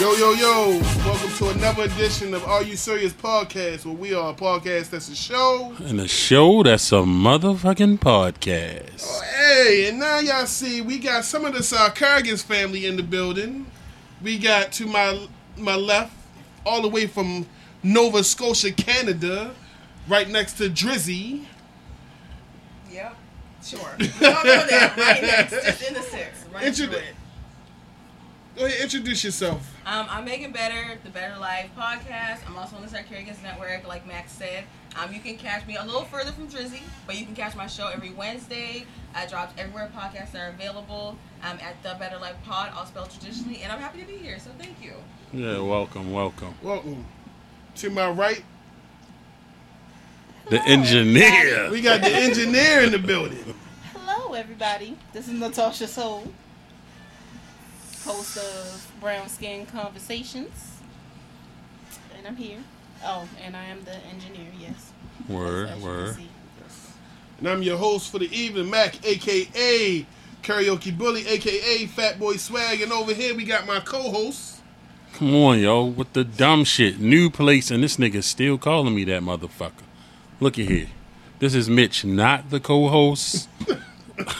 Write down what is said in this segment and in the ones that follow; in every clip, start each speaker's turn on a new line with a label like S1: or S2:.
S1: Yo, yo, yo, welcome to another edition of Are You Serious Podcast, where we are a podcast that's a show.
S2: And a show that's a motherfucking podcast.
S1: Hey, and now y'all see we got some of the Sarkargas family in the building. We got to my my left, all the way from Nova Scotia, Canada, right next to Drizzy.
S3: Yep. Sure. Y'all know that, right? Next, just in the six, right
S1: Introdu-
S3: through it.
S1: Go ahead, introduce yourself.
S3: Um, I'm making better the Better Life podcast. I'm also on the Sarkarigans Network, like Max said. Um, you can catch me a little further from Drizzy, but you can catch my show every Wednesday. I drop everywhere podcasts are available. I'm at the Better Life Pod, all spelled traditionally, and I'm happy to be here. So thank you.
S2: Yeah, welcome, welcome.
S1: Welcome. To my right,
S2: The engineer.
S1: we got the engineer in the building.
S4: Hello, everybody. This is Natasha Soul, host of Brown Skin Conversations. And I'm here. Oh, and I am the engineer, yes.
S2: Word,
S4: As you can
S2: word.
S4: see.
S1: And I'm your host for the evening, Mac, aka Karaoke Bully, aka Fat Boy Swag. And over here we got my co-host.
S2: Come on, yo, with the dumb shit. New place, and this nigga still calling me that motherfucker. Looky here. This is Mitch, not the co host.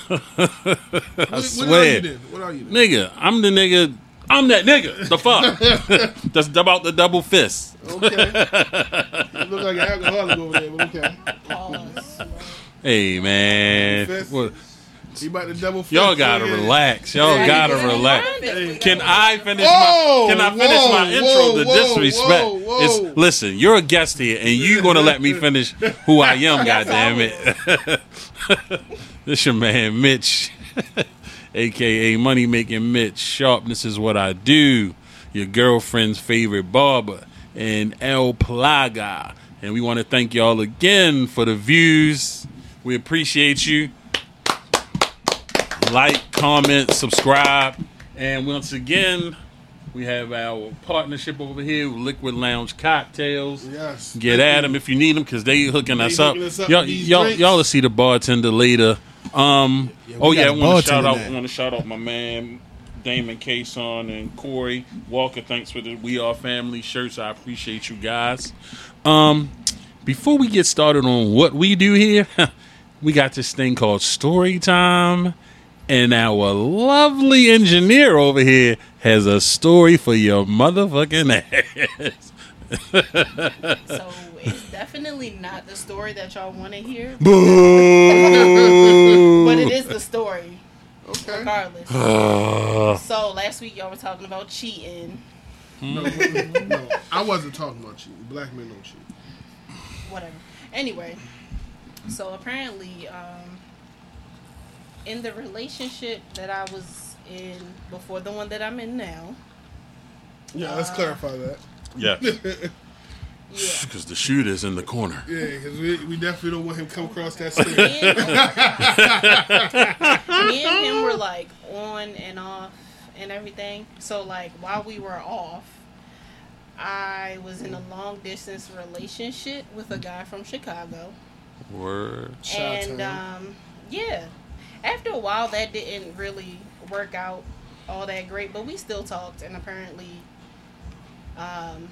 S1: What, what are
S2: swear.
S1: you then? What are you then?
S2: nigga, I'm the nigga. I'm that nigga. The fuck. That's about the double fist.
S1: Okay. you look like an alcoholic over there, but okay.
S4: Pause.
S2: Hey, man.
S1: Fist.
S2: What-
S1: You about to double fist
S2: Y'all gotta
S1: here.
S2: relax. Y'all gotta relax. Can I finish
S1: Whoa,
S2: my Can I finish
S1: whoa,
S2: my intro?
S1: whoa,
S2: the
S1: whoa,
S2: disrespect.
S1: whoa, whoa.
S2: It's listen. You're a guest here, and you gonna let me finish who I am. goddamn it! this your man Mitch, aka Money Making Mitch. Sharpness is what I do. Your girlfriend's favorite barber and El Plaga, and we want to thank y'all again for the views. We appreciate you like, comment, subscribe. And once again, we have our partnership over here with Liquid Lounge Cocktails.
S1: Yes.
S2: Get at them if you need them because they hooking us up.
S1: hooking us up
S2: y'all,
S1: with these
S2: y'all,
S1: drinks.
S2: y'all will see the bartender later. Um, oh
S1: got
S2: yeah, I
S1: a
S2: want to shout
S1: bartender
S2: out.
S1: now.
S2: Want to shout out my man Damon Kason and Corey Walker. Thanks for the We Are Family shirts. I appreciate you guys. Um, before we get started on what we do here, we got this thing called story time, and our lovely engineer over here has a story for your motherfucking ass.
S4: So it's definitely not the story that y'all want to hear, but it is the story,
S1: Okay.
S4: regardless. so last week y'all were talking about cheating,
S1: No, no, I wasn't talking about you. Black men don't cheat.
S4: whatever. Anyway, so apparently, um, in the relationship that I was in before the one that I'm in now,
S1: Yeah, let's clarify that.
S2: Yeah,
S4: yeah.
S2: because the shooter's in the corner.
S1: Yeah, because we, we definitely don't want him to come across that stage.
S4: me and me and him were like on and off and everything. So like while we were off, I was in a long distance relationship with a guy from Chicago,
S2: Word.
S4: and
S1: Chi-town.
S4: um, yeah, after a while that didn't really work out all that great, but we still talked, and apparently, um.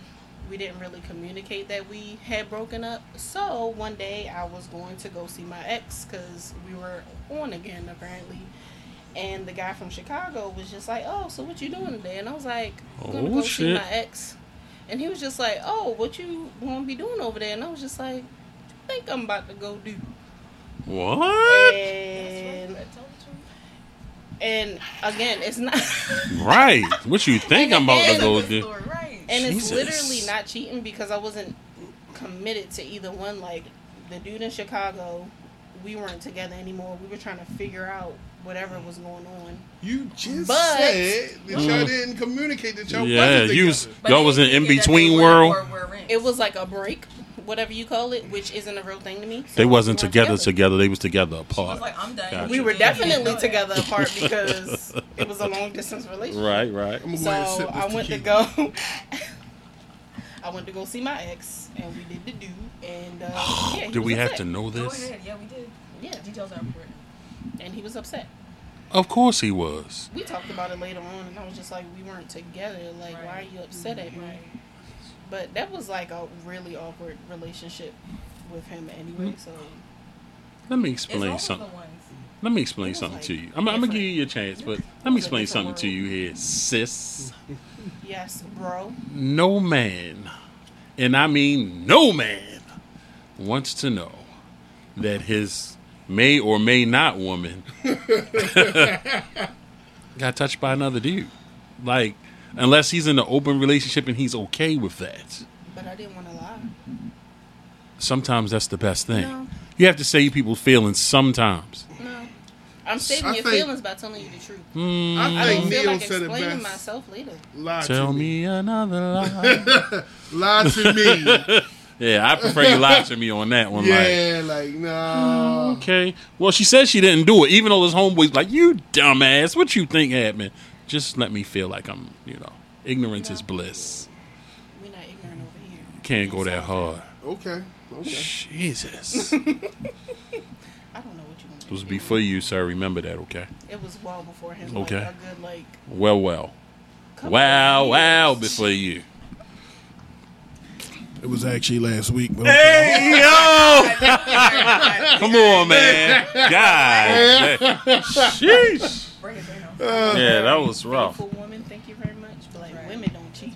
S4: We didn't really communicate that we had broken up. So one day I was going to go see my ex because we were on again apparently. And the guy from Chicago was just like, "Oh, so what you doing today?" And I was like, "I'm gonna
S2: Oh,
S4: go see
S2: shit.
S4: my ex." And he was just like, "Oh, what you gonna be doing over there?" And I was just like, "I think I'm about to go do."
S2: What?
S4: And and again, it's not,
S2: Right. What you think I'm about to
S4: And-
S2: go do?
S4: and it's
S2: Jesus.
S4: literally not cheating because I wasn't committed to either one. Like the dude in Chicago, we weren't together anymore. We were trying to figure out whatever was going on.
S1: You just
S4: But-
S1: said that y'all
S2: Mm.
S1: didn't communicate that y'all
S2: Yeah,
S1: wasn't
S2: you was,
S1: together.
S2: y'all was in in between world.
S4: It was like a break, whatever you call it, which isn't a real thing to me. So
S2: They wasn't
S4: we weren't
S2: together together. They was together apart.
S3: like, I'm done.
S2: Gotcha.
S4: We were definitely together apart because it was a long distance relationship.
S2: Right. Right.
S1: I'm gonna go
S4: So
S1: ahead and sip this
S4: I went to
S1: tequila.
S4: go. I went to go see my ex, and we did the do. And uh, yeah, he
S2: Did
S4: was
S2: we have
S4: upset.
S2: to know
S3: Go
S2: this?
S3: ahead. Yeah, we did.
S4: Yeah,
S3: Details are important.
S4: and he was upset.
S2: Of course he was.
S4: We talked about it later on, and I was just like, we weren't together. Like, why are
S3: Right.
S4: you upset at me?
S3: Right.
S4: But that was like a really awkward relationship with him anyway.
S3: Mm-hmm.
S4: So
S2: Let me
S3: It's
S2: explain
S3: all
S2: something.
S3: the ones.
S2: Let me explain
S4: was
S2: something
S4: like
S2: to you. I'm, I'm gonna
S4: different.
S2: give you your chance, but
S4: It
S2: let me
S4: was a
S2: explain
S4: different
S2: something to
S4: world.
S2: you here, sis.
S4: yes, bro.
S2: No man, and I mean no man, wants to know that his may or may not woman got touched by another dude. Like, unless he's in an open relationship and he's okay with that.
S4: But I didn't want to lie.
S2: Sometimes that's the best thing.
S4: No.
S2: You have to save people's feelings sometimes.
S4: No, I'm saving
S1: I
S4: your
S1: think-
S4: feelings by telling you the truth.
S1: I
S4: I don't
S1: think
S4: feel
S1: Neil
S4: like
S1: said it
S4: explaining
S1: best.
S4: myself later.
S1: Lie
S2: Tell
S1: to me.
S2: me another lie.
S1: Lie to me.
S2: yeah, I prefer you lie to me on that one. Like,
S1: yeah, like, no.
S2: okay. Well, she said she didn't do it, even though this homeboy's like, "You dumbass, what you think happened? Just let me feel like I'm, you know, ignorance is bliss.
S4: We're not ignorant over here.
S2: Can't go that hard."
S1: Okay. Okay.
S2: Jesus, it
S4: I don't know what you want. to
S2: was
S4: do.
S2: before you, sir. Remember that, okay?
S4: It was well before him.
S2: Okay.
S4: Like, a good like.
S2: Well, well,
S4: couple
S2: wow,
S4: of
S2: wow,
S4: years.
S2: before you.
S1: It was actually last week. But
S2: Hey yo.
S3: Alright,
S2: Come on, man. God. Sheesh.
S3: Bring it down.
S1: Uh,
S2: Yeah, that was rough.
S4: Faithful woman, thank you very much. But like
S3: Right.
S4: women don't cheat.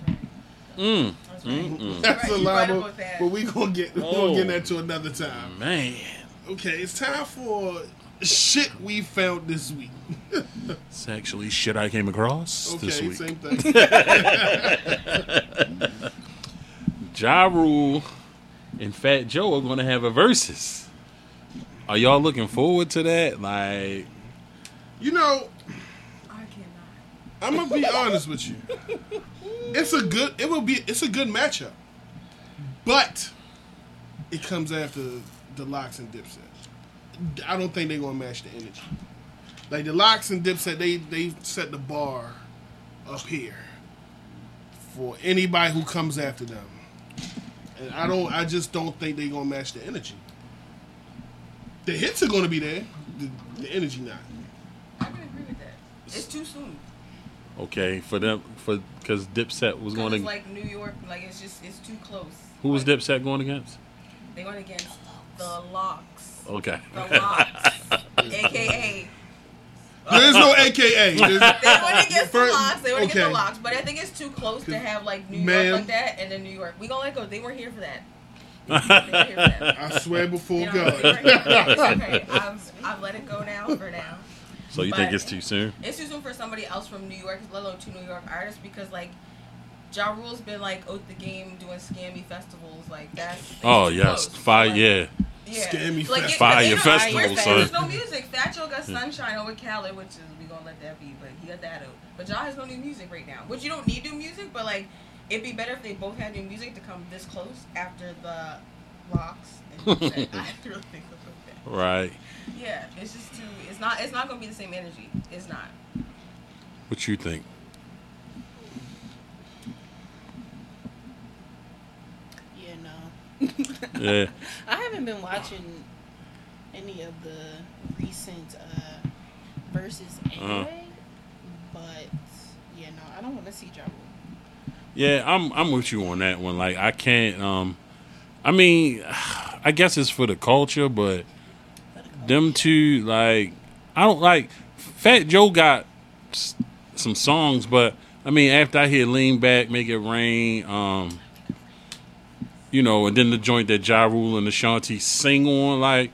S2: Mm.
S3: That's right.
S2: Mm-mm.
S1: That's
S3: Right,
S1: a
S3: you
S1: lie,
S3: right
S1: but,
S3: about that.
S1: but we gonna get we
S2: Oh.
S1: gonna get that to another time.
S2: Man.
S1: Okay, it's time for shit we found this week.
S2: It's actually shit I came across
S1: Okay,
S2: this week.
S1: same thing.
S2: Ja Rule and Fat Joe are going to have a versus. Are y'all looking forward to that? Like,
S1: you know,
S3: I cannot.
S1: I'm gonna be honest with you. It's a good. It will be. It's a good matchup, but it comes after the locks and dipset. I don't think they're gonna match the energy. Like the locks and dipset, they they set the bar up here for anybody who comes after them. And I don't. I just don't think they're gonna match the energy. The hits are gonna be there. The, the energy not.
S3: I would agree with that. It's too soon.
S2: okay, for them, for because Dipset was
S3: Cause
S2: going
S3: it's
S2: to.
S3: like New York, like it's just it's too close.
S2: who was
S3: like,
S2: Dipset going against?
S3: They went against the locks.
S2: Okay.
S3: The locks, aka
S1: There's no AKA. There's-
S3: they went against the
S1: First-
S3: locks. They went against
S1: okay.
S3: the locks, but I think it's too close to have like New
S1: Ma'am.
S3: York like that and then New York. We gonna let go. They weren't here for that. They weren't here for that.
S1: I swear
S3: You
S1: before
S3: know,
S1: Oh, God.
S3: they weren't here for that. It's okay. I've I've let it go now for now.
S2: So you think it's too soon?
S3: It's too soon for somebody else from New York, let alone two New York artists, because like Ja Rule's been like oath the game doing scammy festivals, like that's
S2: Oh,
S3: it's too
S2: yes.
S3: close.
S2: Fire,
S3: Like,
S2: yeah.
S3: yeah.
S1: Scammy
S3: like,
S1: fest-
S3: it-
S2: Fire
S3: they
S2: your
S3: don't-
S2: festival, Hmm.
S3: where's that?
S2: son.
S3: There's no music. Fat Joe got sunshine over Khaled, which is we gonna let that be, but he got that out. But Ja has no new music right now, which you don't need new music, but like it'd be better if they both had new music to come this close after the locks. And I really think about that.
S2: Right.
S3: Yeah, it's just too. It's not. It's not gonna be the same energy. It's not.
S2: What you think?
S4: Yeah, no.
S2: Yeah.
S4: I haven't been watching any of the recent uh, verses
S2: Uh-huh.
S4: anyway. But yeah, no, I don't want to see Ja Rule.
S2: Yeah, I'm I'm with you on that one. Like I can't um I mean I guess it's for the culture, but them two like I don't like Fat Joe got s- some songs, but I mean after I hear Lean Back, Make It Rain, um you know, and then the joint that Ja Rule and Ashanti sing on like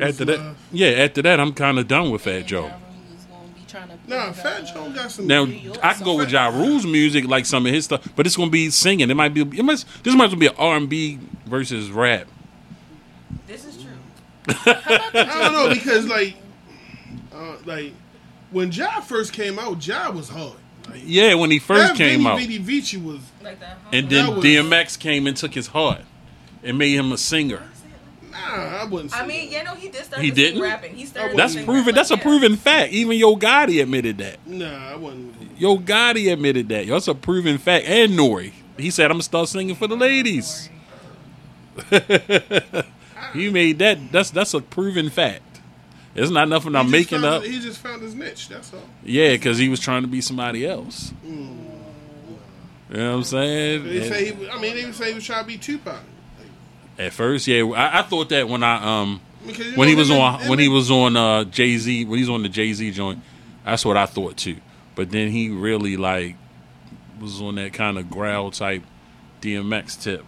S2: after that,
S1: love.
S2: yeah. After that, I'm kind of done with Fat
S4: And
S2: Joe.
S4: Ja Rule is gonna be trying to.
S1: Nah,
S4: pull the,
S1: Fat Joe
S4: uh,
S1: got some.
S2: Now
S4: New York
S2: I can go with Ja
S1: song.
S2: Rule's music, like some of his stuff, but it's gonna be singing. It might be it must this might as well be an R and B versus rap.
S3: This is true.
S1: I don't know because like, uh, like when Ja first came out, Ja was hard. Like,
S2: Yeah, when he first
S1: that
S2: came
S1: Vidi
S2: out,
S1: Vidi Vici was.
S3: Like that. huh?
S2: and
S1: That
S2: then
S1: was-
S2: DMX came and took his heart and made him a singer.
S1: Nah, I wouldn't. Say
S3: I mean,
S1: that.
S3: yeah, no, he did start.
S2: He
S3: to sing
S2: didn't?
S3: rapping. He started. to
S2: That's
S3: sing
S2: proven.
S3: rap,
S2: That's a
S3: like, yeah.
S2: proven fact. Even Yo Gotti admitted that.
S1: Nah, I wouldn't.
S2: Yo Gotti admitted that. That's a proven fact. And Nori, he said, I'm gonna start singing for the ladies. he made that. That's that's a proven fact. It's not nothing I'm
S1: He just
S2: making
S1: found-
S2: up.
S1: He just found his niche. That's all.
S2: Yeah, because he was trying to be somebody else. You know what I'm saying?
S1: They
S2: And-
S1: say Mm. he. was- I mean, they say he was trying to be Tupac.
S2: At first, yeah, I, I thought that when I um
S1: Because you
S2: when
S1: know,
S2: he was
S1: they
S2: on
S1: make-
S2: when
S1: they
S2: he
S1: make-
S2: was on uh Jay Z when he's on the Jay Z joint, that's what I thought too. But then he really like was on that kind of growl type DMX tip.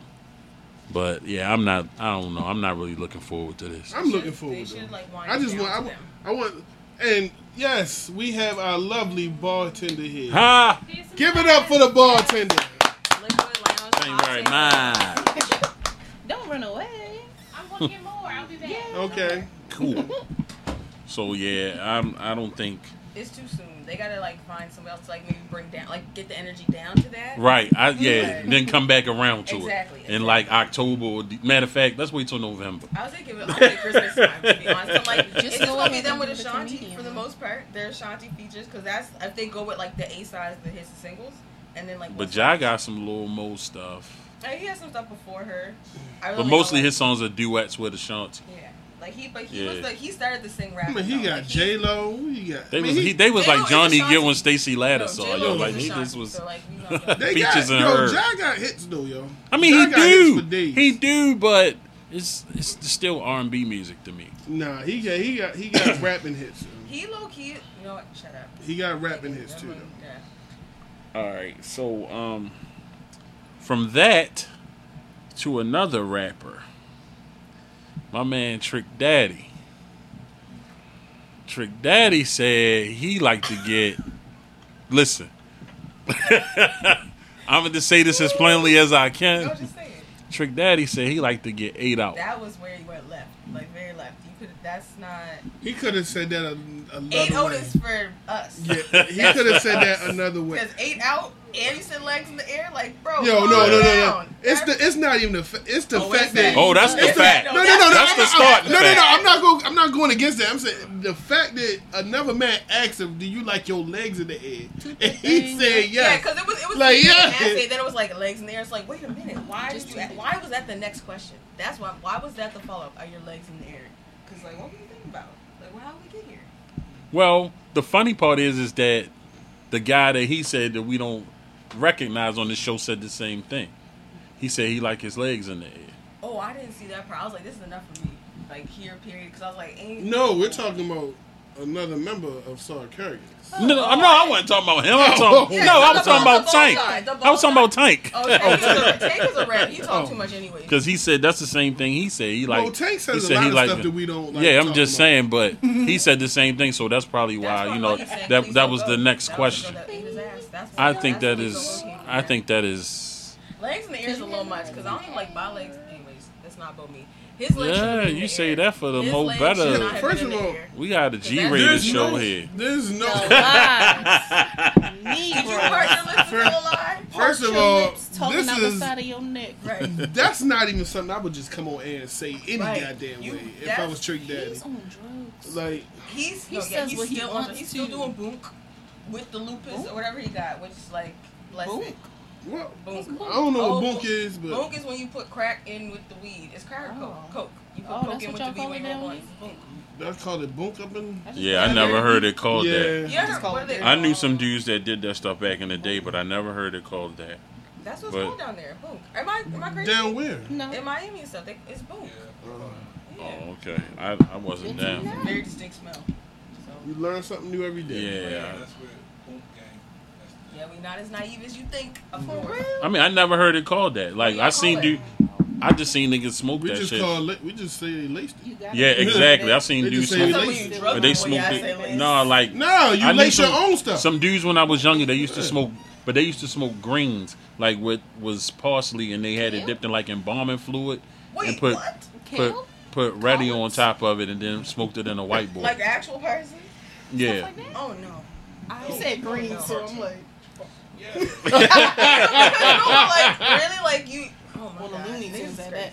S2: But yeah, I'm not. I don't know. I'm not really looking forward to this.
S1: I'm looking
S3: Should-
S1: forward.
S3: they
S1: to
S3: should,
S1: it.
S3: like, wind
S1: I
S3: it
S1: just
S3: down
S1: want. I
S3: to
S1: want.
S3: them.
S1: I want. And yes, we have our lovely bartender here.
S2: Ha!
S1: Give it up for the bartender.
S3: Liquid lounge
S2: Thank you very
S3: cocktail.
S2: much.
S4: Don't run away.
S5: I'm going to get more. I'll be back.
S4: Yeah.
S1: Okay.
S2: Cool. So yeah, I'm. I don't think.
S3: It's too soon. They gotta like find somebody else to like maybe bring down, like get the energy down to that.
S2: Right. I yeah.
S3: Yeah.
S2: Then come back around to
S3: Exactly,
S2: it in like October. Or, de- matter of fact, let's wait till November.
S3: I was thinking about okay, Christmas time to be honest. So, like,
S4: Just
S3: it's
S4: go
S3: just gonna be
S4: ahead
S3: them
S4: and
S3: with
S4: do the
S3: Ashanti
S4: comedian.
S3: for the most part. Their Ashanti features, because that's if they go with like the A sides, the hits, and singles, and then like.
S2: But
S3: what's-
S2: Jai got some little Mo stuff.
S3: Uh, he has some stuff before her. I really
S2: But
S3: don't
S2: mostly
S3: like-
S2: his songs are duets with Ashanti.
S3: Yeah, like he, but he
S2: Yeah.
S3: was like he started to sing rap.
S1: I mean, he
S3: though.
S1: got
S3: Like,
S1: J Lo. He got.
S2: They
S1: I mean,
S2: was he, they was
S3: J-Lo
S2: like
S3: is
S2: Johnny
S3: Ashanti.
S2: Gill and Stacy
S3: No,
S2: Ladder. So yo,
S3: J-Lo
S2: like
S3: is
S2: he
S3: Ashanti,
S2: just was.
S3: so, like, we know that.
S1: They
S2: features
S1: got,
S2: in
S1: yo,
S2: her.
S1: Jai got hits though, yo.
S2: I mean,
S1: Jai
S2: he
S1: got hits
S2: do,
S1: for days.
S2: he do, but it's it's still R and B music to me.
S1: Nah, he got he got he got rapping hits. yo.
S3: He low key, you know what? Shut up.
S1: He got rapping hits too though.
S3: Yeah.
S2: All right, so um, from that to another rapper, my man Trick Daddy. Trick Daddy said he like to get. Listen, I'm gonna just say this as plainly as I
S3: I was
S2: can.
S3: just saying.
S2: Trick Daddy said he like to get eight out.
S3: That was where you went left, like very left. You could. That's not
S1: He could have said that a,
S3: eight
S1: another
S3: out
S1: way.
S3: is for us.
S1: Yeah, he could have said that another way.
S3: Because eight out and you said legs in the air, like bro.
S1: Yo, no,
S3: calm
S1: no, no, no.
S3: down.
S1: It's the it's not even the fa- it's the
S3: Oh, wait a
S1: fact that
S3: second.
S2: Oh, that's the
S1: It's
S2: fact.
S1: No, no, no, no.
S2: That's
S1: I'm
S2: the
S1: not-
S2: start
S1: No, no, no.
S2: fact.
S1: I'm not going. I'm not going against that. I'm saying the fact that another man asked him, "Do you like your legs in the air?" And he said,
S3: Yeah,
S1: "Yes."
S3: because it was it was
S1: Like,
S3: like yeah.
S1: yeah.
S3: Assay, then it was like legs in the air. It's like wait a minute, why
S4: Just
S3: did you?
S4: do it.
S3: Why was that the next question? That's why. Why was that the follow up? Are your legs in the air? Because like what were you thinking about? Like well, how did we get here?
S2: Well, the funny part is, is that the guy that he said that we don't recognize on the show said the same thing. He said he like his legs in the air.
S3: Oh, I didn't see that part. I was like, this is enough for me. Like here, period. Because I was like, ain't
S1: no, we're talking about another member of Sar Kerrigan.
S2: No, no, no, I wasn't talking about him. I'm talking,
S1: Yeah,
S2: no, I
S3: the
S2: was talking
S3: bald-
S2: about
S3: the bald
S2: Tank.
S3: guy, the
S2: I was talking about
S3: bald
S2: Tank.
S3: Oh, Tank is a, Tank is a rap. You talk too much anyway.
S2: Because he said that's the same thing he said. He like
S1: Well, Tank
S2: he
S1: says a
S2: said
S1: lot
S2: he
S1: of
S2: like-
S1: stuff that we don't. like
S2: yeah, I'm
S1: talk
S2: just
S1: about.
S2: saying, but he said the same thing, so that's probably
S3: That's
S2: why
S3: why
S2: you know
S3: he said,
S2: that
S3: please
S2: that
S3: don't
S2: was
S3: go.
S2: the next
S3: That was
S2: question.
S3: the- that ate his ass. That's why-
S2: I think
S3: that's
S2: that
S3: why he
S2: is.
S3: go low-key.
S2: I think that is.
S3: legs in the air is a little much because I don't even like my legs. Anyways, that's not about me. His legs.
S2: Yeah,
S3: shouldn't be in
S2: you
S3: the
S2: say
S3: air.
S2: that for the
S3: His
S2: Mo
S3: legs
S2: Better.
S3: should not
S2: Yeah,
S3: have
S1: first
S3: been in
S1: of
S3: the
S1: all,
S3: air.
S2: We got a G-rated
S1: There's
S2: show
S1: no,
S2: here.
S1: There's no.
S4: Lies.
S3: Did you part
S4: Negro.
S3: your lips to a lie?
S1: First of
S4: Your
S1: all,
S4: lips talking
S1: this
S4: out the
S1: is
S4: side of your neck.
S3: Right.
S1: that's not even something I would just come on air and say any
S3: Right.
S1: goddamn
S3: You-
S1: way if I
S3: that's-
S1: was Trick Daddy.
S4: He's on drugs.
S1: Like,
S3: He's
S4: He
S3: no, yeah,
S4: says
S3: he's
S4: what he
S3: still on-
S4: wants
S3: He's still
S4: to.
S3: doing boonk with the lupus
S4: Boonk?
S3: or whatever he got, which is like blessing.
S1: well,
S3: Boonk.
S1: I don't know what
S3: Oh,
S1: bunk is, but
S3: Boonk is when you put crack in with the weed. It's crack or
S4: Oh.
S3: coke. Coke. You put
S4: Oh,
S3: coke
S4: that's
S3: in with
S4: what
S3: the
S4: y'all
S3: weed
S4: call
S3: when
S4: it
S3: you're
S4: down
S3: on.
S4: here?
S3: Boonk.
S1: I call it bunk up in.
S4: I just-
S2: Yeah, I never heard it called that.
S1: Yeah,
S3: You ever,
S4: Just call
S3: what
S4: it
S3: are they-
S4: boonk.
S2: I knew some dudes that did that stuff back in the day, but I never heard it called that.
S3: That's what's
S2: but-
S3: called down there. Boonk. Am I am I crazy?
S1: down where? Uh,
S4: No.
S3: In Miami and stuff, they, it's boonk. Yeah.
S2: Oh, okay. I, I wasn't
S4: It's
S2: down.
S4: not.
S3: Very distinct smell. So
S1: You learn something new every day.
S2: Yeah.
S3: yeah, we not as naive as you think. Of course.
S2: I mean, I never heard it called that. Like, I seen dude, I just seen niggas smoke
S1: We
S2: that
S1: just
S2: shit.
S1: call it. We just say they laced it.
S4: You got
S2: yeah,
S4: it.
S2: exactly. I seen
S1: They
S2: dudes
S1: just say
S2: smoke
S1: lace
S2: it.
S1: it.
S2: But they smoked it. No, like
S1: No, you
S2: I knew
S1: lace your
S2: some-
S1: own stuff.
S2: Some dudes when I was younger, they used to
S1: Yeah.
S2: smoke, but they used to smoke greens, like what was parsley, and they had it dipped in like embalming fluid and
S3: Wait,
S2: put
S3: what?
S2: put
S4: Kale?
S2: put ready on
S4: Collards?
S2: top of it, and then smoked it in a white boy.
S3: Like the actual person?
S2: yeah.
S4: Like that?
S3: Oh no. I
S4: You said
S3: don't
S4: green,
S3: know.
S4: so I'm like,
S3: No, like really, like you. Oh my
S4: Well, the
S3: god,
S4: Looney
S3: oh, this
S4: Tunes
S3: is
S4: at
S3: crazy. Oh,
S4: that.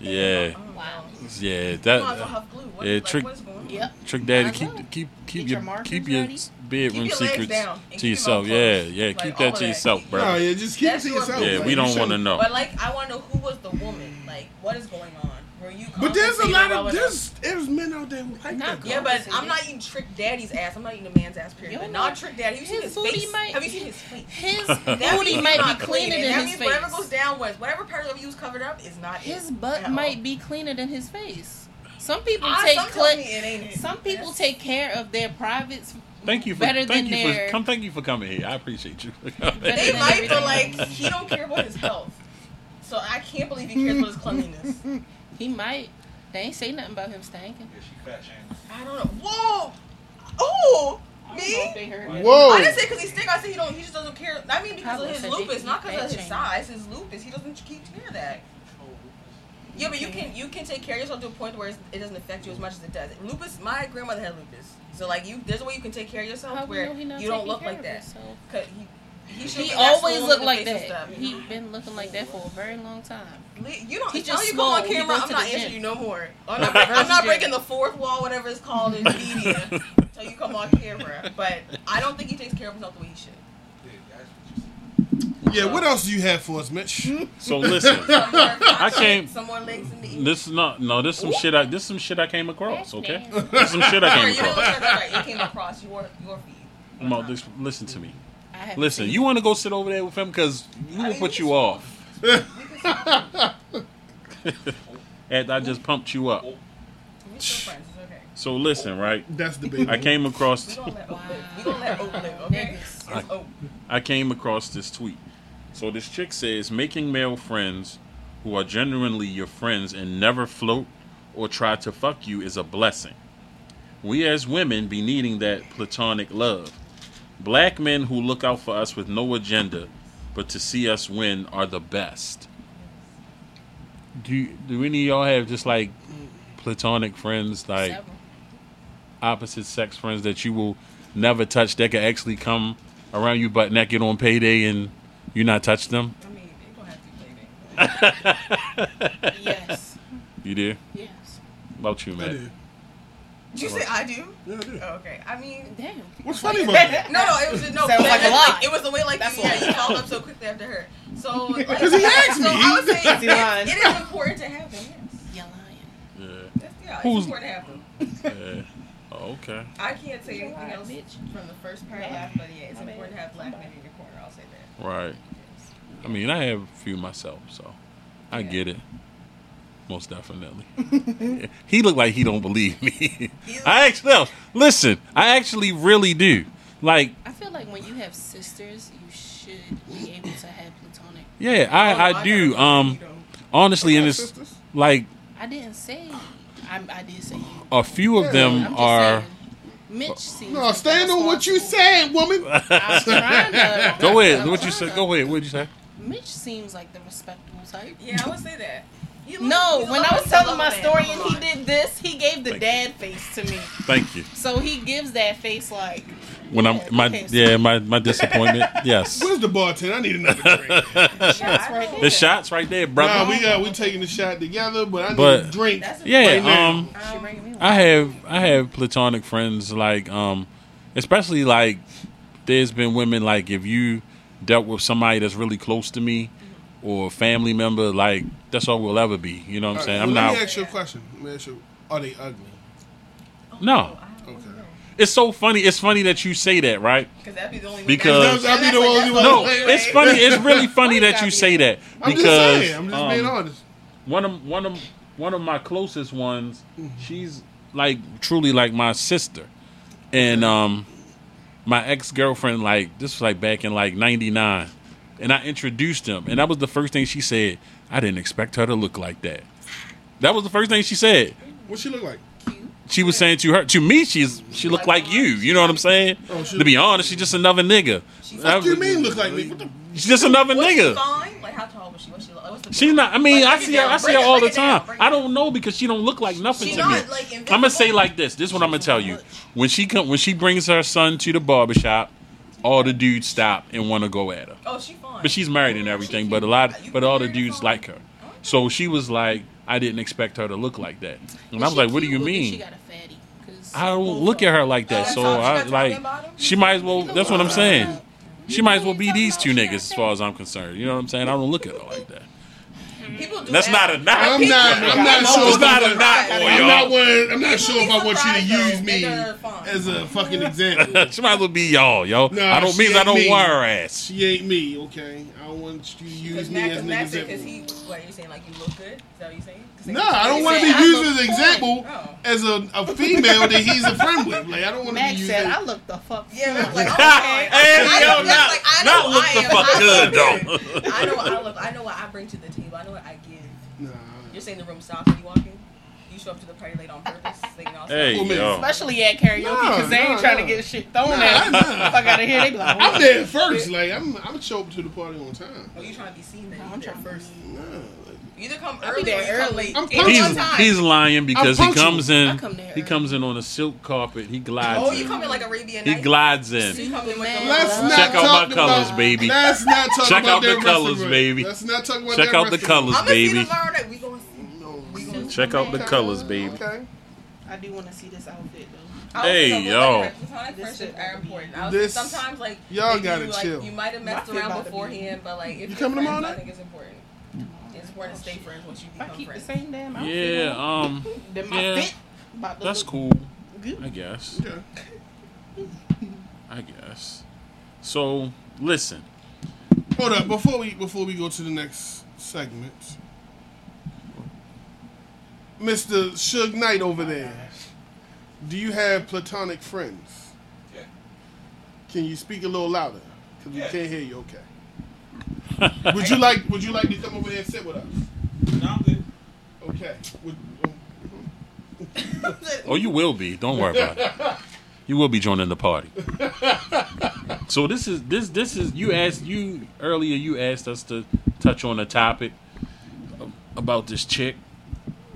S2: Yeah,
S5: Wow.
S2: yeah.
S3: You might as well
S2: That
S3: have glue. What,
S2: yeah,
S3: like,
S2: trick-
S3: what is going on?
S4: Yep.
S2: trick daddy.
S4: Might as well.
S2: Keep keep keep
S4: Get
S2: your
S4: your markers
S2: keep your
S4: ready.
S2: bedroom
S3: Keep your legs
S2: secrets
S3: down and keep
S2: to
S3: your
S2: yourself.
S3: mouth
S2: Yeah,
S3: closed.
S2: yeah.
S3: Like,
S2: Keep
S3: all
S2: that
S3: of
S2: to
S3: that.
S2: yourself, bro.
S1: No, yeah, just keep
S3: That's
S1: it to
S3: your
S1: yourself.
S2: Yeah,
S1: Like,
S2: we
S1: you
S2: don't
S1: shouldn't-
S2: want to know.
S3: But like, I want to know who was the woman. Like, what is going on? Were you?
S1: But there's a
S3: compensating
S1: lot
S3: or
S1: of
S3: whatever?
S1: there's there's men out there who like
S4: Not
S1: that.
S3: Yeah,
S1: Yeah,
S3: but I'm not eating Trick Daddy's ass. I'm not eating a man's ass. Period.
S4: You
S3: But
S4: don't
S3: not
S4: know.
S3: Trick Daddy. Have you seen
S4: His
S3: his
S4: booty
S3: face?
S4: might-
S3: Have you seen his face?
S4: His
S3: That
S4: booty
S3: means
S4: might
S3: not
S4: be
S3: clean,
S4: cleaner
S3: and
S4: than
S3: that
S4: his
S3: means Whatever goes
S4: face.
S3: downwards, whatever part of you was covered up is not
S4: His
S3: it
S4: butt
S3: at
S4: might
S3: all.
S4: be cleaner than his face. Some people
S3: Ah,
S4: take
S3: some tell
S4: cl-
S3: me it ain't it.
S4: some people
S3: That's-
S4: take care of their privates.
S2: Thank you for
S4: better
S2: thank
S4: than
S2: you for
S4: their-
S2: come. Thank you for coming here. I appreciate you.
S4: Better
S3: They
S4: than
S3: might, but
S4: everything.
S3: like he don't care about his health. So I can't believe he cares about his cleanliness.
S4: He might. They ain't say nothing about him stanking.
S6: Yeah, she fat shamed.
S3: I don't know. Whoa! Oh,
S4: I don't know if
S3: me?
S4: they heard that.
S1: Whoa!
S3: I didn't say because he's thick. I said he don't. He just doesn't care. I mean because
S4: Probably
S3: of his
S4: said
S3: lupus,
S4: they
S3: not because
S4: eat
S3: of his
S4: bad
S3: size. His lupus. He doesn't keep care of that. Yeah, but you can you can take care of yourself to a point where it's, it doesn't affect you as much as it does. Lupus. My grandmother had lupus, so like you, there's a way you can take care of yourself
S4: How we
S3: where
S4: know he not
S3: you don't
S4: taking
S3: look
S4: care
S3: like
S4: of
S3: that.
S4: himself?
S3: 'Cause he, he, should
S4: He
S3: be that
S4: always
S3: swole
S4: looked
S3: with
S4: like
S3: the face and
S4: that.
S3: stuff.
S4: He been looking like that for a very long time.
S3: Le- You don't.
S4: He
S3: He just
S4: just
S3: you come on
S4: swole. He
S3: camera.
S4: go
S3: I'm
S4: to
S3: not
S4: the
S3: answering
S4: gym.
S3: you no more. I'm not, break- I'm not
S4: Versus
S3: breaking
S4: gym.
S3: the fourth wall, whatever it's called in media, until you come on camera. But I don't think he takes care of himself the way he should.
S6: Yeah, that's what you said.
S1: Yeah, what else do you have for us, Mitch?
S3: Hmm?
S2: so listen,
S3: Some more
S2: I
S3: content,
S2: came-
S3: Some more legs in the.
S2: this is not no. This some shit. I this some shit I came across.
S5: That's
S2: Okay,
S5: nasty.
S2: this some shit I
S3: Sorry,
S2: came
S3: you didn't
S2: across.
S3: look at it right. It came across your your feed.
S2: Mo, this- listen to me.
S4: I haven't
S2: Listen,
S4: seen
S2: you want to go sit over there with him because we will put you off. and I just pumped you up.
S3: We still friends. It's okay.
S2: So listen, right?
S1: That's the baby.
S2: I came
S3: We
S2: across
S3: don't let
S4: Wow.
S3: Oak live. We don't let Oak live. Okay.
S4: Niggas.
S3: It's Oak.
S2: I came across this tweet. So this chick says making male friends who are genuinely your friends and never float or try to fuck you is a blessing. We as women be needing that platonic love. Black men who look out for us with no agenda but to see us win are the best. Do do any of y'all have just like platonic friends like
S4: several.
S2: opposite sex friends that you will never touch that could actually come around you butt naked on payday and you not touch them?
S3: I mean, they gonna have to play that.
S4: yes,
S2: You do?
S4: yes.
S2: About you,
S1: I
S2: man.
S1: did.
S3: Did you say I do?
S1: Yeah, I did.
S3: Oh, okay. I mean.
S4: Damn.
S1: What's funny about that?
S3: No, no, it was just, no.
S4: Sounds like a lie.
S3: It was the way like
S4: That's
S3: yeah,
S4: why.
S3: you followed up so quickly after her. So like,
S1: Because he asked
S3: so
S1: me.
S3: I was saying
S4: He lying.
S3: it is important to have them. Yes.
S4: You're lying.
S2: Yeah.
S3: That's, yeah, it's
S2: Who's-
S3: important to have them.
S2: yeah. Oh, okay.
S3: I can't say anything else
S4: bitch.
S3: from the first part of
S4: Yeah.
S3: life, but yeah, it's
S4: I mean,
S3: important to have black men in your corner. I'll say that.
S2: Right. I mean, I have a few myself, so I
S3: Yeah.
S2: get it. Most definitely. he looked like he don't believe me. I actually no, listen. I actually really do. Like,
S4: I feel like when you have sisters, you should be able to have platonic.
S2: yeah,
S3: Oh,
S2: I, I do. Um, honestly, and it's
S1: Sisters?
S2: like
S4: I didn't say. I, I did say you.
S2: a few of
S4: I'm
S2: them
S4: just
S2: are.
S4: saying, Mitch seems
S1: No,
S4: like
S1: stand on what you
S4: said.
S1: said, woman.
S4: I'm trying to.
S2: Go ahead.
S4: I'm
S2: What you
S4: trying
S2: say?
S4: to-
S2: Go ahead. What you say?
S4: Mitch seems like the respectable type.
S3: Yeah, I would say that. He looks-
S4: No,
S3: he's a
S4: when I
S3: lovely-
S4: was
S3: he's a
S4: telling my
S3: lovely man.
S4: story
S3: Come
S4: and he
S3: on.
S4: did this, he gave the dad face to me.
S2: Thank you.
S4: So he gives that face like,
S2: When I'm my
S4: Okay, so-
S2: yeah my my disappointment. Yes.
S1: Where's the bartender? I need another drink.
S3: Yeah, I
S4: right
S3: know.
S2: The shots right there,
S1: nah,
S2: brother.
S1: we got we taking the shot together, but I need
S2: But-
S1: a drink.
S3: That's a-
S2: yeah.
S1: Right now.
S2: um.
S4: she
S3: Um,
S4: bringing me one.
S2: I have I have platonic friends like um, especially like there's been women like if you dealt with somebody that's really close to me or a family member like that's all we'll ever be. You know what I'm saying?
S1: Well,
S2: I'm
S1: let
S2: not.
S1: me ask you a question. Let me ask you, are they ugly?
S2: No.
S3: I don't
S1: Okay.
S3: know.
S2: It's so funny. It's funny that you say that, right?
S3: Cause that'd be the only way-
S2: Because-
S1: That'd be the
S3: That's like-
S1: only
S3: that's
S1: way.
S3: the
S2: No,
S3: only
S1: Wait,
S3: way.
S2: it's funny. It's really funny
S4: you
S2: that
S4: gotta
S2: you
S4: be-
S2: say that
S1: I'm
S2: because
S1: just saying. I'm just
S2: um,
S1: being honest.
S2: one of one of one of my closest ones. She's like truly like my sister, and um, my ex girlfriend like this was like back in like '99, and I introduced him, and that was the first thing she said. I didn't expect her to look like that. That was the first thing she said.
S1: What she look like?
S2: She was saying to her, to me, she's she looked like you. You know what I'm saying?
S1: Oh, she-
S2: to be honest, she's just another nigga.
S1: What
S2: um,
S1: do you mean look like me? What the
S2: She's just another
S3: Was
S2: nigga.
S3: she fine? Like how tall was she? What's she like? What's the
S2: She's not. I mean,
S3: Like,
S2: I
S3: break it
S2: see her.
S3: down,
S2: I see
S3: break
S2: her
S3: it-
S2: all the
S3: break it down,
S2: time.
S3: break it
S2: I
S3: down.
S2: don't know because she don't look like nothing
S3: She
S2: to me.
S3: not, like,
S2: I'm gonna say
S3: invisible.
S2: like this. This is what I'm gonna tell you. When she come, when she brings her son to the barbershop, all the dudes stop and want to go at her.
S3: Oh, she fine.
S2: But she's married and everything. But a lot. But all the dudes like her. So she was like, I didn't expect her to look like that. And
S4: Is
S2: I was
S4: she
S2: like, what do
S4: cute
S2: you
S4: or think
S2: mean?
S4: She got a fatty. 'Cause
S2: I don't
S4: both
S2: look
S4: are.
S2: at her like that.
S3: Oh,
S2: so
S3: that's all she
S2: I
S3: got to
S2: like
S3: talk about him?
S2: she might as well. That's what I'm saying. She might as well be
S4: You
S2: these two
S4: talking about
S2: niggas, as far as I'm concerned. You know what I'm saying? I don't look at her like that.
S3: Mm-hmm. People do
S2: That's
S3: that.
S2: not a knock.
S1: I'm not. I'm not
S2: No,
S1: sure.
S2: it's
S1: if
S2: not
S1: I'm-
S2: a knock
S3: I'm
S2: on
S1: I'm
S2: y'all.
S1: not. One, I'm not sure if I want you to
S3: surprised, though,
S1: use me
S3: that they're fine.
S1: as a fucking example.
S2: she might as well be y'all, yo.
S1: Nah,
S2: I don't
S1: she
S2: mean I
S1: ain't
S2: don't
S1: me.
S2: want her ass.
S1: She ain't me, okay? I don't want you to use
S3: Because
S1: me as an
S3: Max is because
S1: example.
S3: he, what, you saying like you look good? Is that what you saying? 'Cause
S1: No,
S3: they-
S1: I don't
S3: they
S1: want to
S3: say,
S1: be
S3: "I
S1: used
S3: look
S1: as an
S3: good."
S1: example
S3: Oh.
S1: as a, a female that he's a friend with. Like I don't want to be
S4: Max
S1: used.
S4: said, I
S1: as-
S4: look the fuck.
S3: Yeah,
S4: fine."
S3: that's like,
S2: Hey,
S3: I
S2: yo,
S3: know- that's
S2: not,
S3: like, I know
S2: not
S3: who
S2: look
S3: I
S2: the
S3: am.
S2: fuck
S3: I
S2: good,
S3: look
S2: though.
S3: I know what I look. I know what I bring to the table. I know what I give.
S1: Nah.
S3: You're saying the room stops when you walk in. You show up to the party late on purpose. thinking all
S2: Hey,
S1: Who me?
S2: yo.
S4: Especially at karaoke because
S1: No,
S4: they ain't
S1: no,
S4: trying
S1: no.
S4: to get shit thrown
S1: No,
S4: at
S1: no.
S4: them. Fuck out of here. They be like,
S1: I'm there first. Like I'm, I'm show up to the party on time.
S3: Well, you trying to be seen then.
S4: No, I'm
S3: I'm trying
S4: trying to
S3: first.
S1: Nah, like,
S3: You either come
S4: I'll be
S3: early or
S4: there
S3: you come
S4: early.
S3: late.
S1: I'm
S3: Any
S1: punctual.
S3: one
S2: He's,
S3: time.
S2: he's lying because he
S1: punctual.
S2: comes in.
S4: I come there
S2: he
S4: early.
S2: comes in on a silk carpet. He glides.
S3: oh, you
S2: in.
S3: come in like Arabian
S2: he
S3: Nights?
S2: glides
S3: So
S2: in.
S3: you come in with the-
S1: Let's not
S2: Check out
S1: talk
S2: my colours,
S1: about-
S2: baby.
S1: Let's not talk
S2: Check
S1: about
S2: out the
S1: their
S2: colours,
S1: restaurant.
S2: baby.
S1: Let's not talk about
S2: Check
S1: their
S2: out the
S1: restaurant.
S2: colours,
S3: I'm gonna see
S2: baby.
S3: tomorrow night. We gonna see.
S1: No.
S3: We gonna see.
S2: Check out the colors, baby.
S1: Okay.
S4: I do want to see this outfit though.
S3: I don't think
S2: Hey,
S3: I will,
S2: yo.
S3: but Platonic
S4: This
S3: friendships
S4: shit
S3: are
S4: gotta be-
S3: important. I was
S1: This-
S3: sometimes like
S1: y'all
S3: maybe
S1: gotta
S3: you, like,
S1: chill.
S3: You might have messed
S4: My shit about
S3: around
S4: to be-
S3: beforehand, but like if
S1: You
S3: you're
S1: coming
S3: friends,
S1: tomorrow
S3: I
S1: night?
S3: think it's important. It's important to stay friends once you
S4: If I
S3: become
S4: keep the
S3: friends.
S4: same damn outfit.
S2: Yeah,
S4: on,
S2: um,
S4: then my
S2: yeah.
S4: fit about to
S2: that's
S4: look
S2: cool. I
S4: Good.
S2: guess.
S1: Yeah.
S2: I guess. So listen,
S1: Hold up. Before we before we go to the next segment, Mister Suge Knight over there. Do you have platonic friends?
S6: Yeah.
S1: Can you speak a little louder? Cause we
S6: Yeah.
S1: can't hear you. Okay. would you like Would you like to come over here and sit with us?
S6: No, I'm good.
S1: Okay. Would,
S2: oh, you will be. Don't worry about it. You will be joining the party. So this is this this is you asked you earlier. You asked us to touch on a topic about this chick.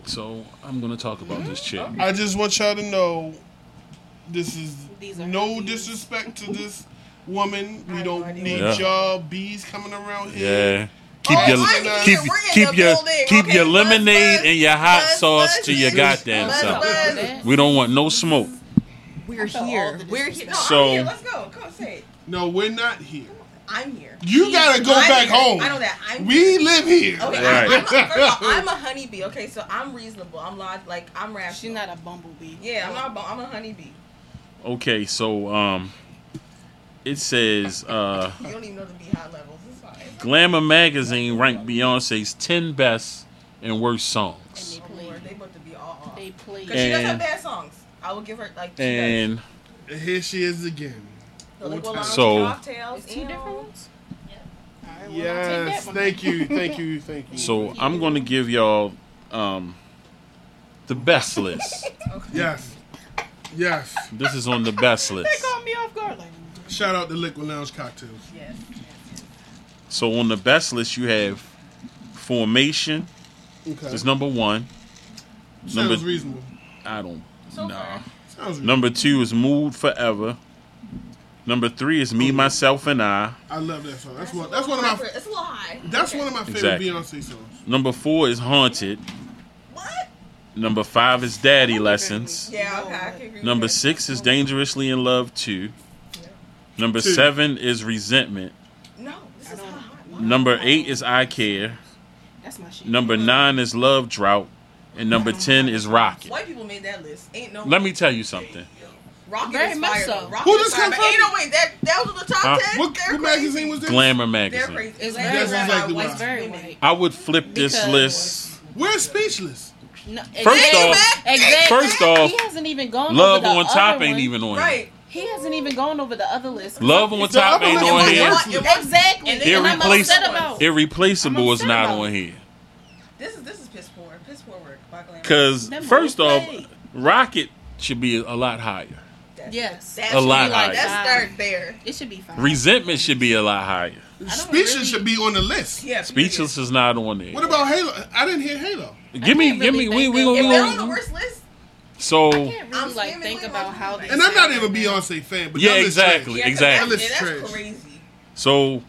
S2: So I'm gonna talk about this chick.
S1: I just want y'all to know this is
S4: These are
S1: no
S4: her bees.
S1: disrespect to this woman.
S3: I
S1: We
S3: have
S1: don't
S3: no idea
S1: need
S2: what- Yeah.
S1: y'all bees coming around here.
S2: Yeah. Keep
S1: Oh,
S2: your
S1: I get it.
S2: keep
S3: We're in
S2: keep
S3: the
S2: your
S3: building.
S2: keep
S3: Okay,
S2: your
S3: buzz,
S2: lemonade
S3: buzz,
S2: and your hot
S3: buzz,
S2: sauce
S3: buzz,
S2: to your
S3: buzz,
S2: goddamn
S3: buzz,
S2: self.
S3: buzz.
S2: We don't want no smoke.
S3: We're
S4: I felt all
S3: here.
S4: the
S3: We're here. No,
S2: So-
S3: I'm here. Let's go. Come say it.
S1: No, we're not here.
S3: I'm here.
S1: You gotta go
S3: I'm
S1: back
S3: here.
S1: home.
S3: I know that. I'm
S1: We
S3: here.
S1: live here.
S3: Okay,
S2: Right.
S3: I, I'm, a, first of all, I'm a honeybee. Okay, so I'm reasonable. I'm not like I'm rational.
S4: She's not a bumblebee.
S3: Yeah, I'm not. a bu- I'm a honeybee.
S2: Okay, so um it says uh
S3: You don't even know the beehive levels. It's fine.
S2: Glamour magazine ranked Beyonce's 10 best and worst songs.
S4: And
S3: Oh, Lord, they about to be all off.
S4: They play.
S3: Because she does have
S2: And-
S3: bad songs. I will give her like she does.
S2: And
S1: And here she is again.
S3: the liquid
S1: Old
S3: lounge
S2: So-
S3: cocktails.
S4: It's two
S3: and-
S4: different ones. All right, well, I'll take
S1: Yes,
S4: that one.
S1: thank you, thank you, thank you.
S2: so I'm going to give y'all um the best list.
S3: Okay.
S1: yes, yes.
S2: This is on the best
S4: They
S2: list.
S4: caught me off guard. Like,
S1: Shout out to Liquid Lounge Cocktails.
S3: Yes.
S2: So on the best list you have Formation
S1: Okay,
S2: is number 1.
S1: sounds
S2: number-
S1: reasonable.
S2: I don't
S3: So
S2: nah.
S3: far.
S1: Sounds reasonable.
S2: Number 2 is Mood Forever. Number 3 is Me myself and I.
S1: I love that song. That's,
S3: a
S1: one. That's
S3: little
S1: one of my.
S3: hyper- It's a little high.
S1: That's
S3: Okay.
S1: one of my favorite
S2: Exactly.
S1: Beyonce songs.
S2: Number 4 is Haunted.
S3: What?
S2: Number 5 is Daddy Lessons.
S3: Yeah. Okay. I
S4: No, but-
S3: can agree with
S2: Number
S3: that.
S2: six is Dangerously in Love 2. Number
S1: Two.
S2: seven is Resentment.
S3: No. This
S4: I
S3: is
S4: don't-
S3: high. Why?
S2: Number eight is I Care.
S4: that's my shit.
S2: Number nine is Love Drought. And number 10 is Rocket.
S3: White people made that list. Ain't no.
S2: Let me tell you something.
S3: Rocket
S4: Very
S3: is
S4: much
S3: fire.
S4: so.
S3: Rocket
S1: Who
S3: is
S1: just
S3: fire,
S1: come
S3: but Ain't
S1: from-
S3: no way. That that was in the top
S2: Huh?
S3: ten.
S1: What,
S3: They're
S1: what
S3: crazy.
S1: magazine was this?
S2: Glamour
S3: They're
S2: Magazine.
S3: crazy. It's very
S4: very
S1: white.
S3: white.
S1: That's
S3: White
S4: exactly
S3: women.
S2: I would flip this
S4: Because-
S2: list.
S1: We're speechless.
S4: No,
S2: First
S4: exactly.
S2: off,
S4: exactly.
S2: first off,
S4: he hasn't even gone.
S2: Love
S4: over the
S2: on Top
S4: other
S2: ain't
S4: one.
S2: even on here.
S3: Right.
S4: He hasn't even gone over the other list.
S2: Love on
S1: It's
S2: Top
S1: the
S2: ain't
S1: other
S2: on
S1: one.
S2: here.
S1: It's
S3: It was-
S4: Exactly.
S3: And
S4: And I'm
S2: Irreplace-
S4: upset about.
S2: Irreplaceable
S4: I'm
S2: is
S4: upset
S2: not
S4: about
S2: on
S4: it.
S2: here.
S3: This is this is piss poor. Piss poor work. by Glamour.
S2: Because,
S4: Them
S2: first
S4: boys
S2: off,
S4: play.
S2: Rocket should be a lot higher.
S3: That's-
S4: Yes.
S3: That's
S2: A lot
S3: really-
S2: higher.
S3: That's start there.
S4: It should be fine.
S2: Resentment should be a lot higher.
S1: Speechless
S4: really-
S1: should be on the list.
S3: Yeah.
S2: Speechless is not on there.
S1: What about Halo? I didn't hear Halo.
S2: Give me,
S4: can't
S2: give me.
S4: really
S2: We,
S4: think
S2: we
S4: of-
S2: gonna,
S3: If
S2: we
S3: they're on the
S2: gonna.
S3: worst list,
S2: So
S4: can't
S3: I'm
S4: really like
S3: screaming
S4: think
S3: with
S4: about
S3: my
S4: how they.
S3: voice.
S1: And I'm not
S4: sound
S1: even a
S4: right now.
S1: Beyonce fan, but
S2: Yeah,
S1: y'all listen.
S2: exactly.
S3: yeah, 'cause
S2: Exactly.
S3: That's, yeah, that's
S1: Trash.
S3: crazy.
S2: so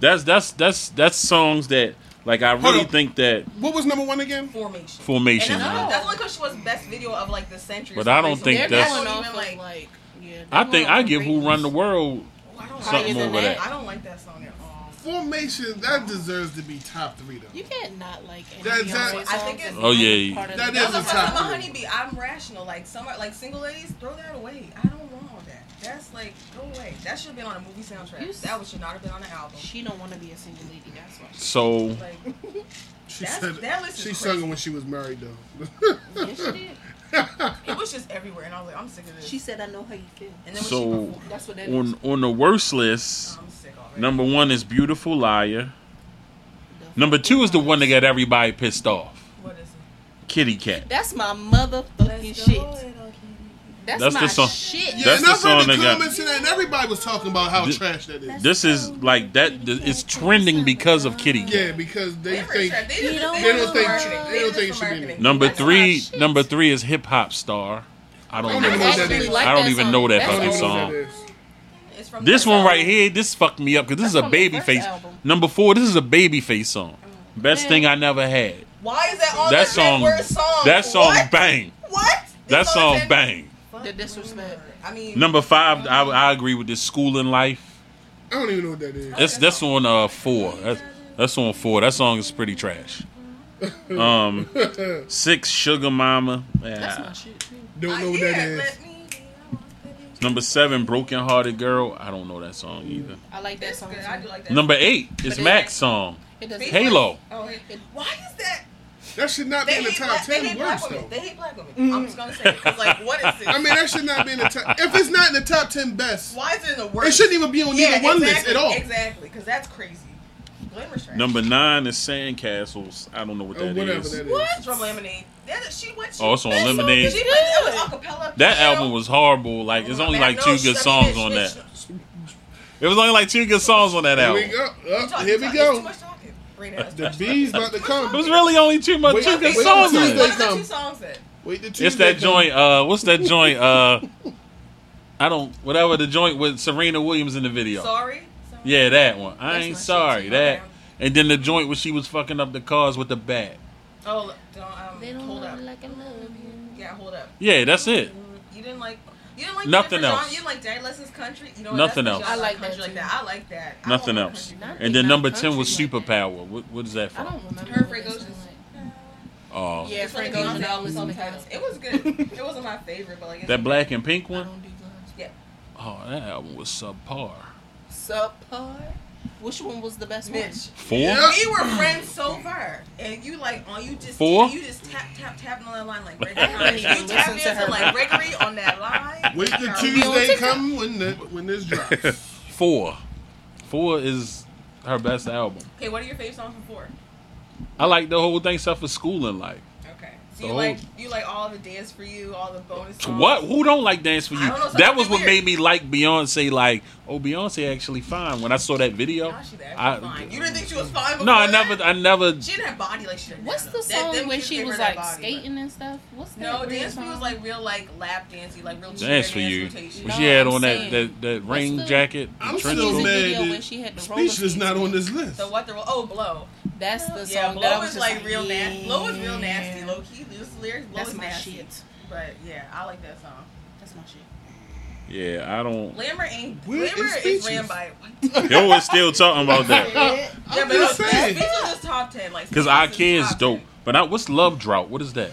S2: that's that's that's that's songs that Like I really
S1: up.
S2: think that
S1: What was number one again?
S3: formation.
S2: formation.
S3: And that's,
S4: No.
S3: only, that's only because she was best video of like the century.
S2: But
S3: so
S2: I
S3: they-
S2: don't
S3: so
S2: think
S4: They're
S3: they
S2: that's-
S4: going
S3: don't
S4: off
S3: even,
S4: of
S3: like,
S4: like, yeah. they're
S2: I
S4: going
S2: think
S4: off
S2: I
S4: of
S2: give Who
S4: ratings.
S2: Run the World
S3: I don't
S4: Higher
S2: something
S4: than
S2: over
S4: that.
S2: that.
S3: I don't like that song at all.
S1: Formation that deserves to be top three though.
S4: You can't not like any
S1: That-
S4: Beyonce
S1: that- I
S4: songs
S3: think
S4: as
S3: it's-
S2: Oh, yeah.
S4: part of
S1: That
S4: the-
S1: is
S3: That's
S1: a
S3: the
S1: top
S3: first time I'm a
S1: three.
S3: honeybee. I'm rational. Like some are, like single ladies, throw that away. I don't want all that. That's like go away. That should have been on a movie soundtrack.
S4: You s-
S3: that was should not have been on an album.
S4: She don't want to be a single lady. That's why.
S2: So
S3: Like
S1: She
S3: That's-
S1: said
S3: that list is
S1: she
S3: crazy.
S1: sung it when she was married though.
S4: Yes, she did.
S3: it was just everywhere, and I was like, I'm sick of this.
S4: She said, "I know how you feel."
S3: and then when
S2: So-
S3: she performed,
S4: That's what that is.
S2: on on the worst list,
S3: I'm sick already.
S2: number one is Beautiful Liar.
S4: The-
S2: Number two is the one that got everybody pissed off.
S3: What is it?
S2: Kitty Cat.
S4: That's my motherfucking
S3: Let's go,
S4: shit.
S3: little kitty.
S4: That's,
S2: That's
S4: my
S2: the song.
S4: shit.
S1: yeah,
S2: That's
S1: and
S2: the
S1: I
S2: song
S1: read the
S2: that got-
S1: comments and that and everybody was talking about how
S2: Th-
S1: trash that is.
S2: This is like that. th- It's trending because of Kitty
S1: Yeah,
S2: Cat.
S1: because they
S3: They were
S1: think
S3: trash. They
S4: You
S3: did
S4: don't
S3: this- they
S4: want
S3: did
S4: to
S3: this
S4: work.
S3: for marketing.
S1: They don't
S3: They did
S1: think
S3: this
S1: she
S3: for
S1: did it.
S3: marketing.
S2: Number
S4: That's my
S2: three.
S4: shit.
S2: Number three is Hip Hop Star. I don't
S1: I
S2: know.
S1: don't
S2: That.
S1: even know
S4: actually
S1: that
S4: like
S2: I don't even
S4: song.
S2: know that
S4: That's
S1: I don't
S2: fucking
S1: even know
S2: song.
S1: what that is.
S3: It's from
S2: This
S3: that
S2: one
S3: song.
S2: right here, this fucked me up because this is
S4: That's
S2: a
S4: from the
S2: baby
S4: first
S2: face.
S4: album.
S2: Number four, this is a baby face song. Best
S4: Man.
S2: thing I never had.
S3: Why is that on
S2: That
S3: Oh, the
S2: song.
S3: Network song?
S2: That song
S3: What?
S2: bang.
S3: What?
S2: That
S3: This
S2: song
S3: is-
S2: bang.
S4: The disrespect.
S3: I mean,
S2: Number five, I, I agree with this school in life.
S1: I don't even know what that
S3: Oh,
S1: is.
S2: That's that's on uh four. That's that's on four. That song is pretty trash. Um, six Sugar Mama.
S4: That's
S2: Yeah.
S4: my shit too.
S1: don't know what
S3: yeah,
S1: that is.
S3: let me be, I want to be-
S2: Number seven Broken Hearted Girl. I don't know that song either.
S4: I like that
S3: That's
S4: song.
S3: good.
S4: too.
S3: I do like that.
S2: Number eight is
S4: it's
S2: Mac's
S4: like-
S2: song.
S4: It doesn't.
S3: Hey,
S2: Halo.
S3: Oh, hey, why is that?
S1: That should not be
S3: They
S1: in the
S3: hate,
S1: top
S3: black, they
S1: ten
S3: hate
S1: worst
S3: black women.
S1: though. Mm.
S3: They hate black women. I'm just gonna say it 'cause, like, what is this?
S1: I mean, that should not be in the top. If it's not in the top ten best,
S3: why is it in the worst?
S1: it shouldn't even be on
S3: yeah,
S1: either one
S3: exactly,
S1: list at all.
S3: Exactly, because that's crazy. Glenn was trash.
S2: Number nine is Sandcastles. I don't know what
S1: Or
S2: that
S1: Oh, whatever
S2: is.
S1: that is.
S3: What? From Lemonade. That, she went. She,
S2: Oh, it's on
S3: that song
S2: Lemonade.
S3: She, that was acapella.
S2: That
S3: piano.
S2: album was horrible. Like
S4: Oh,
S2: it's only like two good songs on that. It was only like two good songs on that
S1: Here we
S2: album.
S1: go. Oh, here we go. The
S2: Uh,
S3: The
S1: bees about to come.
S2: It was really only two much
S1: Wait,
S2: two
S1: wait,
S2: good songs
S1: wait,
S2: on
S1: wait, wait.
S2: it.
S3: What are the two songs that?
S1: Wait the
S2: It's that
S1: Tuesday
S2: joint. Uh, what's that joint? Uh, I don't. Whatever the joint with Serena Williams in the video.
S3: Sorry. Sorry.
S2: Yeah, that one. I
S4: That's my
S2: ain't
S4: shit,
S2: sorry.
S4: too.
S2: That. And then the joint where she was fucking up the cars with the bat.
S3: Oh, look, don't, um, hold up.
S4: like I love you.
S3: Yeah, hold up.
S2: Yeah, that's it.
S3: You didn't like. You didn't like
S2: Nothing
S3: different genre-
S2: else.
S3: You didn't like Daddy Lessons Country. You know what,
S2: Nothing
S3: that's the
S2: else.
S3: genre
S4: I like
S3: country
S4: that
S3: like
S4: too.
S3: that. I like that. I
S2: Nothing
S3: want
S2: else.
S3: country.
S2: And then number ten was Superpower. What, what is that
S4: I
S2: from?
S4: don't remember.
S3: Her
S4: what
S3: Frank
S4: that's
S3: Ocean.
S4: on it.
S2: Oh,
S4: Yeah,
S3: It's one of
S4: Frank
S3: the
S4: Ocean
S3: Beyonce
S4: albums
S3: albums
S4: on the
S3: sometimes.
S4: house.
S3: It was good. It wasn't my favorite, but like it's
S2: that black and pink
S4: I
S2: one.
S4: don't do guns.
S2: Oh, that album was subpar.
S4: Subpar. Which one was the best one?
S3: Mitch.
S2: Four.
S1: Yeah.
S3: We were friends so far, and you like, oh, you just
S2: Four?
S3: you just tap tap tapping on that line like Gregory.
S2: I
S4: don't even
S3: you
S4: listen
S3: tap
S4: to her.
S3: into like Gregory on that line.
S1: Wait the
S3: Girl,
S1: Tuesday come when the, when this drops.
S2: Four. Four is her best album.
S3: Okay, what are your favorite songs from four?
S2: I like the whole thing except for school and like.
S3: Okay,
S2: The
S3: so you
S2: whole-
S3: like you like all the dance for you, all the bonus. Songs.
S2: Oh. What? Who don't like dance for you?
S3: I don't know,
S2: that was
S3: something
S2: what made
S3: weird.
S2: me like Beyonce. Like, oh, Beyonce actually fine. When I saw that video,
S3: Now she that
S2: I-
S3: fine. You didn't think she was fine? Before
S2: no, I
S3: that?
S2: never, I never.
S3: She didn't have body like she did.
S4: What's
S3: now,
S4: the
S3: though. That-
S4: song
S3: them
S4: where
S3: kids
S4: she
S3: gave
S4: was
S3: her that
S4: like
S3: body, but-
S4: skating and stuff? What's that?
S3: No,
S4: real
S3: dance for you
S4: song?
S3: was like real like lap dancey, like real
S2: Dance
S3: cheer
S2: for you.
S3: rotation.
S2: When
S4: No,
S2: she had
S4: I'm
S2: on that,
S4: saying-
S2: that that
S4: What's
S2: rain
S4: the-
S2: jacket, the
S1: I'm
S2: trench
S1: still
S4: music
S2: coat.
S1: mad
S4: video
S1: that
S4: where she had the roller
S1: Speech is
S4: skates
S1: not
S4: on.
S1: on this list.
S3: So what the oh blow?
S4: That's the song.
S3: yeah,
S4: that I
S3: blow
S4: was
S3: is
S4: just
S3: like real nasty. Blow is real
S4: yeah.
S3: nasty. Low key, this lyrics blow
S4: That's
S3: is
S4: my
S3: nasty.
S4: shit.
S3: But yeah, I like that song.
S4: That's my shit.
S2: Yeah, I don't.
S3: Glamour ain't
S1: Where
S3: Glamour
S1: is
S3: is,
S1: Speeches?
S3: ran by.
S2: Yo was still talking about that
S1: I'm
S3: yeah, but
S1: just
S3: it's
S1: saying.
S3: just top ten. Like
S2: because
S3: Speeches
S2: our
S3: is
S2: kids
S3: top
S2: dope.
S3: 10.
S2: But I, what's love drought? What is that?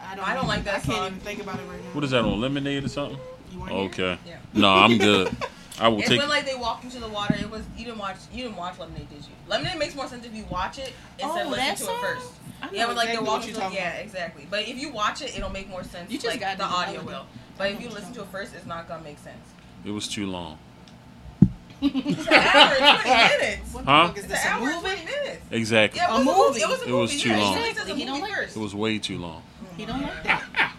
S4: I
S3: I don't like
S4: even-
S3: that
S4: I can't
S3: song.
S4: even think about it right now.
S2: What is that on lemonade or something?
S4: You want it?
S2: Okay.
S3: Yeah.
S2: No, I'm good. I will
S3: It's
S2: take.
S3: when like they walked into the water. It was you didn't watch you didn't watch Lemonade, did you? Lemonade makes more sense if you watch it instead of
S4: Oh, that
S3: listen to
S4: song.
S3: it first.
S4: I know
S3: Yeah, but like
S4: exactly
S3: they're
S4: what
S3: walking
S4: you're
S3: to it.
S4: talking
S3: Yeah,
S4: about.
S3: exactly. But if you watch it, it'll make more sense.
S4: You just
S3: like
S4: gotta
S3: the
S4: do the
S3: audio
S4: melody.
S3: will.
S4: I
S3: But
S4: know
S3: if you
S4: what
S3: listen to
S4: you're
S3: it first, it's not gonna make sense.
S2: It was too long.
S3: It's an hour and twenty minutes.
S4: What
S2: Huh?
S4: the fuck is
S3: It's
S4: this
S3: an
S4: a
S3: hour and
S4: movie?
S3: twenty minutes.
S2: Exactly.
S3: Yeah,
S4: A
S3: it was
S4: movie.
S3: It was a
S2: It
S3: movie.
S2: was too
S3: yeah,
S2: long.
S3: It was a
S4: Exactly. You don't
S3: movie
S4: like
S3: first.
S2: It was way too long.
S4: He don't like that.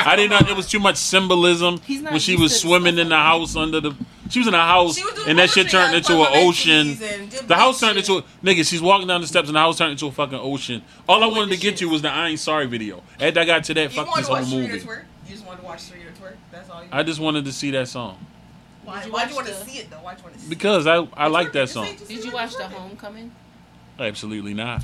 S2: I didn't know it was too much symbolism
S4: He's not
S2: when she
S4: used
S2: was
S4: to
S2: swimming
S4: stuff
S2: in the
S4: like
S2: house under the. She was in the house,
S3: She was doing
S2: and that shit
S3: poetry
S2: turned
S3: on
S2: into an
S3: fucking
S2: ocean.
S3: Macy's and did
S2: The house
S3: big
S2: turned
S3: shit.
S2: into a nigga. She's walking down the steps, and the house turned into a fucking ocean. All I wanted to get to was the "I Ain't Sorry" video. After I got to that,
S3: You
S2: fuck
S3: wanted
S2: this
S3: to watch
S2: whole
S3: Serena
S2: movie.
S3: twerk. You just wanted to watch Serena twerk. That's all. You
S2: I just wanted to see that song
S3: Why
S4: Did
S3: do
S4: you
S3: you want
S4: watch
S3: to
S4: the-
S3: see it though? Why do you want to see? it?
S2: because I I like
S3: Twerk it.
S2: that
S3: Just say-
S2: song.
S3: just
S4: Did
S3: say
S4: you
S3: it,
S4: watch
S3: twerk
S4: The
S3: it.
S4: Homecoming?
S2: Absolutely not.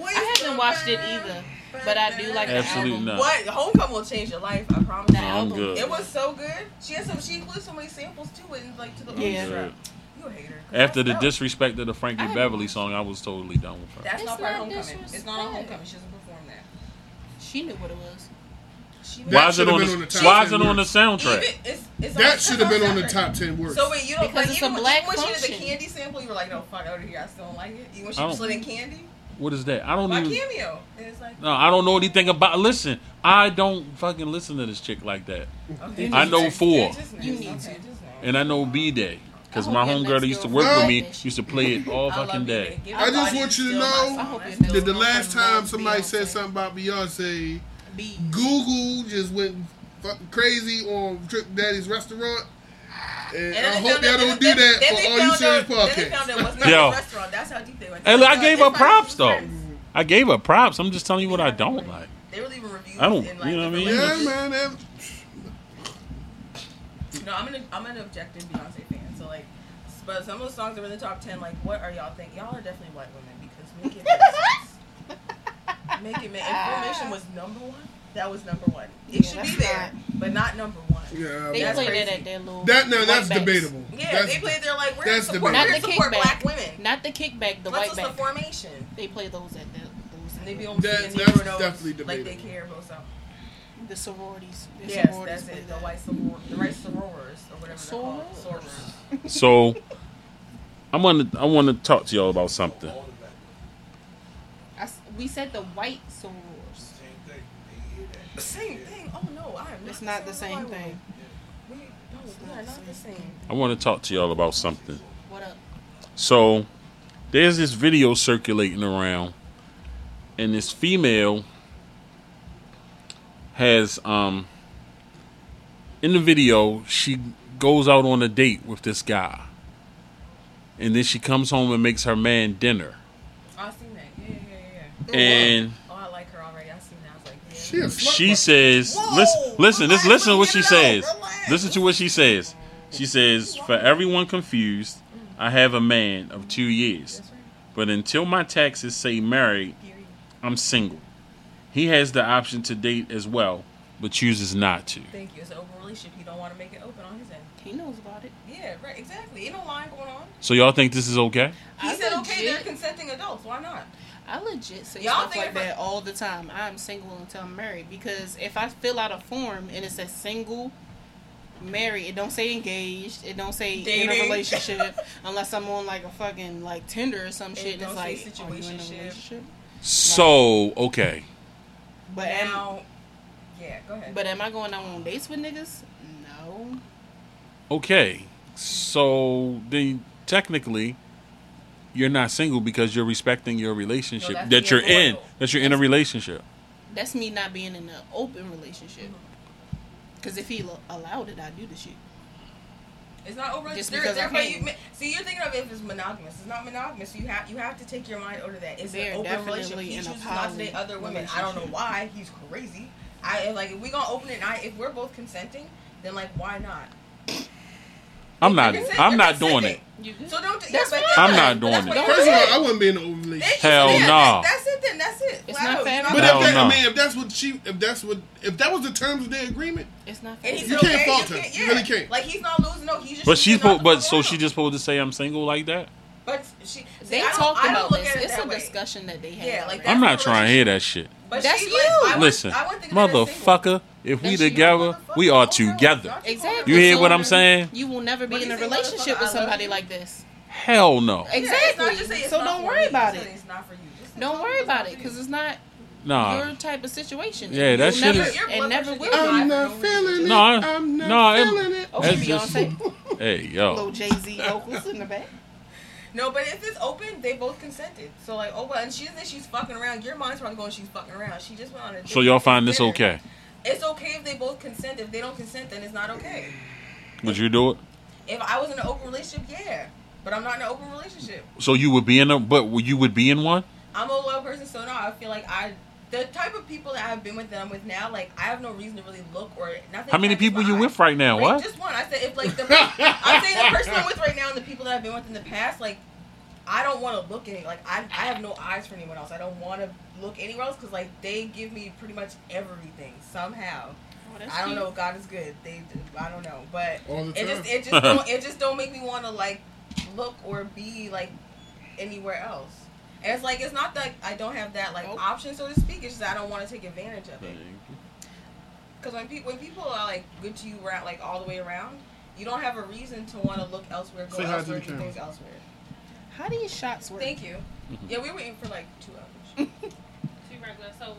S4: I haven't watched it either, but I do like
S2: Absolutely
S4: the album.
S2: not.
S3: What Homecoming will change your life. I promise.
S4: The
S2: I'm
S4: album.
S2: good.
S3: It was so good. She had some. She included so many samples too, and like to the
S2: I'm
S4: Yeah.
S2: good.
S3: You a hater.
S2: After the
S3: That's-
S2: disrespect of the Frankie
S4: I haven't
S2: Beverly song, I was totally done with her.
S3: That's not
S4: It's
S3: part of
S4: not
S3: homecoming. It's not on
S4: disrespect.
S3: homecoming. She doesn't perform that.
S4: She knew what it was.
S3: She
S1: That
S2: Why is it
S1: should've
S2: on
S1: been on the
S2: the
S1: top
S2: Why is
S1: ten
S2: it on the
S1: worst.
S2: soundtrack?
S3: Even- it's- it's on-
S1: That
S3: it's
S1: should have been on the
S3: soundtrack.
S1: top ten worst.
S3: So wait, you don't
S4: Because
S3: like
S4: it's
S3: even
S4: a
S3: when-
S4: black
S3: even when she did
S4: function.
S3: the candy sample, you were like, "No, fuck out of here, I still don't like it." Even when she
S2: I
S3: was
S2: don't-
S3: slitting candy,
S2: What is that? I don't
S3: my
S2: even.
S3: cameo, and it's like,
S2: No, I don't know anything about. Listen, I don't fucking listen to this chick like that,
S3: okay,
S2: I know
S3: just-
S2: four.
S3: it's just
S4: You
S3: nice.
S4: need
S3: Okay,
S4: to.
S3: just nice.
S2: and I know B Day because
S4: I
S2: my
S4: hope your
S2: homegirl
S4: next
S2: that used to
S4: girl
S2: work with
S1: fucking
S2: me
S4: bitch.
S2: used to play it all
S3: I love
S2: fucking
S3: you,
S2: day.
S3: baby. Give
S1: I
S3: your
S1: just
S3: body
S1: want you to
S3: still
S1: know
S3: my-
S4: I hope
S3: I
S4: you
S3: still
S1: Did the
S4: No,
S1: last
S4: I love
S1: time somebody said
S4: Beyonce.
S1: something about Beyonce,
S4: B.
S1: Google just went fucking crazy on Trick Daddy's restaurant. And,
S3: And then
S1: I
S3: they
S1: hope
S3: found
S1: y'all
S3: out-
S1: don't do
S3: then-
S1: that
S3: then
S1: for
S3: they
S1: all you
S3: found
S1: serious
S3: out- Then they found
S1: podcasts.
S3: out it was not
S2: Yo.
S3: a restaurant. That's how deep they went.
S2: And I
S3: They
S2: gave her
S3: found- they found
S2: props
S3: out
S2: though.
S3: it was friends.
S2: I gave her props. I'm just telling you what I don't like.
S3: They were leaving reviews.
S2: I don't-
S3: and, like,
S2: you know what I mean?
S3: different
S1: Yeah,
S3: languages.
S1: man. That,
S3: No, I'm an I'm an objective Beyonce fan. So like, s- but some of the songs that were in the top ten. Like, what are y'all think? Y'all are definitely white women because make it make sense. Make it make information was number one. That was number one. It
S4: Yeah,
S3: should be
S4: that's
S3: there, but not number one.
S1: yeah,
S4: They
S1: man.
S3: That's
S4: played
S3: crazy.
S4: that at their little.
S1: that no,
S4: white
S1: that's
S4: backs.
S1: debatable.
S3: Yeah,
S1: that's,
S3: they play. They're like, we're
S1: that's
S3: gonna
S1: debatable.
S3: support, we're
S4: Not
S3: gonna
S4: the
S3: support
S4: kickback.
S3: black women.
S4: Not the kickback, the
S3: Let's
S4: white
S3: us the
S4: back.
S3: formation.
S4: They play those at the those
S3: And
S4: at
S3: they be
S4: the,
S3: on
S1: That-
S3: and they
S1: that's
S3: were those,
S1: definitely
S3: like they
S1: debatable.
S3: care about something.
S4: the sororities. The
S3: Yes,
S4: sororities
S3: that's
S4: play
S3: it. The
S4: that.
S3: white soror, the right sorors or whatever
S4: Sorors?
S3: they're called. Sorors.
S2: So I'm gonna I want to talk to y'all about something.
S6: All the black women,
S4: I s- we said the white sorors.
S6: same thing. They hear that.
S3: Same
S6: Yeah.
S3: thing. Oh no, I am.
S4: It's not the
S3: as a white
S4: same
S3: woman.
S4: thing.
S3: We, no, we are not the same.
S2: I want to talk to y'all about something.
S4: What up?
S2: So there's this video circulating around, and this female has um in the video she goes out on a date with this guy, and then she comes home and makes her man dinner,
S3: I seen that. Yeah, yeah, yeah, yeah.
S2: and
S3: Oh, I like her already. I seen that. I was like, yeah.
S1: She a slut
S2: she
S1: bucket.
S2: says,
S3: Whoa,
S2: "Listen, listen,
S3: relax,
S2: this, listen to what she
S3: let me
S2: says.
S3: get it out, relax.
S2: Listen to what she says. She says, for everyone confused, I have a man of two years,
S3: That's right.
S2: but until my taxes say married,
S3: Period.
S2: I'm single. He has the option to date as well, but chooses not to.
S3: Thank you. It's an open relationship. He don't want to make it open on his end.
S4: He knows about it.
S3: Yeah, right. Exactly. Ain't no lying going on.
S2: So y'all think this is okay?
S3: He
S4: I
S3: said, okay, they're
S4: legit-
S3: consenting adults. Why not?
S4: I legit say
S3: Y'all
S4: stuff
S3: think
S4: like
S3: about-
S4: that all the time. I'm single until I'm married because if I fill out a form and it says single, married, it don't say engaged, it don't say in
S3: Dating.
S4: a relationship unless I'm on like a fucking like Tinder or some shit. And
S3: don't
S4: it's
S3: say
S4: like are you in a
S3: situationship.
S4: relationship?
S2: So okay.
S4: But um, am,
S3: now, yeah. Go ahead.
S4: but am I going out on dates with niggas? No.
S2: Okay. So then technically you're not single because you're respecting your relationship
S3: that's
S2: that you're
S3: being
S2: in.
S3: loyal.
S2: That you're in a relationship.
S4: That's me not being in an open relationship.
S3: Mm-hmm.
S4: Because if he lo- allowed it, I'd do the shit.
S3: It's not over.
S4: Just
S3: there,
S4: because I
S3: there, but
S4: can.
S3: you, see, you're thinking of it as monogamous. It's not monogamous. You have you have to take your mind over that. It's
S4: They're
S3: an open
S4: definitely
S3: relationship. He
S4: in a
S3: chooses not to date
S4: poly
S3: other women. I don't know
S4: relationship.
S3: why. He's crazy. I and, like if we gonna open it. And I if we're both consenting, then like why not?
S2: I'm not
S3: You're consent-
S2: I'm
S3: you're
S2: not doing it.
S3: consenting.
S4: You good?
S3: So don't. do-
S4: That's
S3: but
S4: fine.
S3: then-
S2: I'm not
S3: but
S2: doing
S3: that's
S2: it.
S3: what
S4: Don't
S3: you're
S1: First of all, I
S3: saying.
S1: wouldn't be in an open relationship.
S3: It's just-
S2: Hell
S3: yeah,
S2: nah.
S3: That's, that's it. Then that's it.
S4: It's
S3: Wow,
S4: not fair
S3: not
S4: to
S1: But
S3: fair.
S2: Hell
S1: if that,
S2: no.
S1: I mean, if that's what she, if that's what, if that was the terms of the agreement,
S4: It's not fair.
S3: And he
S1: You
S3: said,
S1: can't
S3: okay,
S1: fault her.
S3: can't-
S1: You
S3: yeah.
S1: really can't.
S3: Like he's not losing. No, he's just.
S2: But she's
S3: choosing
S2: po-
S3: not
S2: but
S3: to
S2: so
S3: fuck
S2: she
S3: around.
S2: just supposed to say I'm single like that?
S3: But she.
S4: they
S3: see, I don't-
S4: talked
S3: I don't
S4: about
S3: look
S4: this.
S3: at it
S4: it's
S3: that
S4: a
S3: way.
S4: discussion that they had.
S3: Yeah, like
S4: already.
S3: That's
S2: I'm
S3: her
S2: not trying to hear that shit.
S3: But
S4: That's
S3: she's
S4: you.
S3: Like, I would-
S2: Listen,
S3: I would think of her as single.
S2: motherfucker, if we
S4: Then she-
S2: together, we are
S3: Motherfucker,
S2: together.
S3: don't you
S4: Exactly.
S2: You hear
S4: So
S2: what I'm saying?
S4: You will never be
S3: When
S4: in
S3: you
S4: a
S3: say,
S4: relationship
S3: "Motherfucker,
S4: with
S3: I love
S4: somebody
S3: you,"
S4: like this.
S2: Hell no.
S3: Yeah, it's
S4: Exactly.
S3: not just say it's
S4: so
S3: not
S4: don't
S3: for
S4: worry
S3: me.
S4: about
S3: Just say
S4: it.
S3: It's not for you. Just say
S4: Don't
S3: it's
S4: worry
S3: not
S4: about
S3: for
S4: it
S3: you.
S4: because it's not
S2: Nah.
S4: your type of situation.
S2: Yeah, that
S4: You'll
S2: shit
S4: never,
S2: is-
S3: Your blood
S4: and never
S3: pressure
S4: will.
S3: is
S4: be.
S1: I'm
S3: I'm
S1: not
S3: not
S1: feeling it.
S2: No, I-
S1: I'm not
S2: no, it-
S1: feeling it.
S4: Okay,
S2: That's just- Oh.
S4: Beyonce,
S2: Hey,
S4: little
S2: yo.
S4: Jay Z vocals in the back.
S3: No, but if it's open, they both consented. So like, oh well, and she doesn't. She's fucking around. Your mind's probably going. She's fucking around. She just went on a.
S2: So
S3: date.
S2: y'all find this
S3: Dinner.
S2: okay?
S3: It's okay if they both consent. If they don't consent, then it's not okay.
S2: Would you do it?
S3: If I was in an open relationship, yeah. But I'm not in an open relationship.
S2: So you would be in a but you would be in one?
S3: I'm a loyal person, so now I feel like I. The type of people that I've been with that I'm with now, like I have no reason to really look or nothing.
S2: How many
S3: catches
S2: people
S3: my
S2: you
S3: eye.
S2: with right now?
S3: Right,
S2: What?
S3: Just one. I said if like the I'm saying the person I'm with right now and the people that I've been with in the past, like I don't want to look any like I I have no eyes for anyone else. I don't want to look anywhere else because like they give me pretty much everything somehow.
S4: Oh, that's
S3: I don't
S4: cute.
S3: know. God is good. They I don't know, but
S1: All the time.
S3: it just it just don't, it just don't make me want to like look or be like anywhere else. And it's like it's not that I don't have that like
S4: Nope.
S3: option so to speak. It's just that I don't want to take advantage of it. Because when people when people are like good to you around like all the way around, you don't have a reason to want to look elsewhere, go
S1: Say hi to
S3: elsewhere,
S1: the
S3: do
S1: camera.
S3: things elsewhere.
S4: How these shots work?
S3: Thank you. Yeah, we were in for like two hours.
S5: Two regular. So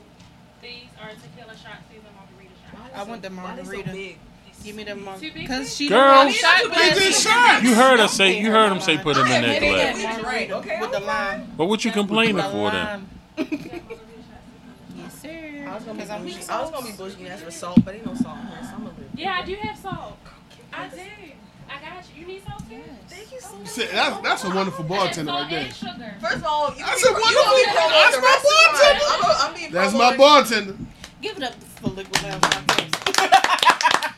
S5: these are tequila shots. These are margarita shots.
S4: I want the
S3: Why they so
S4: margarita.
S3: big?
S4: Give me the mug.
S5: Two big
S4: Cause
S5: ones?
S4: she
S2: Girl.
S4: don't have
S2: We
S4: shot
S3: did
S4: glasses.
S1: two shots.
S2: You heard her say. You heard him say. Put him
S4: I
S2: in that
S4: admit it,
S2: glass.
S3: glass.
S4: margarita
S3: Okay,
S4: with the lime.
S2: But what you complaining
S4: With the
S2: for then?
S4: lime.
S5: Yeah, margarita shots.
S4: Yes,
S3: I
S4: sir.
S3: was gonna be
S4: Because I'm
S3: bougie.
S4: weak
S3: I was gonna be
S4: sauce.
S3: bougie and ask for salt, but ain't no salt in here, so I'm gonna live.
S5: Yeah, I do have salt. I do. I got you. You need salt too?
S3: Thank you so much.
S1: Say, that's, that's a wonderful bartender right there.
S5: And salt and sugar.
S3: First of all, you
S1: That's
S3: can
S1: a
S3: be-
S1: wonderful-
S3: you gonna be
S1: that's
S3: promoted
S1: my
S3: the rest of the
S1: bartender.
S3: time. I'm, a, I'm being
S1: That's my
S3: promoted.
S1: bartender.
S4: Give it up for liquid love. podcast.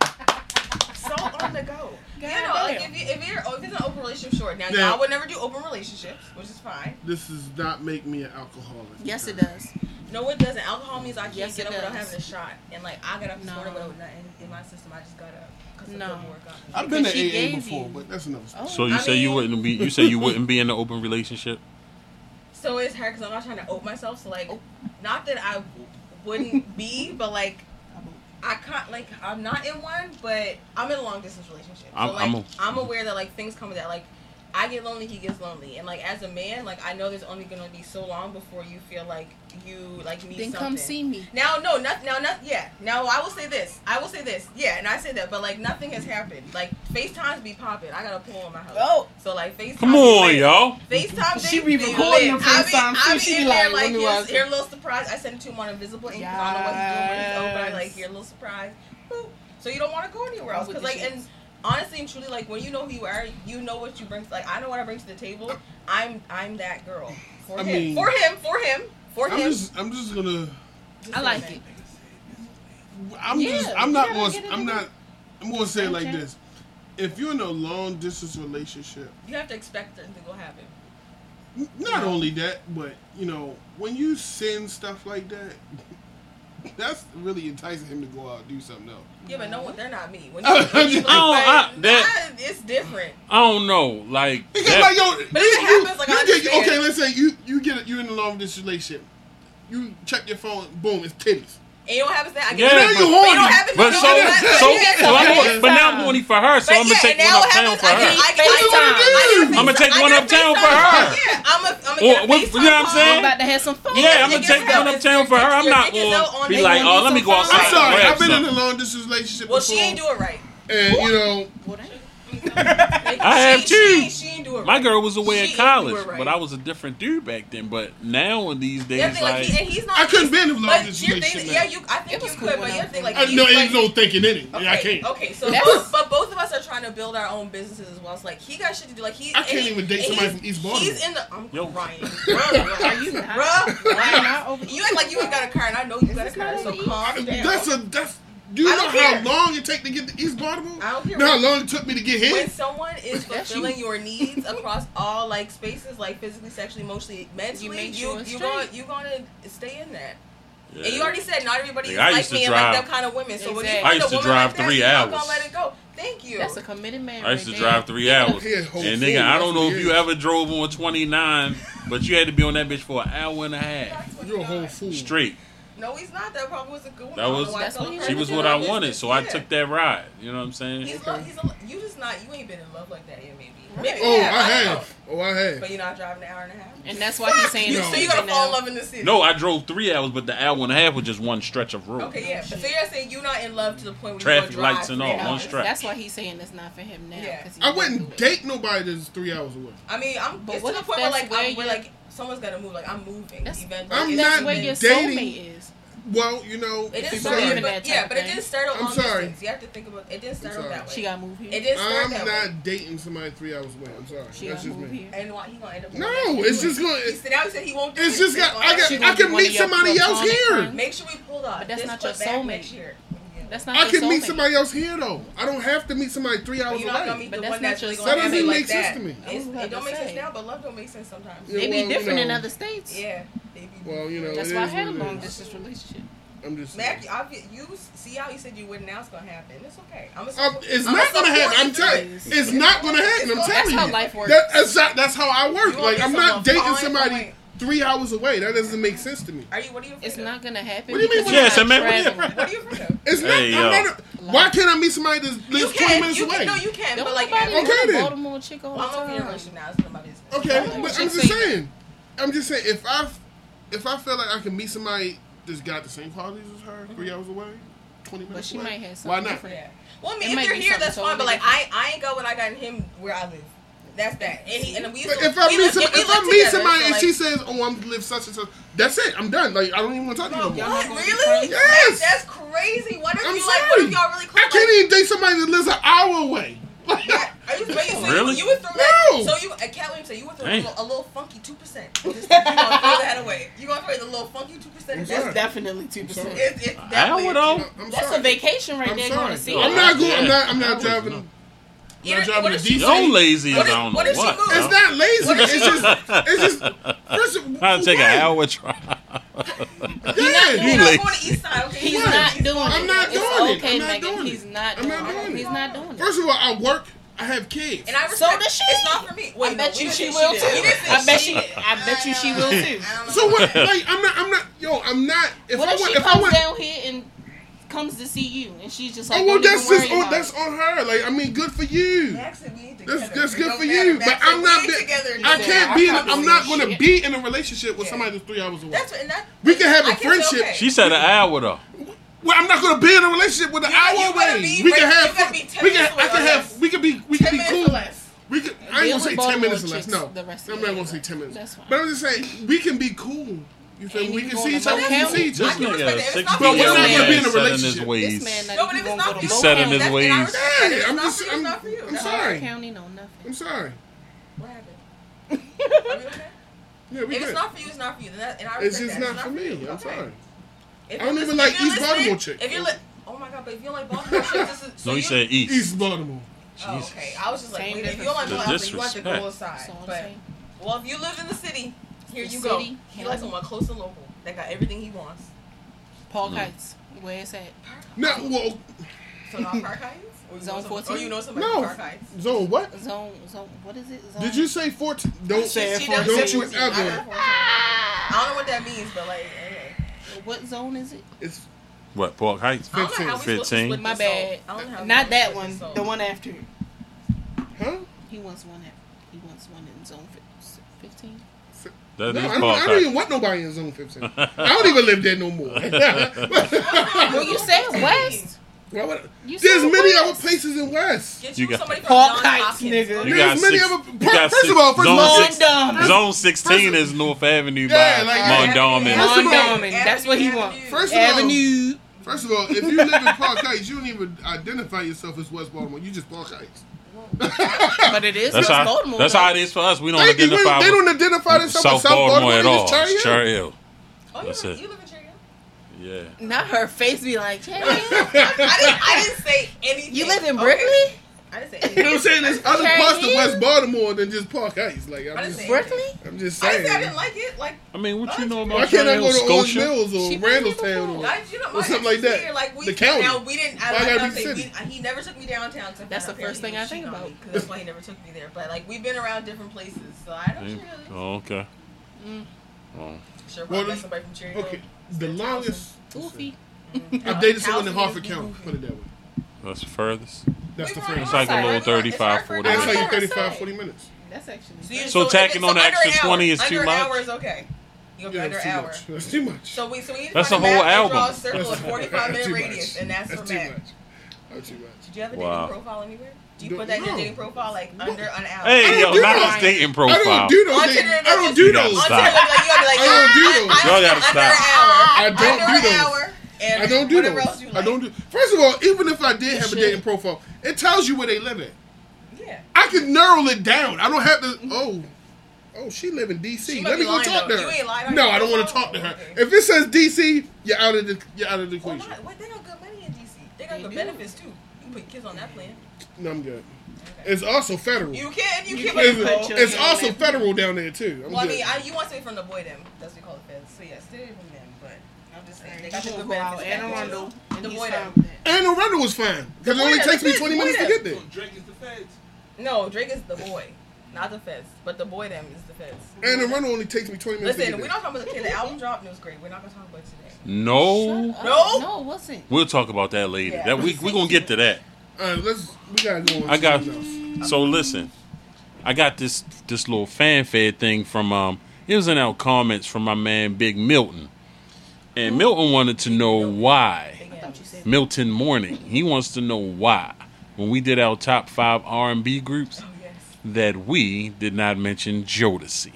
S3: Salt on the go. You
S4: God
S3: know, like
S4: damn.
S3: if, you, if you're oh, if it's an open relationship, short. Now,
S1: Now-
S3: y'all would never do open relationships, which is fine.
S1: This does not make me an alcoholic.
S4: Yes, it does.
S3: No, it doesn't. Alcohol means I can't
S4: Yes,
S3: get
S4: it
S3: up without
S4: does.
S3: having a shot. And like I got up this
S4: No.
S3: morning with nothing in my system. I just got up because
S4: No.
S3: of the workout.
S1: I've been to
S4: Because she
S1: AA
S4: gave
S1: before,
S4: you.
S1: but that's another story.
S4: Oh,
S2: So you
S3: I
S2: say you
S3: mean-
S2: wouldn't be. You say you wouldn't be in an open relationship.
S3: So it's hard because I'm not trying to open myself. So like, not that I wouldn't be, but like I can't. Like I'm not in one, but I'm in a long distance relationship. So
S2: I'm-
S3: like
S2: I'm a-
S3: I'm aware that like things come with that. Like I get lonely, he gets lonely, and like as a man, like I know there's only gonna be so long before you feel like you like need
S4: then
S3: something.
S4: come see me.
S3: Now, no, not now, not yeah. Now, I will say this. I will say this. Yeah, and I say that, but like nothing has happened. Like FaceTimes be popping. I got a pool in my house.
S4: Oh.
S3: so like FaceTime.
S2: Come
S3: be
S2: on,
S3: lit.
S2: y'all.
S3: FaceTime.
S4: She
S3: they
S4: be recording
S3: lit.
S4: them
S3: I be-
S4: FaceTime,
S3: I
S4: too.
S3: be
S4: She be
S3: in there,
S4: like, let me
S3: here's,
S4: watch
S3: here a little surprise. I sent it to him on invisible ink. 'cause I don't know what he's doing when he's over. but I, like here a little surprise. Boop. So you don't want to go anywhere
S4: I'm
S3: else
S4: with
S3: because
S4: the
S3: like and
S4: shits.
S3: honestly and truly like when you know who you are, you know what you bring. To, like I know what I bring to the table. I'm I'm that girl for
S1: I
S3: him.
S1: mean-
S3: for him. For him. For
S1: I'm
S3: him.
S1: just, I'm just gonna,
S3: Just
S4: I
S3: say
S4: like
S3: that.
S4: it.
S1: I'm
S4: Yeah,
S1: just, I'm
S4: you
S1: not
S4: gotta
S1: gonna,
S4: get it
S1: I'm
S4: in
S1: not, I'm gonna say it like
S4: Okay.
S1: this. If you're in a long distance relationship,
S3: You have to expect things to go happen.
S1: n- not only that, but you know, when you send stuff like that, that's really enticing him to go out and do something else.
S3: Yeah, but
S1: Mm-hmm.
S3: no, they're not me. When
S1: I
S3: you, when you
S1: don't-
S2: Oh, I- that-
S3: like, that, it's different.
S2: I don't know. Like
S1: Because
S2: that-
S1: like yo,
S3: But
S1: you,
S3: if it
S1: you-
S3: happens, like,
S1: you
S3: I
S1: get-
S3: understand.
S1: okay, let's say you you get you in a long distance relationship. You check your phone, boom, it's titties.
S3: And you don't have that. I
S2: Yeah,
S3: get it.
S2: but-
S1: Now you
S3: But you don't
S1: horny.
S3: have it.
S2: But
S3: you
S2: so,
S3: don't have it.
S2: so,
S3: Yeah,
S2: so I'm,
S3: but-
S2: horny- but now I'm horny for her, so
S3: but
S2: I'm gonna
S3: yeah,
S2: take
S3: and now
S2: one
S3: what
S2: uptown
S3: happens,
S2: for
S3: I get-
S2: her.
S3: I
S1: I'ma
S3: get- I get a FaceTime-
S2: take
S3: I get
S2: one
S3: a
S2: uptown for
S3: FaceTime
S2: her.
S3: call. Yeah, I'm a,
S2: Or
S3: I'm a
S2: what-
S3: get a FaceTime
S2: you know what I'm
S3: call.
S4: I'm
S2: saying?
S4: about to have some fun.
S2: Yeah, I'm
S3: It
S2: gonna
S3: gets
S2: take
S3: out.
S2: one uptown for her. I'm not
S3: It gets out
S2: gonna
S3: on
S2: be
S3: the
S2: like,
S3: phone.
S2: oh, let me go
S3: I'm
S2: outside.
S1: I'm
S2: and
S1: sorry,
S2: grab
S1: I've been in a
S2: something.
S1: long distance relationship
S3: Well,
S1: before,
S3: she ain't do it right.
S1: and you know,
S4: Well, that-
S3: Like,
S2: I
S3: she-
S2: have
S3: she
S2: too.
S3: ain't- She ain't do it
S2: My
S3: right.
S2: girl was
S3: She
S2: away
S3: ain't
S2: at
S3: do it
S2: college,
S3: right.
S2: but I was a different dude back then. But now in these
S3: The other
S2: days,
S3: thing, like, he,
S2: like
S3: and he's not.
S1: I couldn't be in a long
S3: But
S1: distance
S3: your thing,
S1: relationship.
S3: yeah,
S1: now.
S3: you. I think
S4: It was
S3: you
S4: cool
S3: could, but
S4: when I
S3: your
S4: was
S3: thing, like,
S1: I
S3: he's
S1: know
S3: like,
S1: ain't no thinking in it.
S3: Okay,
S1: Yeah, I can't.
S3: Okay, so
S4: That's-
S3: both, but both of us are trying to build our own businesses as well. It's like he guys should do like he.
S1: I can't
S3: and he-
S1: even date
S3: and
S1: somebody
S3: he's-
S1: from East Baltimore.
S3: He's in the. I'm
S2: Yo.
S3: crying. Bruh,
S4: Are you not?
S3: bruh,
S4: I'm
S3: bruh.
S4: not over
S3: You act like you ain't got a car, and I know you got a
S4: this not
S3: car. So
S4: over
S3: calm down.
S1: That's a that's. Do you
S3: I
S1: know
S3: don't
S1: how
S3: care.
S1: long it take to get to East Baltimore?
S3: I don't care
S1: know how
S3: what-
S1: long it took me to get here?
S3: when someone is
S4: That's you.
S3: fulfilling your needs across all like spaces, like physically, sexually, emotionally, mentally,
S4: made
S3: you
S4: sure it's
S3: you going
S4: straight.
S3: you gonna stay in that.
S2: yeah.
S3: And you already said not
S2: Like,
S3: everybody is
S2: I
S3: like
S2: used to
S3: me and like
S2: drive-
S3: them kind of women. So when you
S4: Exactly.
S3: meet
S4: I
S2: used
S3: a
S2: to
S3: woman
S2: drive
S3: like that,
S2: three
S3: you're not
S2: hours.
S3: gonna let it go. Thank you.
S4: That's a committed man.
S2: I used to
S4: right
S2: drive
S4: there.
S2: three hours.
S1: Yeah, whole
S2: And
S1: food,
S2: nigga, I don't
S1: that's
S2: know
S1: what
S2: if
S1: it
S2: you
S1: is.
S2: ever drove on 29, but you had to be on that bitch for an hour and a half
S1: You're a whole fool.
S2: straight.
S3: No, he's not. That probably was a good one.
S2: That
S3: I don't
S2: was-
S3: know why I
S4: That's
S3: felt
S4: what he
S3: hurt
S2: She
S4: Trying
S2: was
S3: to do
S2: what
S3: it
S2: I
S3: on business.
S2: wanted, so I
S3: Yeah.
S2: took that ride. You know what I'm saying?
S3: He's lo- he's a, you just not. You ain't been in love like that yet, maybe.
S4: Right.
S3: Maybe you
S1: Oh,
S3: have,
S1: I
S3: don't
S1: have. Oh, I
S3: know.
S1: have.
S3: But you're not driving an hour and a half.
S4: And that's why he's saying
S1: No.
S3: You, So
S4: it's
S3: you
S4: right
S3: gotta fall
S4: now.
S3: in love in the city.
S2: No, I drove three hours, but the hour and a half was just one stretch of road.
S3: Okay, yeah. But so you're saying you're not in love to the point where
S2: Traffic
S3: you wanna drive
S2: lights and
S3: three
S2: all, Oh, one
S3: hours.
S2: strap.
S4: That's why he's saying it's not for him now.
S3: Yeah.
S4: 'cause he
S1: I
S4: went
S1: wouldn't
S4: through it.
S1: date nobody that's three hours away.
S3: I mean, I'm.
S4: But
S3: it's
S4: what
S3: to the
S4: if
S3: point where
S4: that's
S3: like
S4: where
S3: I'm, where,
S4: you-
S3: like someone's gotta move. Like I'm moving.
S4: That's-
S3: Eventually,
S1: I'm
S3: It's-
S1: not
S4: That's where your
S1: dating-
S4: soulmate is.
S1: Well, you know,
S3: It
S4: If
S3: didn't
S4: you
S3: start.
S4: believe
S3: But,
S4: in that type
S3: yeah,
S4: of
S3: but it
S4: thing.
S3: didn't start out
S1: I'm
S3: long
S1: sorry.
S3: distance. You have to think about. It didn't start out
S1: sorry.
S3: that way.
S4: She got moved here.
S3: It didn't start
S1: I'm
S3: that way.
S1: not dating somebody three hours away. I'm sorry.
S4: She
S1: That's
S4: got
S1: just
S4: moved
S1: me.
S4: here.
S3: And why he gonna end up?
S1: No,
S3: going back
S1: it's
S3: to
S1: just
S3: you.
S1: gonna.
S3: He said, now he said he won't. do
S1: It's
S3: it.
S1: just got.
S3: He's
S1: I
S3: gonna-
S1: got.
S4: She
S1: I
S4: gonna be
S1: can
S4: one
S1: meet
S4: of your
S1: somebody else
S4: platonic
S1: here.
S4: friends.
S3: Make sure we pull up.
S4: But that's
S3: This
S4: not your
S3: put back
S4: soulmate.
S3: Next year. Yeah.
S4: That's not.
S1: I
S4: their
S1: can meet
S4: soulmate.
S1: somebody else here though. I don't have to meet somebody three hours
S3: You're not gonna
S1: away.
S3: meet
S4: But
S3: the
S4: that's
S3: one
S4: not
S3: that's really
S4: your
S3: gonna
S4: soulmate.
S3: have
S4: That
S3: it
S4: doesn't
S3: like
S1: make sense
S3: that.
S1: to me.
S3: It's-
S4: I was about
S3: It don't
S4: to
S3: make sense
S4: say.
S3: now, but love don't make sense sometimes.
S1: Yeah.
S4: They be
S1: Well, you
S4: different in
S1: know.
S4: other states.
S3: Yeah, they be.
S1: Well, you know,
S4: That's
S1: it
S4: why I
S1: is
S4: had a
S1: what it
S4: long
S1: is.
S4: distance relationship.
S1: I'm just.
S3: Mac, I, you see how you said you wouldn't. Now it's gonna happen. It's okay. I'm a,
S1: Um, it's
S3: I'm
S1: not
S3: a
S1: gonna happen.
S3: support
S1: I'm telling.
S4: through
S1: It's not gonna happen. I'm
S3: That's
S1: telling you.
S4: how life works.
S1: That- that's, not- that's how I work. Like
S3: You want
S1: I'm
S3: me
S1: not
S3: someone
S1: dating
S3: fine,
S1: somebody
S3: fine.
S1: three hours away. That doesn't make sense to me.
S3: Are you? What are you?
S4: It's
S3: afraid
S4: not gonna happen.
S1: What do you mean?
S4: because
S2: Yes,
S4: I'm
S2: I
S4: not
S2: mean, what-
S4: traveling.
S3: Of? What are you afraid of?
S1: It's not.
S2: Hey,
S1: I'm
S2: yo.
S1: not a- why can't I meet somebody that's,
S3: You
S1: that's twenty
S3: can.
S1: minutes
S3: you
S1: away?
S3: can. No, you can.
S4: Don't
S3: but like,
S4: nobody
S3: I'm
S1: Okay
S4: want a
S1: then.
S4: Baltimore chick all
S3: over
S4: the
S3: your
S4: time.
S3: relationship now. It's none of my business.
S1: Okay,
S4: Why would
S1: but
S4: you
S1: I'm just
S4: say that?
S1: saying. I'm just saying if I if I feel like I can meet somebody that's got the same qualities as her three hours away, twenty minutes.
S4: Mm-hmm. But she
S1: away,
S4: might have
S1: Why
S4: something
S1: not?
S4: different.
S3: Yeah. Well, I
S4: It
S3: mean,
S4: might
S3: if you're
S4: be
S3: here, that's
S4: something
S3: fine. But
S4: totally
S3: like, I, I ain't go when I got him where I live. That's that. And, he, and we used
S1: But
S3: to,
S1: if I
S3: we
S1: meet
S3: lived-
S1: some,
S3: we
S1: if I
S3: lived
S1: meet
S3: together,
S1: somebody
S3: so,
S1: and
S3: like,
S1: she says, "Oh, I'm live such and such," that's it. I'm done. Like I don't even want to talk to you no
S3: Bro,
S1: more.
S4: y'all
S3: what?
S4: not gonna be
S3: Really?
S4: friends?
S1: Yes.
S3: That- That's crazy. What if
S1: I'm
S3: you like? What
S1: sorry.
S3: if y'all really close?
S1: I can't even date somebody that lives an hour away. Like,
S3: Like, are you, but you, so
S2: Really?
S3: You, you were through that.
S1: No.
S3: So you, uh, Cat Williams said you were through a
S2: Dang.
S3: little, a little funky two percent. You gonna throw that away? You gonna throw the little funky two
S1: I'm
S3: percent?
S1: sorry.
S3: That's
S4: That's definitely two percent.
S1: sorry.
S3: it's, it's
S2: I
S3: definitely.
S2: would all.
S1: I'm
S4: That's
S1: sorry.
S4: a vacation right
S1: I'm
S4: there
S1: sorry.
S4: going to see.
S1: I'm
S4: it.
S1: not going. I'm not. I'm
S2: Yeah.
S1: not driving. I'm
S3: Either-
S1: not driving
S3: what
S1: to
S3: if she-
S1: DC.
S2: Yo lazy
S3: What
S2: is
S3: if-
S2: on
S3: what
S2: what?
S3: if she moves?
S1: It's not lazy. It's just. It's just. First of
S2: Trying to take an
S1: why?
S2: hour drive.
S1: Yeah.
S3: You're
S2: You
S3: not
S2: late.
S3: going to East Side, okay?
S4: He's
S3: You're
S4: not
S3: East
S4: doing it.
S3: Side.
S1: I'm not
S4: it's
S1: doing it.
S4: okay,
S1: I'm not
S4: Megan.
S1: doing it.
S4: He's not
S1: I'm
S4: doing
S1: not doing
S4: it.
S1: it.
S4: He's not doing it.
S1: First of all, I work. I have kids.
S3: And I
S4: So
S3: respect,
S4: does she.
S3: It's not for me. Wait,
S4: I bet
S3: no,
S4: you
S3: didn't say
S4: she will
S3: did.
S4: too.
S3: You didn't say
S4: I bet
S3: she
S4: she.
S3: did.
S4: I bet you she will
S3: I
S4: too.
S3: don't know.
S1: So what? Like I'm not. I'm not. Yo, I'm not. If
S4: What
S1: I
S4: if
S1: want,
S4: she
S1: if I
S4: comes
S1: want,
S4: down here and comes to see you and she's just like,
S1: oh well,
S4: "Don't even
S1: that's just
S4: worry
S1: on.
S4: about
S1: That's
S4: it."
S1: on her. Like I mean, good for you.
S3: Max and we ain't together.
S1: That's that's
S3: It
S1: good
S3: don't
S1: for
S3: matter.
S1: you. But
S3: Max and
S1: I'm
S3: we
S1: not.
S3: ain't
S1: Be,
S3: together.
S1: I
S3: anymore.
S1: can't be. In,
S4: I'm
S1: I'm not
S4: saying
S1: going to
S4: shit.
S1: be in a relationship with
S3: Yeah.
S1: somebody that's three hours away.
S3: That's what, and that,
S1: We can have
S3: I
S1: a
S3: guess it's
S1: friendship.
S3: okay.
S2: She said an hour though.
S1: Well, I'm not going to be in a relationship with an
S3: You- you
S1: hour
S3: gotta
S1: away.
S3: be
S1: we
S3: right-
S1: can
S3: you
S1: have.
S3: gotta
S1: fun-
S3: be 10
S1: we can.
S3: minutes
S1: I can
S3: or
S1: have.
S3: less.
S1: We could be. We could
S3: Ten
S1: be
S3: minutes
S1: cool.
S3: or less.
S1: We could. I
S4: They
S1: ain't gonna
S4: with
S1: say ten
S4: Baltimore
S1: minutes or less.
S4: chicks
S1: No,
S4: the rest of
S1: I'm
S4: the
S1: not
S4: year,
S1: gonna say
S4: right?
S1: ten minutes.
S4: That's fine.
S1: But I'm just saying we can be cool. You feel
S4: And
S1: me? We
S4: you can
S1: can
S4: go
S1: see
S4: to
S1: each other. We can
S4: Mobile.
S1: see each
S2: This
S1: other.
S3: can
S2: nigga, is
S3: respect that. It's
S2: sixty
S3: not for
S1: you. Well, we're not gonna be in a
S2: years old, set in his
S1: relationship.
S4: This
S2: ways.
S4: man,
S3: No, but if it's not for
S4: going
S2: He's
S3: you,
S4: to
S2: set in
S4: County.
S2: his
S3: that's-
S2: ways.
S3: and I respect that.
S1: Yeah,
S3: It's
S1: I'm
S3: not
S1: just-
S3: for you,
S1: I'm-
S3: it's not for you.
S1: I'm
S3: That's-
S1: sorry.
S4: County, no nothing.
S1: I'm sorry.
S3: What happened? Are we
S4: That's
S3: okay?
S1: Yeah, we
S3: If it's
S1: good.
S3: not for you, it's not for you. Then that, and I
S1: It's
S3: respect
S1: just
S3: that.
S1: not for me.
S3: you.
S1: I'm
S3: Okay.
S1: sorry.
S3: If
S1: I don't
S3: you're
S1: even
S3: listening-
S1: like
S3: if you're
S1: East Baltimore
S3: listening-
S1: chick.
S3: If you're li- oh my god, but if you don't like Baltimore chicks, this is
S2: No, he
S3: you-
S2: said east.
S1: East Baltimore.
S3: Oh,
S2: Jesus.
S3: okay. I was just like,
S4: Same
S3: wait, if you don't like
S2: difference.
S3: Baltimore, you want to go
S2: Disrespect.
S3: inside.
S4: all I'm
S3: But
S4: saying.
S3: well, if you live in the city, here
S4: The
S3: you go.
S4: city,
S3: He likes
S4: county.
S3: someone close and local that got everything he wants.
S4: Paul Kites, where it's at.
S1: No, well,
S3: So not Park Heights. Or you
S4: Zone
S3: know some-
S4: 14?
S3: Or you know somebody from
S1: no.
S3: Park Heights.
S1: Zone what?
S4: Zone, zone. What is it? Zone.
S1: Did you say 14? Don't
S3: She-
S1: say
S3: she
S1: Don't
S3: doesn't say
S1: you
S3: 14. I heard
S1: ever.
S3: 14. I don't know what that means, but like, anyway.
S4: What zone is it?
S1: It's
S2: What Park Heights?
S3: I don't know how we supposed to
S2: 15.
S3: split
S4: My
S3: this up.
S4: bad.
S3: I don't know how we
S4: Not
S3: supposed to
S4: that
S3: split
S4: one.
S3: this up.
S4: The one after. it.
S1: huh?
S4: He wants one. After. He wants one in zone fif- fifteen.
S2: That
S1: No,
S2: is
S1: I don't,
S2: Park
S1: I don't even
S2: Heights.
S1: want nobody in Zone 15. I don't even live there no more.
S4: Well, you said West.
S1: Why would-
S4: You
S1: There's
S4: said
S1: many
S4: West.
S1: other places in West.
S3: Get
S2: You
S3: you,
S2: got-
S3: somebody from
S4: Park
S3: Johns
S4: Heights,
S3: Hopkins.
S4: nigga.
S2: You
S1: There's
S2: got
S1: many
S2: six-
S1: other.
S2: you got
S1: First of
S2: six-
S1: all, first of
S2: zone
S1: all,
S2: six-
S4: Mondom.
S2: Zone 16 is North Avenue
S1: Yeah,
S2: by
S1: like- First
S2: Mondawmin.
S1: of all-
S4: Mondawmin. That's what he
S3: Avenue, Oh, Avenue.
S4: wants.
S1: First of all,
S4: Avenue.
S1: first of all, if you live in Park Heights, you don't even identify yourself as West Baltimore. You just Park Heights.
S4: But it is
S2: That's
S4: West
S2: how,
S4: Baltimore.
S2: that's
S4: though.
S2: how it is for us. We don't
S1: Thank you. They,
S2: identify
S1: they
S2: with
S1: don't identify themselves
S2: South
S1: as South
S2: Baltimore
S1: Baltimore.
S2: at
S1: they
S2: all.
S1: just Cherry Hill.
S2: Cherry Hill.
S3: Oh,
S2: That's
S3: you,
S2: it.
S3: you live in Cherry Hill?
S2: Yeah.
S4: Not her face be like, hey,
S3: I didn't, I didn't say anything.
S4: you live in
S3: okay?
S4: Berkeley?
S3: I didn't say
S1: You know what
S3: anything.
S1: I'm saying? There's other
S4: Cherry
S1: parts of
S4: Hill?
S1: West Baltimore than just Park Heights. Like
S3: I
S1: I'm
S3: didn't
S1: just,
S3: say-
S4: Berkeley?
S1: I'm just
S3: I didn't say I
S1: saying.
S3: didn't like it. Like,
S2: I mean, what you know
S1: Why
S2: about
S1: can't
S2: Cherry
S1: I
S2: Hill,
S1: go to Orange
S2: Scotia?
S1: Mills or
S4: She
S1: Randallstown or?
S3: I, you know, my
S1: Or something like
S3: ex was
S1: that.
S3: Here, like we,
S1: The county.
S3: Now we didn't. I,
S1: Why
S3: I,
S1: gotta
S3: I
S1: be
S3: think
S1: the
S3: we,
S1: city?
S3: he never took me downtown. 'cause I
S4: That's
S3: found
S4: the
S3: out
S4: first
S3: that he
S4: thing I
S3: was
S4: think
S3: cheating on
S4: about.
S3: me, 'cause That's why he never took me there. But like we've been around different places, so I don't really.
S2: Oh, okay.
S4: Mm.
S2: Oh.
S1: Well,
S3: Sure, probably met
S1: this-
S3: somebody from Cherry Hill.
S1: Okay, the longest.
S4: Goofy.
S1: I've dated someone in
S3: Housing
S1: Harford
S3: is
S1: County.
S3: goofy.
S1: Put it that way.
S2: That's the furthest.
S1: That's the
S3: We were on
S1: first.
S2: It's
S3: our
S2: like a
S3: side.
S2: little
S3: It's our
S2: 35,
S3: first
S2: 40
S3: hour.
S1: That's like
S4: Outside.
S1: 35, 40 minutes.
S4: That's actually.
S3: you
S2: So
S3: just-
S2: tacking
S3: if it's
S2: on an
S3: under
S2: extra
S3: an hour,
S2: 20 is too
S3: under
S2: much?
S3: An hour is okay. You'll be
S1: Yeah,
S3: under
S1: that's
S3: an
S1: too
S3: hour.
S1: much. That's too much.
S3: So we so we need to
S2: That's
S3: find
S2: a whole
S3: map and draw a
S2: album.
S3: circle of
S1: That's-
S3: 45 minute
S1: too much.
S3: radius, and that's,
S1: that's
S3: for
S1: too
S3: map.
S1: much. That's too much.
S3: Did you have a
S2: Wow.
S3: dating profile anywhere? Do you
S1: No.
S3: put that in your
S1: No.
S3: dating profile like
S1: No.
S3: under an hour?
S1: I
S2: Hey,
S1: don't
S2: yo,
S1: do
S2: not
S1: that.
S2: his dating
S1: I
S2: profile.
S1: don't do those.
S3: On
S1: things.
S3: Tinder,
S1: I don't
S3: just-
S1: do
S2: You gotta
S1: those.
S3: On
S2: stop.
S3: Tinder, like, you gotta be like,
S1: I don't do
S3: "Ah,
S1: those.
S3: I-
S2: Y'all
S3: I'm
S2: gotta
S3: under
S2: stop.
S3: an hour.
S1: I don't
S3: Under
S1: do
S3: an
S1: those.
S3: hour, and
S1: I don't do
S3: whatever
S1: those.
S3: else you
S1: I
S3: like.
S1: don't do. First of all, even if I did
S4: You
S1: have a
S4: should.
S1: dating profile, it tells you where they live at.
S3: Yeah.
S1: I can narrow it down. I don't have to. Oh, oh, she live in D.C.
S3: Mm-hmm. She might
S1: Let me
S3: be
S1: go
S3: lying,
S1: talk
S3: though.
S1: to her.
S3: You ain't lying on
S1: no,
S3: your
S1: I don't want to
S3: profile.
S1: talk to her.
S3: Okay.
S1: If it says D.C., you're out of the you're out of the
S3: Well,
S1: equation.
S3: why- what? They got good money in DC. They got
S4: They
S3: the
S4: do.
S3: benefits too. You can put kids on that plan.
S1: No, I'm good. It's also federal.
S3: You can, you,
S4: You
S3: can.
S4: can't
S3: put
S4: put
S3: people-
S4: your-
S1: It's also federal down there too. I'm
S3: Well, I
S1: good.
S3: mean, I, you want to say from the boy them. That's what we call the feds. So yes, they're from them, but I'm just saying they got the
S4: She'll
S3: good
S4: go out
S3: benefits.
S4: and
S3: packages.
S4: Arundel and
S3: The
S4: he's
S3: boy
S4: fine
S3: them.
S4: with that.
S1: And the rental was fine because it only
S3: Yeah,
S1: takes me
S3: that's
S1: 20
S3: it.
S1: minutes to
S3: Yeah.
S1: get there.
S6: So Drake is the feds.
S3: No, Drake is the boy, not the feds. But the boy them is the feds.
S1: And the rental only takes me 20 minutes
S3: Listen,
S1: to
S3: we're
S1: get there.
S3: not talking about the kid. The album dropped and it was great. We're not gonna talk about it today.
S2: No.
S4: Shut up.
S3: No.
S4: No, it wasn't.
S2: We'll talk about that later.
S3: Yeah.
S2: That we we gonna get to that.
S1: All right, let's, we gotta go on.
S2: I
S1: to
S2: got
S1: something
S2: so listen. I got this this little fanfare thing from um it was in our comments from my man Big Milton. And Milton wanted to know why.
S3: Big
S4: I
S3: M.
S4: thought you said
S2: Milton Morning. He wants to know why. When we did our top five R and B groups
S3: Oh yes.
S2: that we did not mention Jodeci.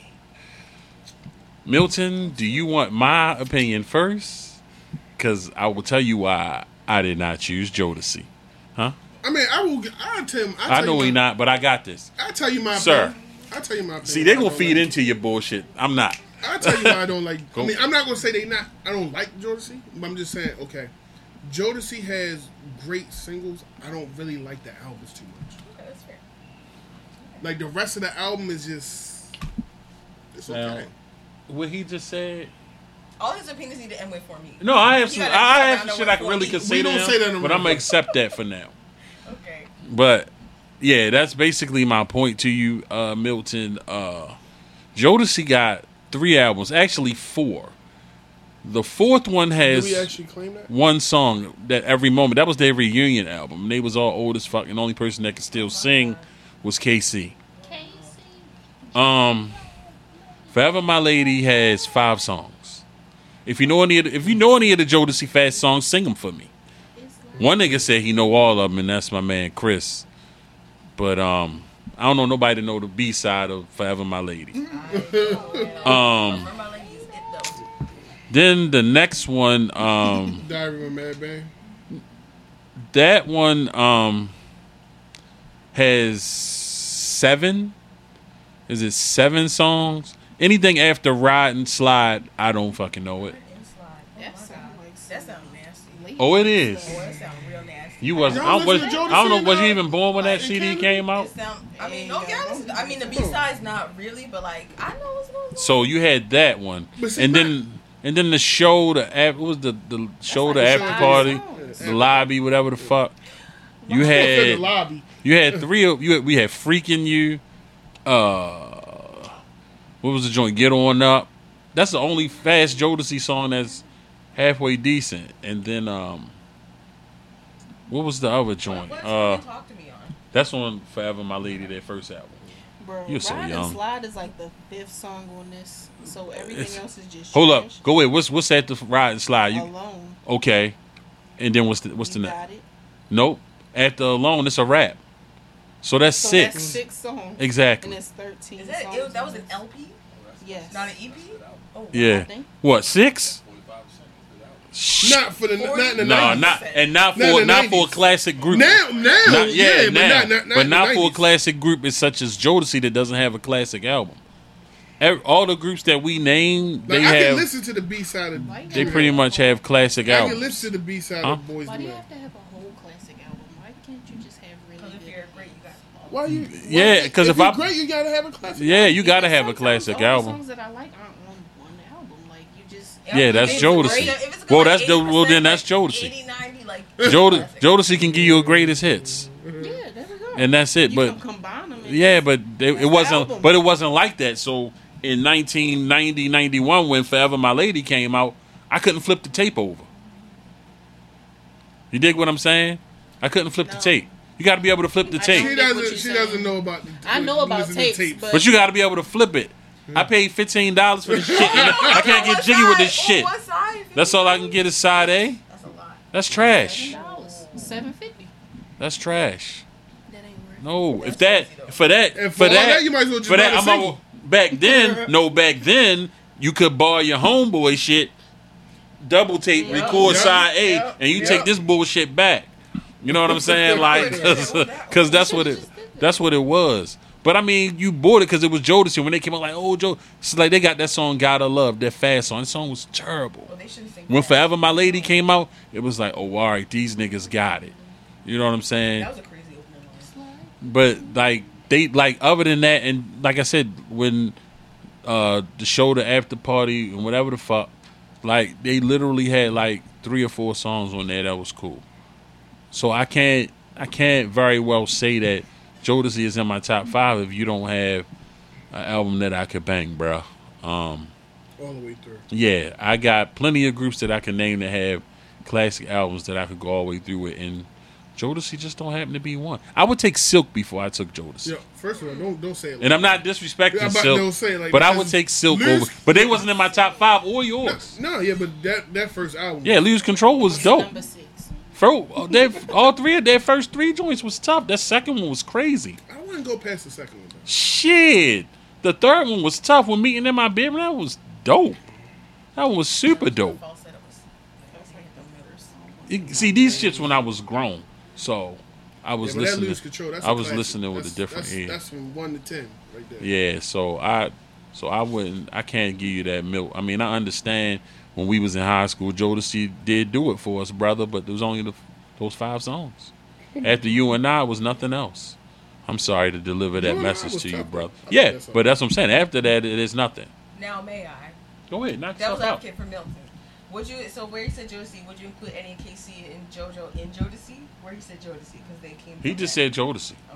S2: Milton, do you want my opinion first? Cause I will tell you why I did not choose Jodeci. Huh?
S1: I mean, I will. I'll tell him. I'll
S2: I
S1: tell
S2: know
S1: you
S2: he
S1: my,
S2: not, but I got this.
S1: I'll tell you my
S2: Sir.
S1: Opinion. I'll tell you my opinion.
S2: See, they gonna
S1: I don't
S2: feed
S1: like,
S2: into your bullshit. I'm not.
S1: I'll tell you why I don't like.
S2: Go.
S1: I mean, I'm not gonna say they not. I don't like Jodeci, but I'm just saying. Okay, Jodeci has great singles. I don't really like the albums too much.
S3: Okay, that's fair.
S1: Like the rest of the album is just. It's okay.
S2: Now- What he just said.
S3: All his opinions need to end with for me.
S2: No, I have
S3: You
S2: some.
S3: gotta
S2: I
S3: find
S2: have
S3: out
S2: some shit
S3: what
S2: I can
S3: for
S2: really
S3: me.
S2: consider.
S1: We don't say that no
S2: but
S1: more.
S2: I'm gonna accept that for now.
S3: Okay.
S2: But yeah, that's basically my point to you, uh, Milton. Uh, Jodeci got three albums, actually four. The fourth one
S1: Do
S2: has
S1: we actually claim that?
S2: one song that every moment. That was their reunion album. And they was all old as fuck, and the only person that could still sing was KC. KC. Um, Forever My Lady has five songs. If you know any, of the, if you know any of the Jodeci Fast songs, sing them for me. One nigga said he know all of them, and that's my man Chris. But um, I don't know nobody to know the B side of Forever My Lady. Um,
S3: Remember, like, he's it though.
S2: then the next one, um.
S1: Diary of a Mad Bang.
S2: that one um has seven is it seven songs anything after ride and slide i don't fucking know it
S3: Slide.
S4: That sounds like
S3: That sounds nasty.
S4: sleep.
S2: oh it is
S3: Boy, that sounds real nasty.
S2: you wasn't I,
S1: Y'all
S2: was,
S1: listen
S2: I
S1: to Jodeci
S2: don't know was you
S1: now?
S2: even born
S1: uh,
S2: when that cd came out
S3: It sound, I mean, no, yeah, listen, I mean, the B side's not really, but like, I know what's going on.
S2: so you had that one
S1: But see,
S2: and
S1: my-
S2: then and then the show the af- what was the the show the
S1: like
S2: after
S1: five
S2: party
S4: songs.
S2: the lobby whatever the fuck you
S1: the
S2: had
S1: lobby.
S2: You had three of you. Had, we had freaking you. Uh, what was the joint? Get on up. That's the only fast Jodeci song that's halfway decent. And then um, what was the other
S3: What,
S2: joint?
S3: what
S2: Uh,
S3: you talk to me on?
S2: that's on Forever My Lady, their first album.
S4: Bro,
S2: You're so
S4: Ride
S2: young.
S4: and Slide is like the fifth song on this, so everything
S2: It's-
S4: else is just
S2: Hold up,
S4: trash.
S2: go ahead. What's what's that? The ride and slide. You
S4: Alone.
S2: okay? And then what's the what's the
S4: you
S2: next?
S4: got it.
S2: Nope. After alone, it's a rap. So that's
S4: So
S2: six.
S4: That's six songs.
S2: Exactly.
S4: And it's thirteen.
S3: Is that,
S4: songs
S3: it, that
S4: on
S3: was an
S4: this.
S3: LP?
S4: Yes.
S3: Not an EP? Oh, wow.
S2: yeah.
S4: think.
S2: What six?
S1: Not for the not in the
S2: No,
S1: 90s.
S2: not and not
S1: Not
S2: for
S1: the
S2: not for a
S1: 90s.
S2: classic group.
S1: now now
S2: Not-
S1: yeah, but
S2: now.
S1: not not, not,
S2: but
S1: in
S2: not
S1: the
S2: for a
S1: 90s.
S2: classic group is such as Jodeci that doesn't have a classic album. Ev- all the groups that we name,
S1: Like,
S2: they
S1: I can
S2: have
S1: listen to the B side of
S4: Why you
S2: they
S4: gotta
S2: pretty
S4: have a
S2: much
S4: whole-
S2: have classic
S1: I can
S2: albums.
S1: listen to the B side
S2: Huh?
S1: of Boys
S4: Why do you
S1: Men.
S4: have to have a whole classic album? Why can't you just have really
S3: Because if
S4: good?
S3: you're great, you got
S1: Why you? why-
S2: Yeah, 'cause if
S1: you
S2: I-
S1: great, you gotta have a classic.
S2: Yeah, you gotta have a
S4: Sometimes
S2: classic
S4: all the
S2: album.
S4: Songs that I like aren't on one album. Like you just
S2: Yeah, that's
S3: If it's a
S2: Jodeci.
S3: great- if it's a good,
S2: Well,
S3: like,
S2: that's the- well, then that's
S3: 80%,
S2: Jodeci.
S3: 80, 90, like,
S2: Jode-
S3: classic.
S2: Jodeci can give you a greatest hits,
S4: yeah, there we go.
S2: and that's it.
S4: you
S2: But
S4: can combine them. and
S2: yeah,
S4: just-
S2: but they,
S4: That's
S2: it
S4: the
S2: wasn't.
S4: album.
S2: But it wasn't like that. So in 1990, 91, when Forever My Lady came out, I couldn't flip the tape over. You dig what I'm saying? I couldn't flip the
S4: No.
S2: tape. You got to be able to flip the
S4: I
S2: tape.
S4: don't
S1: She
S4: get what
S1: doesn't. She
S4: you saying.
S1: doesn't know about. The,
S4: I know about
S1: listen to
S4: tapes, but-
S2: But you got to be able to flip it. I paid fifteen dollars for this shit. and I can't get jiggy with this
S3: On
S2: shit.
S3: oh, what side?
S2: That's all I can get is side A.
S3: That's a lot.
S2: That's trash.
S4: dollars, seven fifty.
S2: That's trash.
S4: That ain't worth. it.
S2: No, if that for that
S1: And
S2: for
S1: for all
S2: that
S1: that, you might as well just
S2: for that
S1: write a
S2: I'm
S1: single.
S2: all, back then. no, back then you could borrow your homeboy shit, double tape, record
S1: Yep.
S2: side A,
S1: Yep.
S2: and you
S1: Yep.
S2: take this bullshit back. You know what I'm saying? Like, cause, 'cause that's what it that's what it was. But I mean, you bought it because it was Jodeci. When they came out, like, oh, Joe, it's like they got that song, Gotta Love, that fast song. That song was terrible.
S3: Well, they shouldn't sing.
S2: When
S3: that.
S2: Forever My Lady came out, it was like, oh, all right, these niggas got it. You know what I'm saying?
S3: That was a crazy opening. line.
S2: But like they like other than that, and like I said, when uh the show, the after party, and whatever the fuck, like they literally had like three or four songs on there that was cool. So I can't I can't very well say that Jodeci is in my top five if you don't have an album that I could bang, bruh. Um,
S1: all the way through.
S2: yeah, I got plenty of groups that I can name that have classic albums that I could go all the way through with, and Jodeci just don't happen to be one. I would take Silk before I took Jodeci,
S1: Yeah, first of all, don't don't say it. Like
S2: and I'm
S1: that.
S2: not disrespecting
S1: I'm about
S2: Silk,
S1: to say, like,
S2: but I
S1: because
S2: would take Silk
S1: Lose-
S2: over. But they wasn't in my top five or yours.
S1: No, yeah, but that that first album.
S2: Yeah, Lose Control was dope.
S4: Number six.
S2: Bro, they, all three of their first three joints was tough. That second one was crazy.
S1: I wouldn't go past the second one. Though.
S2: Shit. The third one was tough. When meeting in my bedroom, that was dope. That one was super dope.
S3: Falsetto was- that was like the middle song.
S2: It- See these shits when I was grown, so I was
S1: Yeah, but that
S2: listening.
S1: lose control. That's
S2: I
S1: a
S2: was
S1: classic.
S2: listening with
S1: That's-
S2: a different
S1: That's,
S2: ear.
S1: that's from one to ten, right there.
S2: yeah, so I, so I wouldn't. I can't give you that milk. I mean, I understand when we was in high school, Jodeci did do it for us, brother. But there was only the, those five songs. After you and I was nothing else. I'm sorry to deliver
S1: You
S2: that
S1: and I
S2: message
S1: was
S2: to you,
S1: tough.
S2: brother.
S1: I think
S2: Yeah,
S1: that's all.
S2: but that's what I'm saying. After that, it is nothing.
S3: Now may I?
S2: Go ahead, knock
S3: That was
S2: yourself
S3: our
S2: out.
S3: kid from Milton. Would you? So where he said Jodeci, would you include Eddie and Casey and JoJo in Jodeci? Where he said Jodeci because they came.
S2: He
S3: from
S2: just
S3: that.
S2: said Jodeci.
S3: Okay. Oh,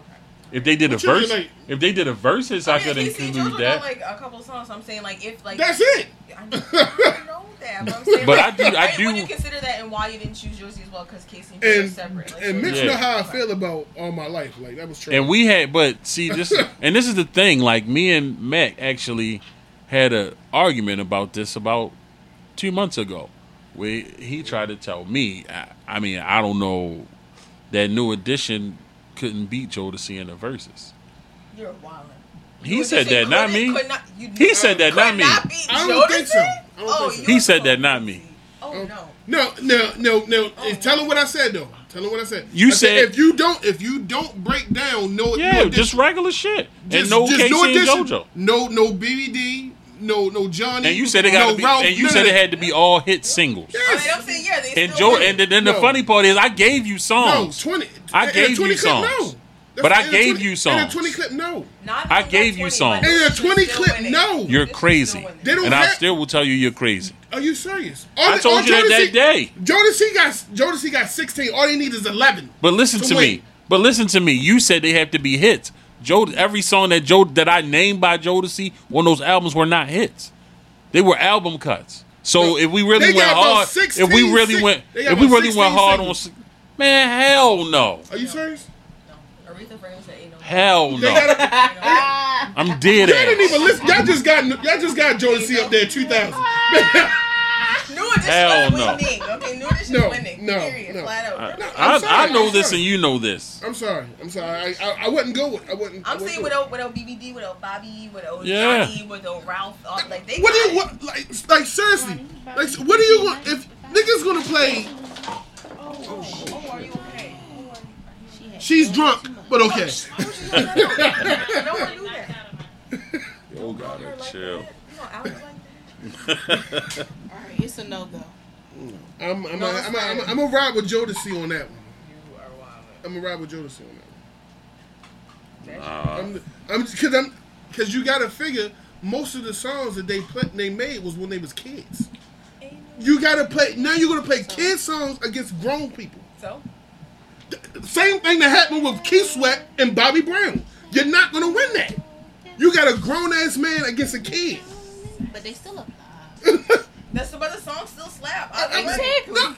S2: If they did a
S1: But you
S2: verse,
S1: relate.
S2: if they did a verses,
S1: Oh,
S2: I,
S3: mean,
S2: could
S3: Casey and
S2: include
S3: JoJo
S2: that.
S3: Got, like a couple songs. So I'm saying like if like.
S1: That's it.
S3: I know, I know that, but I'm saying.
S2: But
S3: like,
S2: I do- I
S3: Would
S2: do-
S3: you consider that and why you didn't choose Jodeci as well? Because Casey and JoJo are
S1: And
S3: separate. Like,
S1: and
S3: so
S1: Mitch
S2: Yeah.
S1: know how I feel about all my life. Like that was true.
S2: And we had, but see this, and this is the thing. Like me and Mac actually had a argument about this about two months ago. Where he tried to tell me, I, I mean, I don't know that new edition couldn't beat Jodeci in the verses.
S3: You're wildin'.
S2: He
S3: Jodeci
S2: said that, not
S3: couldn't-
S2: me.
S3: could not- you
S2: He
S3: know-
S2: said that, not
S3: could
S2: me.
S3: beat
S1: I don't think so.
S3: Jodeci?
S1: I don't
S3: Oh,
S1: think so.
S3: you're
S2: He said
S3: so
S2: that, not
S3: crazy.
S2: me.
S3: Oh no.
S1: No, no, no, no. Eh, Tell him what I said though. Tell him what I said.
S2: You
S1: I
S2: said-
S1: if you don't if you don't break down no
S2: Yeah,
S1: no addition-
S2: just regular shit, and no Casey
S1: addition.
S2: and JoJo.
S1: No no BBD, no no Johnny.
S2: And you said it got
S1: no
S2: to be,
S1: Ralph,
S2: and you
S1: none
S2: said
S1: of
S2: it
S1: that.
S2: had to be all hit singles.
S3: I
S1: Yes.
S3: mean, I'm saying yeah. They
S2: And
S3: still
S2: Joe,
S3: win.
S2: and then the
S1: No.
S2: funny part is, I gave you
S1: No,
S2: songs.
S1: twenty.
S2: I
S1: and a
S2: gave
S1: 20
S2: you
S1: clip,
S2: songs.
S1: no.
S2: But I
S1: and a
S2: gave
S1: 20
S2: you
S1: And
S2: songs.
S1: a twenty clip, no.
S3: Not
S2: I
S3: only
S2: gave you
S3: 20,
S2: songs.
S3: but
S1: And a
S3: Jodeci
S1: 20
S3: still
S1: clip,
S3: winning.
S1: no.
S2: You're
S3: Jodeci
S2: crazy,
S3: still winning.
S1: They don't
S2: and I
S1: have-
S2: still will tell you you're crazy.
S1: Are you serious?
S2: I told you that that day.
S1: Jodeci got Jodeci got sixteen. All they need is eleven.
S2: But listen
S1: So
S2: to
S1: wait.
S2: me. But listen to me. You said they have to be hits. Joe, every song that Joe that I named by Jodeci on those albums were not hits. They were album cuts. So if we really
S1: they
S2: went
S1: got about
S2: hard,
S1: 16
S2: if we really
S1: sing-
S2: went,
S1: they got
S2: if we
S1: about
S2: really
S1: 16
S2: went hard
S1: singles.
S2: on, s- man, hell no,
S1: Are you serious?
S3: No. Aretha Franklin said ain't no.
S2: hell
S1: They
S2: no.
S1: got. A,
S2: I'm dead
S1: I didn't
S2: ass.
S1: even listen. Y'all just got. Y'all just got Jodeci up there. Two thousand.
S3: New edition
S2: Hell
S3: is
S2: no.
S3: winning. Okay, new edition
S1: No,
S3: is winning.
S1: no,
S3: Period.
S1: no.
S3: Flat out.
S1: I'm
S2: I,
S1: sorry,
S2: I know
S1: I'm
S2: this
S1: sorry.
S2: and you know this.
S1: I'm sorry. I'm sorry. I, I, I wouldn't go with. I wouldn't. I
S3: I'm
S1: wouldn't
S3: saying
S1: go
S3: with old, with old BBD, with old Bobby, with old
S2: Yeah.
S3: Johnny, with old Ralph. All, like they.
S1: What do you
S3: got it.
S1: what like like seriously? Like what are you going if niggas gonna play
S3: Oh, are you okay?
S1: she's drunk, but okay.
S3: I don't want to do
S5: Knocked
S3: that.
S5: out of my
S2: Oh God,
S3: You're like
S2: chill.
S3: that. You know, I was like that.
S4: All right, it's a no go.
S1: I'm I'm
S3: No,
S1: i
S3: that's
S1: I'm i I'm i
S3: fine.
S1: I'm gonna ride with Jodeci on that one.
S3: You are wild.
S1: I'm gonna ride with Jodeci on that
S3: That's-
S1: one. I'm I'm cause I'm cause you gotta figure most of the songs that they play, they made was when they was kids. You gotta play now you're gonna play kid songs against grown people.
S3: So
S1: Same thing that happened with Keith Sweat and Bobby Brown. You're not gonna win that. You got a grown ass man against a kid.
S4: But they still apply.
S3: that's about the song still slap. I,
S1: I-
S3: I,
S1: I-
S4: Exactly.
S1: No,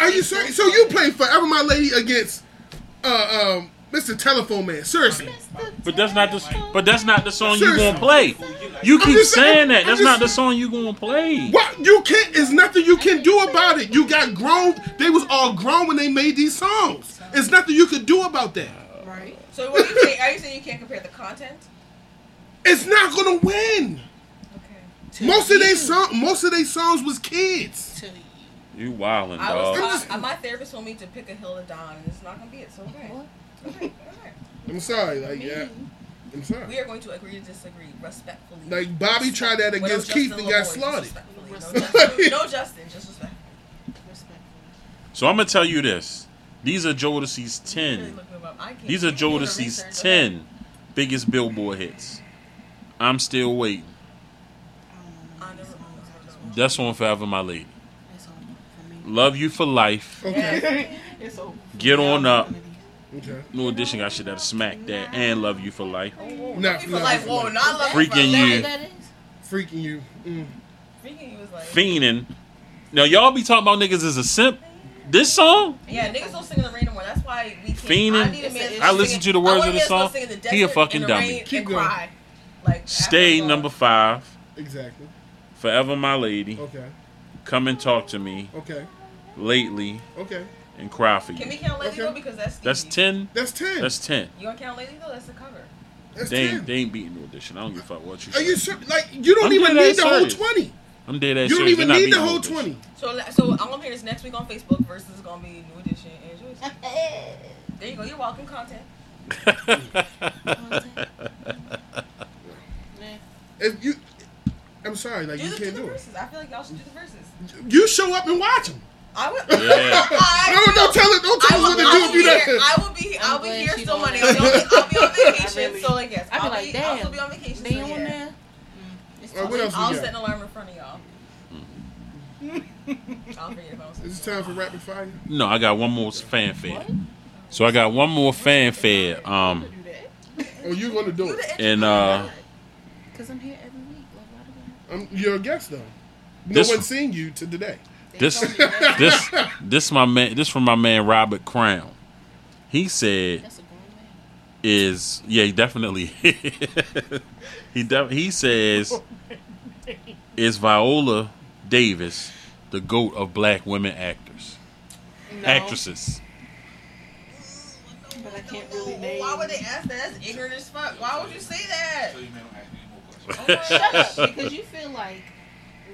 S1: are you serious? So you play Forever My Lady against uh, um, Mr. Telephone Man? Seriously?
S2: But that's not the. But that's not the song you
S1: Seriously.
S2: gonna play. You
S1: I'm
S2: keep
S1: just saying-
S2: saying that.
S1: I'm
S2: That's
S1: just
S2: not the
S1: saying-
S2: song you gonna play.
S1: What you can't? There's nothing you can do about it. You got grown. They was all grown when they made these songs. There's nothing you could do about that.
S4: Right.
S3: so what are you saying? Are you saying you can't compare the content?
S1: It's not gonna win.
S3: Okay.
S4: To
S1: Most of
S4: you,
S1: they song, most of they songs was kids.
S4: To you.
S2: You wildin',
S3: I was
S2: dog.
S3: taught, my therapist told me to pick a hill to die on, and it's not gonna be it. So okay. Okay. okay.
S1: I'm sorry, like yeah. I'm sorry.
S3: We are going to agree to disagree respectfully.
S1: Like Bobby tried that
S3: Well,
S1: against
S3: Justin
S1: Keith and got
S3: LaVoy,
S1: slaughtered.
S3: disrespectfully.
S4: Respect-
S3: No, Justin, no, Justin, just respect.
S4: Respectfully.
S2: So I'm gonna tell you this: these are Jodeci's
S3: You
S2: ten.
S3: really looked him up. I can't-
S2: These are
S3: you can do the
S2: Jodeci's
S3: research, okay?
S2: 10 biggest Billboard hits. I'm still waiting.
S4: I don't know.
S3: I never- I never-
S2: That's on Forever My Lady.
S4: It's over for me.
S2: Love You for Life.
S1: Okay.
S4: It's over.
S2: Get on up.
S1: okay.
S2: New Edition got shit that'll smack that. And Love You for Life.
S1: Nah,
S3: People
S1: nah,
S3: like, whoa, not love
S2: Freaking
S3: for
S2: you.
S3: life.
S4: That is.
S1: freaking you. Mm.
S3: Freaking you was like,
S2: Fiendin'. Now, y'all be talking about niggas as a simp. This song?
S3: yeah, niggas don't sing in the rain no more. That's why we can't.
S2: Fiendin'.
S3: I, need a man
S2: I listened to the words of the song. He a fucking dummy.
S1: Keep
S3: Keep
S1: going.
S3: Cry. Like
S2: Stay number five.
S1: Exactly.
S2: Forever My Lady.
S1: Okay.
S2: Come and Talk to Me.
S1: Okay.
S2: Lately.
S1: Okay.
S2: And Cry for
S3: Can we
S2: You.
S3: count Lady
S1: Okay.
S3: though? Because that's
S2: That's
S3: Stevie.
S2: 10.
S1: That's ten.
S2: That's
S1: That's,
S2: 10.
S3: You gonna count Lady though? That's the cover.
S2: They ain't,
S1: ten.
S2: they ain't beating New Edition. I don't give a fuck what you
S1: Are
S2: say.
S1: you ser- like you don't
S2: I'm
S1: even
S2: dead
S1: need
S2: ass
S1: the whole
S2: serious.
S1: twenty?
S2: I'm dead ass
S1: You don't
S2: serious.
S1: even
S2: They're not
S1: need the
S2: beating New
S1: whole
S2: Edition.
S1: twenty.
S3: So, so I'm gonna hear this next week on Facebook versus it's gonna be New Edition and Joyce. There you go. You're welcome, content.
S4: Nah.
S1: If you, I'm sorry, like
S3: Do
S1: you
S3: the, do
S1: can't
S3: the
S1: do it.
S3: verses. I feel like y'all should do the verses.
S1: You show up and watch them.
S3: I would.
S2: Yeah.
S3: I
S1: No, don't tell it. Don't
S3: I
S1: tell us what
S3: will,
S1: to
S3: I
S1: do
S3: will
S1: if
S3: be
S1: you
S3: here.
S1: don't.
S3: I will be. I'll
S4: I'm
S3: be
S4: glad
S3: here
S4: she
S3: still
S4: don't
S3: Monday.
S4: know.
S3: I'll be, on, I'll be on vacation.
S4: I really-
S3: so like yes,
S4: I be
S3: I'll
S4: like,
S3: be, I'll
S4: damn,
S3: still be on vacation.
S4: They
S3: so,
S4: on
S3: yeah.
S4: there. Mm, it's
S1: All right, what
S4: too late.
S1: else
S3: I'll
S1: we
S3: set an
S1: got?
S3: alarm in front of y'all. I'll forget if I was.
S1: Is it time for rapid fire?
S2: no, I got one more fanfare. So I got one more fanfare. Um,
S4: Do that.
S1: Or Oh, you gonna do it?
S2: and uh,
S4: Cause I'm here every week. Like, why do we have-
S1: I'm, you're a guest though. No
S2: This-
S1: one's seen you to today.
S4: They
S2: This-
S4: told me that.
S2: this this my man. This from my man Robert Crown. He said
S4: That's a grown man.
S2: is yeah, he definitely. he def- he says is Viola Davis the goat of black women actors
S4: No,
S2: actresses.
S4: But I can't really name.
S3: Why would they ask that? That's ignorant as fuck. Why would you say that?
S6: So you may not ask me any more questions.
S4: Shut up, because you feel like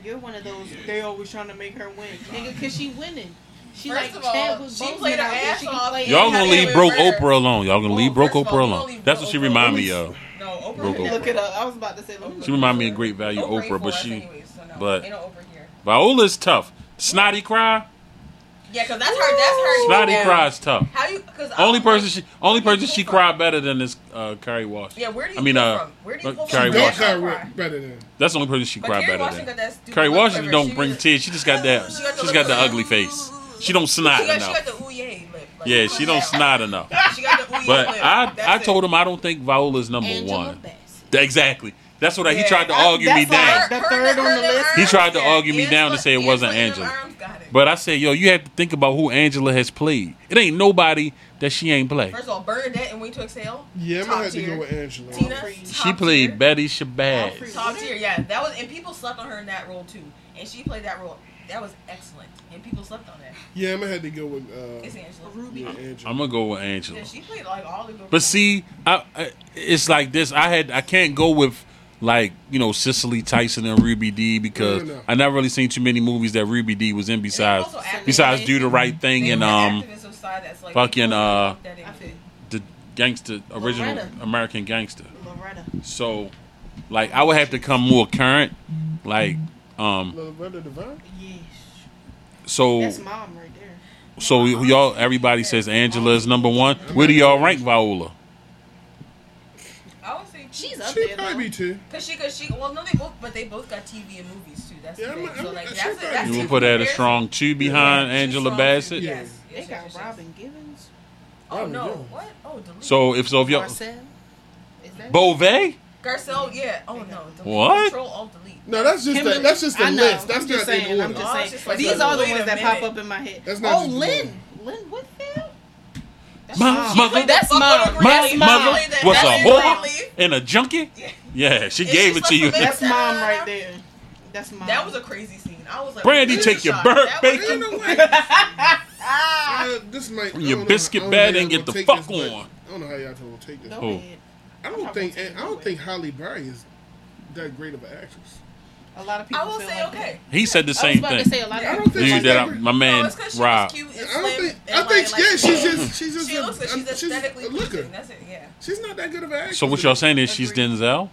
S4: you're one of those. They always trying to make her win, nigga, cause she winning. She
S3: First
S4: like
S3: of all,
S4: Chadwick
S3: she
S4: Boseman
S3: played her
S4: out there.
S3: ass
S4: She can
S3: off.
S4: play
S2: Y'all
S4: anybody
S2: gonna leave
S4: else.
S2: broke
S3: Well,
S2: Oprah alone. Y'all gonna
S3: well,
S2: leave broke
S3: first of
S2: Oprah
S3: all, we don't
S2: alone.
S3: leave
S2: That's
S3: broke
S2: what she
S3: Oprah
S2: remind me
S3: alone.
S2: of.
S3: No, Oprah.
S2: Broke
S3: never-
S4: Look it up. I was about to say. Look it
S2: She
S4: up.
S2: remind me of Great Value
S3: Oprah ain't
S2: Oprah,
S3: Oh, for
S2: but
S3: us
S2: she
S3: anyways, so no.
S2: but-
S3: ain't no Oprah here.
S2: Viola's tough. Snotty cry.
S3: Yeah, because that's her. That's her.
S2: Snotty
S3: yeah.
S2: cries tough.
S3: How you? Because
S2: Only person she only
S3: where do
S2: person
S3: you
S2: she
S3: pull from?
S2: cried better than is uh, Carrie Washington.
S3: Yeah, where do you
S2: I mean,
S3: pull
S2: uh,
S3: from? Where do you
S2: uh,
S3: pull
S2: Kerry
S3: from?
S1: Don't
S2: Washington.
S1: cry
S3: Cry.
S1: ra- better than.
S2: That's the only person she
S3: But
S2: cried
S3: Kerry
S2: better
S3: Washington
S2: than.
S3: got that stupid
S2: Carrie
S3: look
S2: Washington
S3: ever.
S2: don't
S3: She
S2: bring
S3: was-
S2: tears. She just got that.
S3: She got the
S2: She's got the
S3: look-
S2: ugly face. She don't snot
S3: She got, she
S2: enough.
S3: got the ooh lip. Like,
S2: yeah, she don't
S3: snap.
S2: snot enough.
S3: She got the ooh
S2: But
S3: lip.
S2: I
S3: That's
S2: I
S3: it.
S2: told him I don't think Viola's number
S4: Angela
S2: one.
S4: Bassett.
S2: Exactly. That's what I, he
S3: Yeah,
S2: tried to
S3: that-
S2: argue me
S4: that's
S2: down.
S4: all right. The third on the list.
S2: He tried to argue me down to say it wasn't
S3: Angela.
S2: Angela.
S3: Arms got it.
S2: But I said, yo, you have to think about who Angela has played. It ain't nobody that she ain't played.
S3: First of all, Bernadette and Wait to Exhale.
S1: Yeah, I'm
S3: top
S1: gonna have to
S3: tier.
S1: go with Angela.
S3: Tina.
S4: She
S2: She
S3: top
S2: played
S3: tier.
S2: Betty
S4: Alfred.
S2: Shabazz.
S3: Top tier, yeah. That was and people slept on her in that role too. And she played that role. That was excellent. And people slept on that.
S1: Yeah, I'm gonna have to go with. Uh,
S3: It's Angela.
S4: Ruby.
S1: yeah, Angela.
S2: I'm gonna go with Angela.
S3: Yeah, she played like all the good
S2: But
S3: roles.
S2: see, I, I it's like this. I had I can't go with like you know Cicely Tyson and Ruby D because
S1: No, no, no.
S2: I never really seen too many movies that Ruby D was in
S3: And they're
S2: besides
S3: also activists.
S2: besides Do the Right Thing
S3: They
S2: and
S3: were
S2: um
S3: activists on the side that's like-
S2: fucking, uh,
S3: That ain't-
S4: I feel
S2: the gangster original
S4: Loretta.
S2: American gangster.
S4: Loretta.
S2: So like I would have to come more current. Like um
S1: Loretta Devine.
S4: Yes.
S2: so
S4: That's mom right there.
S2: so y'all everybody says Angela is number one. Where do y'all rank Viola?
S3: I would say
S4: She's up
S1: She
S4: there.
S1: probably
S4: Though.
S1: be two.
S3: Cause she, cause she, well, no, they both, but they both got TV and movies too. That's
S1: Yeah,
S3: the
S1: I'm-
S3: thing.
S1: I'm-
S3: so like,
S1: she
S3: that's, a,
S1: probably-
S3: that's
S2: You
S3: a
S2: would put that a
S3: comparison.
S2: strong two behind
S3: Yeah, she's
S2: Angela
S3: strong, too.
S2: Bassett.
S1: Yeah.
S3: Yes,
S4: They
S3: yes, yes,
S4: got
S3: yes.
S4: Robin Givens.
S3: Oh no,
S1: Robin Givens.
S3: what? Oh, delete.
S2: So if so if y'all
S4: Marcel. Is that
S2: Beauvais?
S3: Garcelle, yeah. Oh no, delete.
S2: What?
S3: Control Alt Delete.
S1: No, that's just
S4: Kimberly-
S1: the, that's just the
S4: I know,
S1: list. That's
S4: I'm
S1: not
S4: just saying,
S1: in order.
S4: I'm just
S3: Oh,
S4: saying.
S3: it's just
S4: These
S1: like-
S4: are the
S3: wait a
S4: ones that
S3: minute.
S4: pop up in my head.
S1: That's not
S4: Oh,
S1: just the
S4: Lynn. Lynn Whitfield. That's
S2: My-
S4: mom.
S2: my- Mother-
S4: that's mom.
S2: My mother
S4: That's mom.
S2: was a
S4: That's
S2: whore
S4: mom.
S2: and a junkie.
S3: Yeah.
S2: Yeah, she
S3: And
S2: gave
S3: she
S2: it to you.
S3: slept with
S4: That's mom right there. That's mom.
S3: That was a crazy scene. I was like,
S2: Brandy,
S3: really
S2: take your
S3: shocked.
S2: burnt
S3: That was-
S2: bacon.
S1: You know what? Uh, this might, I
S2: Your
S1: don't know
S2: biscuit
S1: how- I don't know
S2: bad
S1: how
S2: and
S1: y'all gonna
S2: get the
S1: take this,
S2: fuck
S1: but
S2: on.
S1: I don't know how y'all gonna take this.
S4: Go
S2: Who?
S4: ahead.
S1: I
S4: I'm
S1: don't
S4: not
S1: think
S4: gonna take
S1: I
S4: it
S1: don't
S4: away.
S1: think Holly Berry is that great of an actress.
S4: A lot of people
S3: I will
S4: feel
S3: say
S4: like
S3: okay.
S2: He said the
S4: That. I was
S2: same
S4: about to
S2: thing.
S4: say a lot
S1: Yeah, I
S4: of
S1: don't
S4: people
S1: think
S4: feel
S1: she's
S2: Dude,
S4: like
S2: that
S4: that.
S2: I- my man
S3: no, Oh, it's 'cause she
S2: Rob.
S3: was cute and
S1: I don't think
S3: slim and,
S1: I think think,
S3: like,
S1: yeah, she's just, she's just,
S3: She
S1: a-
S3: looks like she's
S1: a-
S3: aesthetically
S1: a looker.
S3: pleasing. That's it. Yeah.
S1: She's not that good of an actress.
S2: So what y'all saying is she's
S3: Agreed.
S2: Denzel?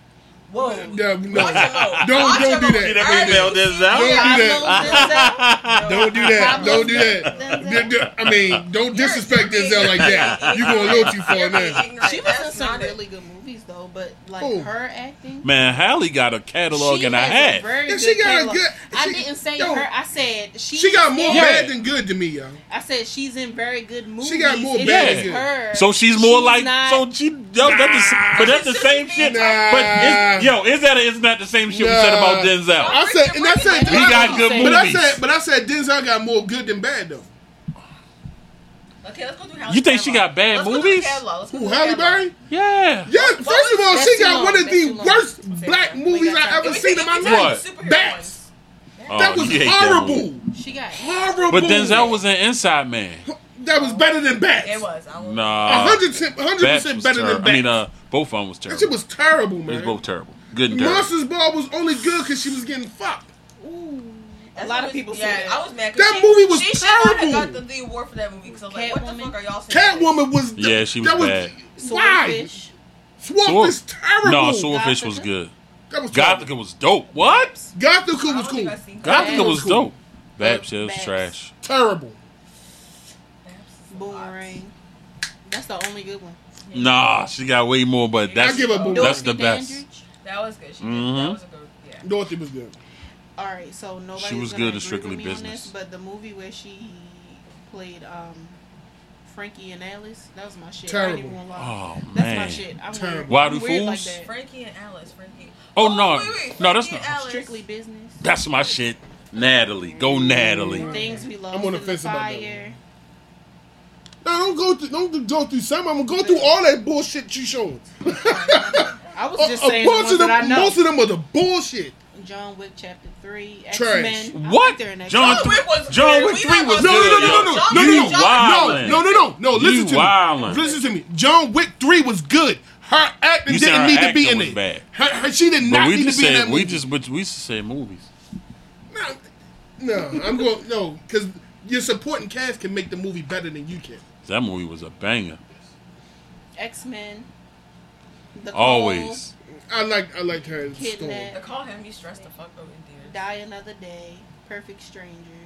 S3: Whoa.
S1: No, no,
S3: Watch your mouth.
S1: Don't-
S3: Watch
S1: don't
S3: your
S1: do
S3: mouth.
S1: that.
S3: I already
S2: Don't do
S3: see
S2: that.
S3: you.
S1: Don't do don't
S3: Pablo Denzel. No.
S1: do that.
S4: Pablo
S1: Don't do that.
S4: Denzel.
S1: D- d- I mean, don't disrespect Denzel like that. You're going a little too far
S3: You're being
S1: now.
S3: ignorant.
S4: She was in
S3: That's
S4: some
S3: not it.
S4: really good movies though, but like
S1: Who?
S4: her acting.
S2: Man, Hallie got a catalog
S4: she
S2: and a
S4: has
S2: hat.
S4: very
S1: Yeah, she
S4: good
S1: got a
S4: catalog.
S1: good-
S4: I
S1: she-
S4: didn't say
S1: yo,
S4: her. I said she.
S1: She got more
S4: is-
S1: bad than good to me, yo.
S4: I said she's in very good movies.
S1: She got more
S4: It's
S1: bad
S4: just
S1: than good.
S4: her.
S2: So she's more
S4: She's
S2: like
S4: not-
S2: so she yo, that's the, but that's the
S3: She's
S2: same
S3: just
S2: shit.
S1: Nah.
S2: But it's, yo, is that or isn't that the same shit we said
S1: Nah.
S2: about Denzel?
S1: I said, and I said,
S2: He got good
S1: but I
S2: movies.
S1: said, but I said, Denzel got more good than bad though.
S3: Okay, let's go through Halle
S2: You think she
S3: catalog.
S2: got bad
S3: Let's go through
S2: movies?
S3: the catalog. Let's go
S1: Who,
S3: through the
S1: Halle
S3: catalog.
S1: Berry?
S2: Yeah.
S1: Yeah, first of all,
S4: that's
S1: she
S4: too
S1: got
S4: long,
S1: one of
S4: that's
S1: the
S4: too long.
S1: worst black
S3: We
S1: movies
S3: got
S1: I
S3: time.
S1: ever
S3: If we
S1: seen in
S3: take-
S1: my
S3: if we take
S1: life.
S2: What?
S3: superhero
S1: Bats.
S2: Oh,
S1: That was
S2: you hate that
S1: horrible.
S2: movie.
S4: She got.
S1: horrible.
S2: But Denzel was an inside man.
S1: That was better than Bats.
S3: ones. It was. I won't-
S2: Nah.
S1: 100
S2: Bats
S1: percent
S2: was
S1: better
S2: terrible.
S1: than Bats.
S2: I mean, uh, both of them was
S1: that
S2: terrible.
S1: shit was terrible,
S2: it was
S1: man.
S2: both terrible. Good and terrible.
S1: Monsters Ball was only good because she was getting fucked.
S4: Ooh.
S3: That's
S4: a lot
S3: what
S4: of
S3: was-
S4: people.
S3: Yeah,
S4: said
S3: I was mad. 'cause
S1: That
S3: she-
S1: movie was
S3: she should not have got
S1: terrible.
S3: the, the award for that movie because I was like, what the
S4: Catwoman.
S3: fuck are y'all saying?
S1: Catwoman was.
S2: Yeah, she was
S1: that
S2: bad.
S1: Was, why?
S4: Swordfish.
S1: Swamp is terrible.
S2: No, Swordfish
S4: Gothica?
S2: was good.
S1: that was terrible.
S2: Gothica was dope. What?
S1: Gothica
S3: I
S1: was
S3: don't think
S1: cool.
S3: I've seen
S4: Gothica
S2: Gothica
S4: Babs.
S2: was
S1: Cool.
S2: dope. Babs, yeah, it was
S4: Babs.
S2: trash.
S1: Terrible.
S4: Boomerang. That's the only good one.
S2: Nah, she got way more, but that's
S1: I give up.
S2: that's
S1: Dorothy.
S2: the best.
S4: Dandridge?
S3: That was good. She did.
S2: Mhm.
S3: That was a good. Yeah.
S1: Dorothy was good.
S4: All right, so nobody.
S2: was
S4: gonna
S2: good in
S4: agree
S2: Strictly
S4: with me on
S2: Business.
S4: this, but the movie where she played um, Frankie and Alice, that was my shit. I ain't
S1: Terrible.
S4: even gonna lie.
S2: Oh
S4: That's my
S2: man.
S4: shit. I'm
S1: Terrible.
S4: weird.
S2: Why
S4: I'm
S2: do
S4: weird like
S2: fools-
S4: that.
S3: Frankie and Alice. Frankie.
S2: Oh, no. No, that's
S3: Frankie
S2: not-
S3: and Alice.
S4: Strictly business.
S2: That's my shit. Natalie. Go Natalie.
S4: Things we love.
S1: I'm on the
S4: in
S1: fence about that
S4: fire.
S1: No, don't go through. Don't go through some. I'm gonna go through all that bullshit she showing.
S4: I was
S1: A,
S4: just
S1: a
S4: saying the
S1: bunch
S4: ones
S1: of them.
S4: that I know.
S1: uh, Most of them are the bullshit.
S4: John Wick Chapter Three. X
S1: Trash.
S4: Men.
S2: What? John-
S3: John Wick was
S2: John
S3: good.
S2: Wick
S3: We
S2: three
S3: not
S2: was
S3: gonna-
S1: No, no, no,
S2: good,
S1: no, no,
S2: yo.
S1: no,
S3: John-
S1: no,
S2: You
S1: no,
S2: wildin'.
S1: no, no, no, no. Listen
S2: You
S1: to
S2: wildin'.
S1: me. Listen to me. John Wick Three was good. Her acting
S2: You said
S1: didn't
S2: her
S1: need to
S2: acting
S1: be in
S2: was
S1: it.
S2: bad.
S1: Her, her, she did
S2: But
S1: not
S2: we
S1: need
S2: just
S1: to be in
S2: said
S1: that
S2: we
S1: movie.
S2: just but we used to say movies.
S1: No, no, I'm going no because your supporting cast can make the movie better than you can.
S2: That movie was a banger.
S4: X Men.
S2: Always.
S1: I like I like her in
S4: Kidnapped.
S1: Storm.
S3: To call him, you stressed the fuck over in theaters.
S4: Die Another Day. Perfect Stranger.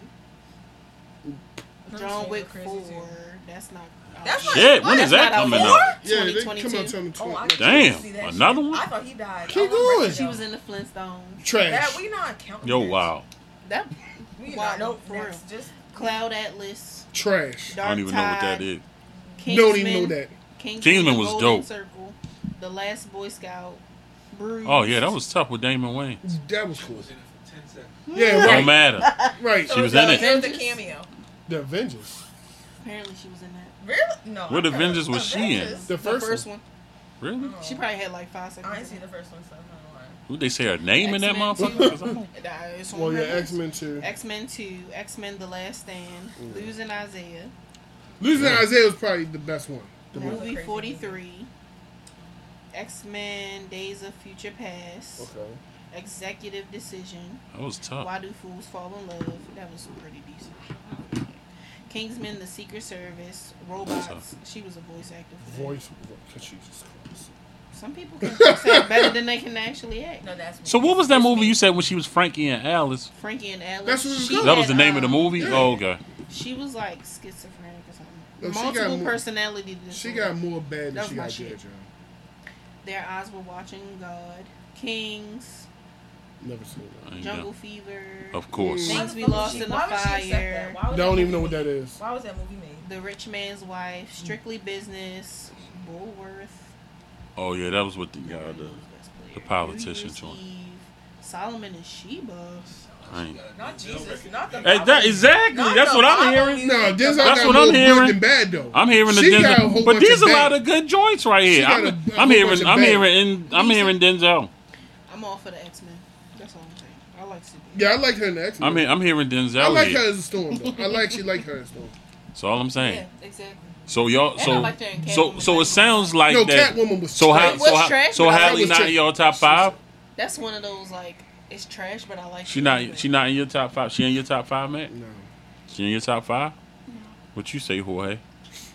S3: Those
S4: John
S3: things
S4: Wick
S3: are crazy, too.
S4: Four. That's not. uh,
S3: That's not-
S2: Shit, when
S3: What?
S2: is that
S4: That's
S2: coming
S4: not
S2: out?
S1: Yeah, they come
S4: 2022.
S1: out on
S3: Oh, I
S1: twenty.
S2: Damn,
S3: didn't see that
S2: another
S3: shit.
S2: one?
S3: I thought he died.
S1: Keep
S3: Oh, I'm
S1: going.
S3: ready,
S4: She
S3: yo.
S4: was in the Flintstones.
S1: Trash.
S3: That we not counting.
S2: Yo,
S3: that.
S2: wow.
S4: That
S3: We
S4: Wow,
S3: not. No,
S4: for real.
S3: next. Just
S4: Cloud Atlas.
S1: Trash.
S4: Dark
S2: I don't even know what that is.
S1: Don't even know that.
S4: Kingsman,
S2: Kingsman
S4: The
S2: was
S4: Golden
S2: dope.
S4: Circle. The Last Boy Scout. Bruce.
S2: Oh yeah, that was tough with Damon Wayne.
S1: That was cool.
S6: was in it for 10 seconds.
S1: Yeah,
S2: Don't
S1: right,
S2: matter.
S1: right.
S2: She was
S3: that
S2: in it.
S3: That was a cameo.
S1: The Avengers.
S4: Apparently she was in that.
S3: Really? No.
S2: What
S3: I heard-
S2: Avengers was she in?
S3: Avengers?
S1: The first,
S4: the first one.
S2: Really?
S4: She probably had like five seconds.
S3: I ain't seen the first one, so I'm not lying.
S2: Who they say her name in that
S4: X-Men
S2: motherfucker?
S4: too.
S2: 'Cause I'm like,
S4: Nah, it's on
S1: Well, yeah,
S4: her
S1: X
S4: list.
S1: Men too.
S4: X Men Two, X Men: The Last Stand,
S1: Mm.
S4: Losing Isaiah,
S1: Losing Isaiah was probably the best one. The
S3: Yeah.
S1: one.
S4: Movie
S3: Crazy.
S4: Forty Three, X Men: Days of Future Past,
S1: Okay.
S4: Executive Decision,
S2: That was tough.
S4: Why Do Fools Fall in Love? That was pretty decent. Kingsman: The Secret Service, Robots. She was a voice actor. For that.
S1: Voice. Jesus Christ.
S4: Some people can voice act better than they can actually act.
S3: No, that's me.
S2: So what was that movie you said when she was Frankie and Alice?
S4: Frankie and Alice.
S1: That's what it's
S4: she
S1: called.
S2: That
S4: had,
S2: was the name of the
S4: um,
S2: movie.
S1: yeah.
S2: Oh, okay.
S4: She was like schizophrenic or something.
S1: No, she got
S4: Multiple
S1: mo-
S4: personality disorder.
S1: She got more bad than
S4: That
S1: she
S4: was my
S1: got
S4: shit.
S1: good. John.
S4: Their eyes were watching God. Kings,
S1: Never seen that.
S2: There you
S4: Jungle
S2: go.
S4: Fever,
S2: Of course.
S4: Things We Lost in the
S3: Why would she accept
S4: Fire.
S3: that? Why was
S1: Don't
S3: that
S1: even know
S3: movie
S1: what that
S3: made?
S1: is.
S3: Why was that movie made?
S4: The Rich Man's Wife, Strictly Business, Bullworth,
S2: Oh yeah, that was with the guy.
S4: the,
S2: The, the politician joint.
S4: Solomon and Sheba.
S2: I ain't-
S3: Not Jesus. Not the.
S2: Hey, that, exactly.
S3: Not
S2: That's
S3: the
S2: what I'm
S3: Bible
S2: hearing.
S3: music.
S1: No, Denzel
S2: That's
S1: got
S2: what
S1: more
S2: I'm hearing.
S1: good than bad though.
S2: I'm hearing the
S1: She got a
S2: Denzel,
S1: whole
S2: but
S1: bunch
S2: these
S1: of
S2: a lot
S1: bad.
S2: of good joints right here.
S1: got
S2: I'm,
S1: a- a
S2: I'm
S1: whole
S2: hearing,
S1: bunch of
S2: I'm
S1: bang.
S2: hearing, in, I'm hearing Denzel.
S4: I'm all for the X Men. That's all I'm saying. I like Super.
S1: Yeah, I like her in the X Men.
S2: I'm, hear- I'm hearing Denzel.
S1: I like
S2: here.
S1: her as a storm though. I like she like her as storm.
S2: That's all I'm saying.
S4: Yeah, exactly.
S2: So y'all,
S4: And I
S2: so
S4: like that in
S2: so
S4: Catwoman.
S2: so it sounds like
S1: no,
S2: that.
S1: Catwoman was
S2: So how
S1: trash.
S4: was
S2: so how,
S4: trash,
S2: so
S4: but I
S2: Hallie
S1: was
S2: not
S1: trash.
S2: in your top five?
S4: That's one of those like it's trash, but I like.
S2: She
S4: it
S2: not
S4: anyway.
S2: she not in your top five. She in your top five, man.
S1: No.
S2: She in your top five. What you say, Jorge?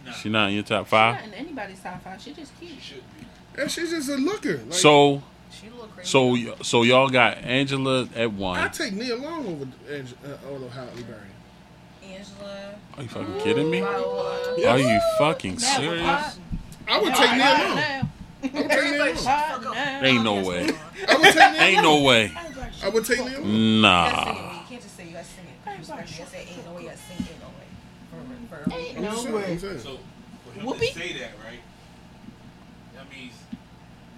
S6: Nah,
S2: She not in your top
S4: She's
S2: five.
S4: not in anybody's top five. She just cute.
S6: she should be.
S1: And she's just a looker. Like,
S2: So
S3: She look crazy.
S2: so y- so y'all got Angela at one.
S1: I take Nia Long over Ange- uh, over Halle Berry.
S3: Angela.
S2: Are you fucking kidding me?
S3: Viola.
S1: Yeah.
S2: Are you fucking serious?
S1: I would take Nia Long. I would take Nia
S3: Everybody should
S1: Long.
S3: fuck up.
S2: Ain't no way.
S1: I would take Nia
S2: Ain't
S1: Long.
S2: no Mm. way.
S1: I would take Nia Long.
S2: Nah.
S3: You can't just say you gotta sing it. You gotta say ain't no way. You gotta sing ain't no way. For- for-
S4: Ain't
S1: I'm just
S4: no
S1: saying,
S4: way.
S1: I'm saying.
S6: So for him
S4: Whoopi?
S6: to say that, right? That means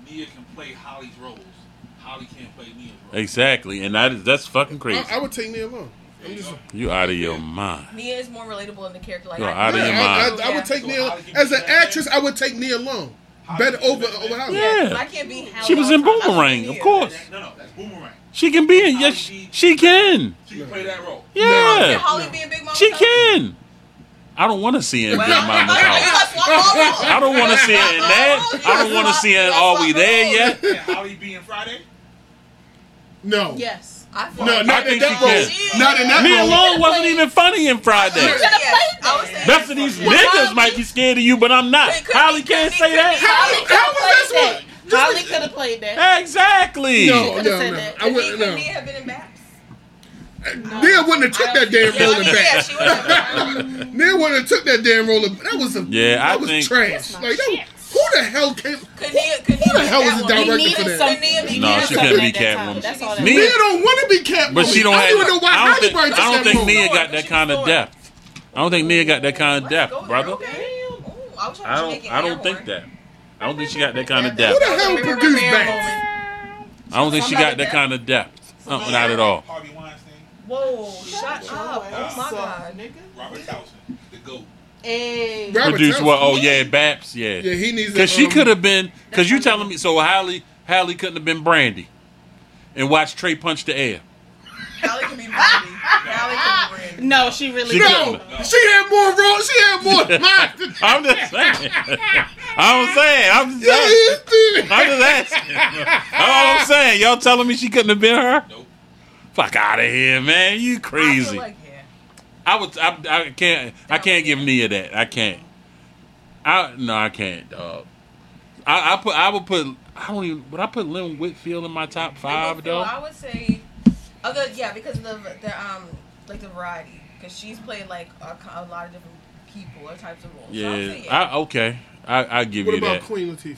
S6: Nia can play Holly's roles. Holly can't play Nia's roles.
S2: Exactly. And that is that's fucking crazy.
S1: I, I would take Nia Long.
S6: There
S1: I'm
S6: you
S1: just.
S6: go.
S2: You out of your mind.
S3: Nia is more relatable in the character. Like
S2: You're
S1: I,
S2: out of your
S1: I,
S2: mind.
S1: I, would take
S6: So
S1: Nia
S6: Halle can
S1: as
S6: be
S1: an
S6: Batman?
S1: actress. I would take Nia Long.
S6: Halle
S1: Better
S6: can be
S1: over
S6: Batman?
S1: over Halle.
S2: Yeah.
S3: I can't be. held
S2: She was
S3: all
S2: in
S3: the time. I couldn't
S2: Boomerang,
S3: be
S2: of
S3: here.
S2: course.
S6: No, no, that's Boomerang.
S2: She can be in. Yes, she, she can.
S6: She can play that role.
S3: Can
S2: Yeah,
S3: Holly be in Big Mama?
S2: she
S3: House?
S2: can. I don't want to see her in Big Mama's house. I don't want to see her in that. I don't want to see her in Are We There Yet?
S6: Can Holly be in Friday?
S1: No.
S4: Yes.
S3: I feel
S1: No,
S3: like-
S1: not in
S2: think
S1: that
S2: she
S1: role.
S3: can.
S1: Not in
S2: Me
S1: that role.
S2: alone wasn't even funny in Friday.
S3: Yes, I would say
S2: Best of these niggas might be scared of you, but I'm not. Holly can't say that.
S1: How, how was
S4: Played
S1: that
S4: that. Holly could have played that.
S2: Exactly.
S1: No, no,
S4: could've said
S1: no.
S4: that.
S1: I
S3: Could
S1: wouldn't. No.
S3: Nia have been in Maps?
S1: Nia wouldn't have took that damn
S3: Yeah,
S1: roller
S3: yeah,
S1: back.
S3: she would have.
S1: Nia wouldn't have took that damn roller. That was a
S2: Yeah, I
S1: that was
S2: think-
S1: trash. Like that, who the hell came?
S3: Could Nia? Could Nia?
S1: Who the hell
S3: that
S1: was the
S3: one?
S4: He
S1: director for
S4: needed
S1: that?
S3: some-
S4: something. he
S2: No,
S4: needed
S2: she
S4: something
S2: couldn't be
S4: at that time.
S2: Catwoman.
S4: That's all that
S2: Nia-
S1: Nia
S4: matters.
S1: don't want to be Catwoman.
S2: But she don't
S1: I
S2: have.
S1: don't even know why
S2: I don't
S1: Halle
S2: think,
S1: Berry took
S2: I don't
S1: that
S2: think
S1: role.
S2: Nia
S3: Lord,
S2: got that
S3: she's
S2: kind of
S3: Lord.
S2: depth. I don't think Nia got that kind of
S3: Let's go
S2: depth,
S3: there,
S2: brother.
S3: okay. Ooh, I was trying
S2: I
S3: to
S2: don't.
S3: make it
S2: I don't
S3: air
S2: think
S3: horn.
S2: that. I don't think she got that kind of
S1: Who
S2: depth.
S1: the hell
S3: Remember
S1: produced
S3: Bear
S1: that?
S2: I don't think she got that kind of depth. Uh, not at all.
S6: Harvey Weinstein,
S3: Whoa! Shut up! Oh my god!
S6: Robert Towson, the GOAT.
S4: Hey.
S1: Right.
S2: Produce what? Oh yeah, Baps.
S1: Yeah,
S2: Yeah.
S1: he needs. that,
S2: Because she
S1: um,
S2: could have been. Because you telling me so? Hallie. Hallie couldn't have been Brandy. And watch Trey punch the air.
S3: Hallie can be Brandy. Hallie can be Brandy.
S4: No, she really
S2: She
S1: No,
S4: couldn't.
S2: could've-
S1: she had more role. She had more mind.
S2: I'm just saying. I'm saying. I'm just.
S1: Yeah,
S2: Asking.
S1: he's stealing.
S2: I'm just asking. All I'm saying, y'all telling me she couldn't have been her?
S6: Nope.
S2: Fuck out of here, man. You
S3: I
S2: crazy.
S3: feel like, yeah.
S2: I would. I, I can't. I can't give Nia that. I can't. I no. I can't, dog. I, I put. I would put. I don't even. Would I put Lynn Whitfield in my top
S3: I
S2: five,
S3: would feel-
S2: dog?
S3: I would say, other yeah, because of the, the um like the variety, because she's played like a, co- a lot of different people or types of roles. So I would
S2: Yeah.
S3: say, yeah.
S2: I, okay. I I give
S1: What
S2: you
S1: about
S2: that.
S1: Queen Latifah?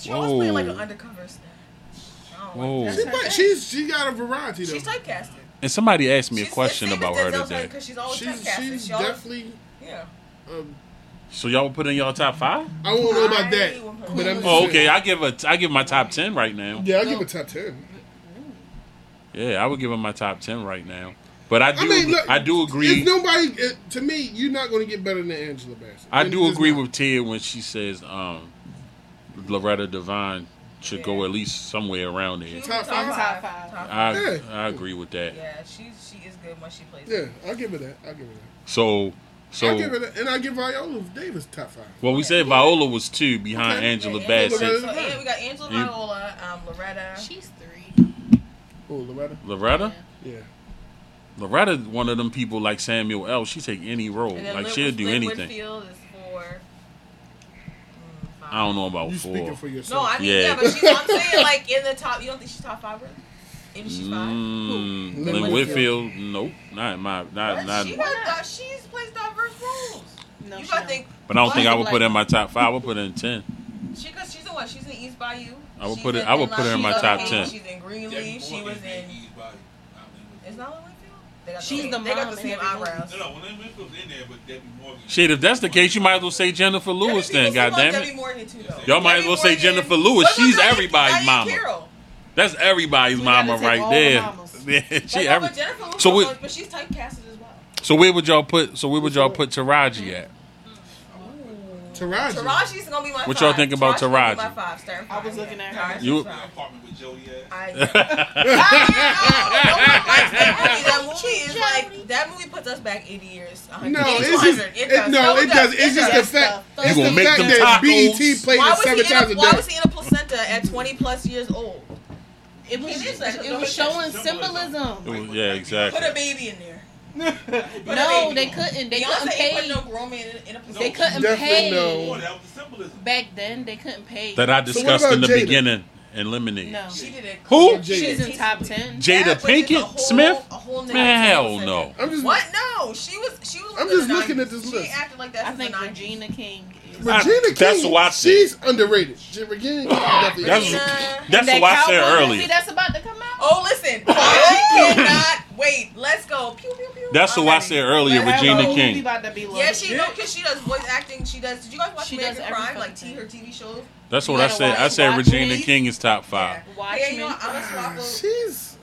S3: she always played like an
S2: Whoa.
S3: undercover star. I don't
S2: Whoa.
S3: Like
S1: She,
S3: that.
S1: but she's she got a variety though.
S3: She's typecasted.
S2: And somebody asked me
S3: She's
S2: a question
S3: the same
S2: about
S3: as
S2: her
S3: Denzel's,
S2: today.
S3: Like, Cause she's always
S1: she's
S3: typecasted.
S1: she's
S3: she always,
S1: definitely.
S3: yeah.
S1: Um,
S2: So y'all would put in y'all top five?
S1: I won't know about that.
S3: I want her.
S1: But I'm just
S2: Oh, okay.
S1: saying.
S2: I give a. I give my top ten right now.
S1: yeah, I give a top ten.
S2: Yeah, I would give her my top ten right now. But I do. I,
S1: mean, look,
S2: do agree.
S1: If nobody, it, to me, you're not going to get better than Angela Bassett.
S2: I
S1: And
S2: do
S1: it's
S2: agree
S1: not.
S2: with Tia when she says um, Loretta Devine should go at least somewhere around there.
S3: She's
S1: Top
S3: top
S1: five.
S3: five.
S4: Top
S3: Top five.
S2: I
S1: Yeah.
S2: I agree with that.
S3: Yeah, she she is good when she plays.
S1: Yeah, I'll give her that. I'll give her that.
S2: So
S1: I'll give her
S2: so
S1: that, and I give Viola Davis top five.
S2: well, we said Viola was two behind
S1: Okay.
S2: Angela
S3: Yeah,
S2: Bassett.
S3: So, yeah, we got Angela
S2: You-
S3: Viola, um, Loretta.
S4: She's three.
S1: Oh, Loretta.
S2: Loretta,
S1: Yeah.
S2: Loretta, one of them people like Samuel L. She take any role,
S3: And then
S2: Oh, like
S3: Lin-
S2: she'll do
S3: Lin
S2: anything.
S3: Whitfield is four. Mm, five.
S2: I don't know about
S1: You
S2: Oh, four.
S1: speaking for
S3: No,
S1: yourself.
S3: I mean
S2: Yeah.
S3: yeah, but she's, I'm saying like in the top. You don't think she's top five? Really? Maybe she's five.
S2: Mm,
S1: Who?
S2: Lynn
S1: Lin
S2: Whitfield, nope, not in my, not
S3: But
S2: not.
S3: she was, uh, she's plays diverse roles.
S4: No,
S3: you
S4: she
S3: gotta
S4: don't.
S3: think
S2: But I don't think I
S4: Why?
S2: would put her in my top five. I would put her in ten.
S3: she cause she's in what? She's in East Bayou.
S2: I would
S3: She's
S2: put it-
S3: in
S2: I would
S3: Inline,
S2: put her in
S3: she's
S2: my
S3: on
S2: top
S3: Hayes,
S2: ten.
S3: She's in Greenleaf. She was in. Is Lala Whitfield? They got
S4: She's
S3: same-
S4: the
S3: They got
S4: mom
S3: the
S4: in
S3: same
S4: every movie.
S3: eyebrows.
S6: No, no, when Lynn Whitfield's in there, but Debbie Morgan.
S2: Shit, if that's the case, you might as well say Jennifer Lewis
S3: Debbie-
S2: then.
S3: people love
S2: Goddamn it.
S3: Debbie Morgan too, though.
S2: Y'all might as
S3: Debbie
S2: well say
S3: Morgan-
S2: Jennifer Lewis.
S3: But look,
S2: She's
S3: Nadia-
S2: everybody's
S3: Nadia
S2: mama.
S3: Carroll.
S2: That's everybody's
S4: We gotta
S2: mama
S4: take all
S2: right
S4: the
S2: there.
S4: mamas.
S2: Yeah, she
S3: But no,
S2: every.
S3: but Jennifer Lewis
S2: So
S3: was
S2: we-
S3: on- but she's typecasted as well.
S2: So where would y'all put? So where would y'all put Taraji at?
S1: Taraji.
S3: Taraji's gonna be my.
S2: What
S3: five.
S2: y'all think about
S3: Taraji's gonna be
S2: Taraji?
S3: My five, starting
S4: I was
S3: five,
S4: looking
S3: yeah.
S4: at her.
S3: Taraji's
S2: You-
S6: The
S3: five.
S6: apartment with Jody at.
S3: I, that movie is like that movie puts us back 80 years. 100,
S1: No,
S3: it's
S1: it's just
S3: 200.
S1: it, no, it does. It's just the fact.
S4: It
S1: It's
S2: does.
S1: the
S2: You gonna
S1: fact
S2: make them
S1: that
S2: tacos.
S1: BET played
S3: Why
S1: it
S3: was, he
S1: seven times
S3: in
S1: a
S3: a, why was
S1: day.
S3: he in a placenta at 20 plus years old?
S4: It was,
S3: It is
S4: it,
S3: like a
S4: was
S3: double
S4: showing
S6: symbolism.
S4: symbolism.
S2: Yeah,
S3: Put a
S2: exactly.
S3: baby in there.
S4: No, they couldn't. They couldn't
S3: Beyonce ain't
S4: pay.
S3: put no grown man in, in a position.
S4: They couldn't
S1: Definitely
S4: pay.
S1: no.
S6: Boy, that was the symbolism.
S4: Back then, they couldn't pay.
S2: that I discussed
S1: about
S2: in the
S1: Jada?
S2: beginning in Lemonade.
S4: no.
S3: She did it.
S2: Who?
S1: Jada.
S4: She's in top ten.
S2: Jada
S3: That was just a
S2: Pinkett
S3: whole-
S2: Smith?
S3: a whole nother
S2: Man, hell
S3: conversation.
S2: no.
S1: I'm just
S3: What? No, she was. She was.
S1: I'm
S3: in the
S1: just looking
S3: 90s.
S1: at this list.
S3: She acted like that.
S4: I
S3: since the
S4: think
S3: 90s.
S4: Regina King is.
S2: Right.
S1: Regina King.
S2: That's what I said.
S1: She's underrated. She- Regina King definitely.
S2: That's-
S1: underrated.
S3: Regina.
S2: That's
S4: That
S2: what I said
S4: cowboy
S2: earlier.
S4: movie that's about to come out.
S3: Oh, listen. I cannot wait. Let's go. Pew pew pew.
S2: That's
S3: I'm
S2: what I
S3: ready.
S2: said earlier,
S4: That
S2: Regina
S4: cowboy movie
S2: King.
S4: about to be loaded.
S3: Yeah, she no, cause she does voice acting. She does. Did you guys watch
S4: She
S3: American
S4: does every
S3: Crime?
S4: fucking
S3: Like T
S4: thing.
S3: her TV shows.
S2: That's
S4: You
S2: what I
S4: gotta
S2: said. I
S4: watch
S2: said
S4: Watchmen.
S2: Regina King is top five.
S4: Watch
S3: yeah, you know,
S4: me.
S3: what? I'm a swap. She's,
S1: She's.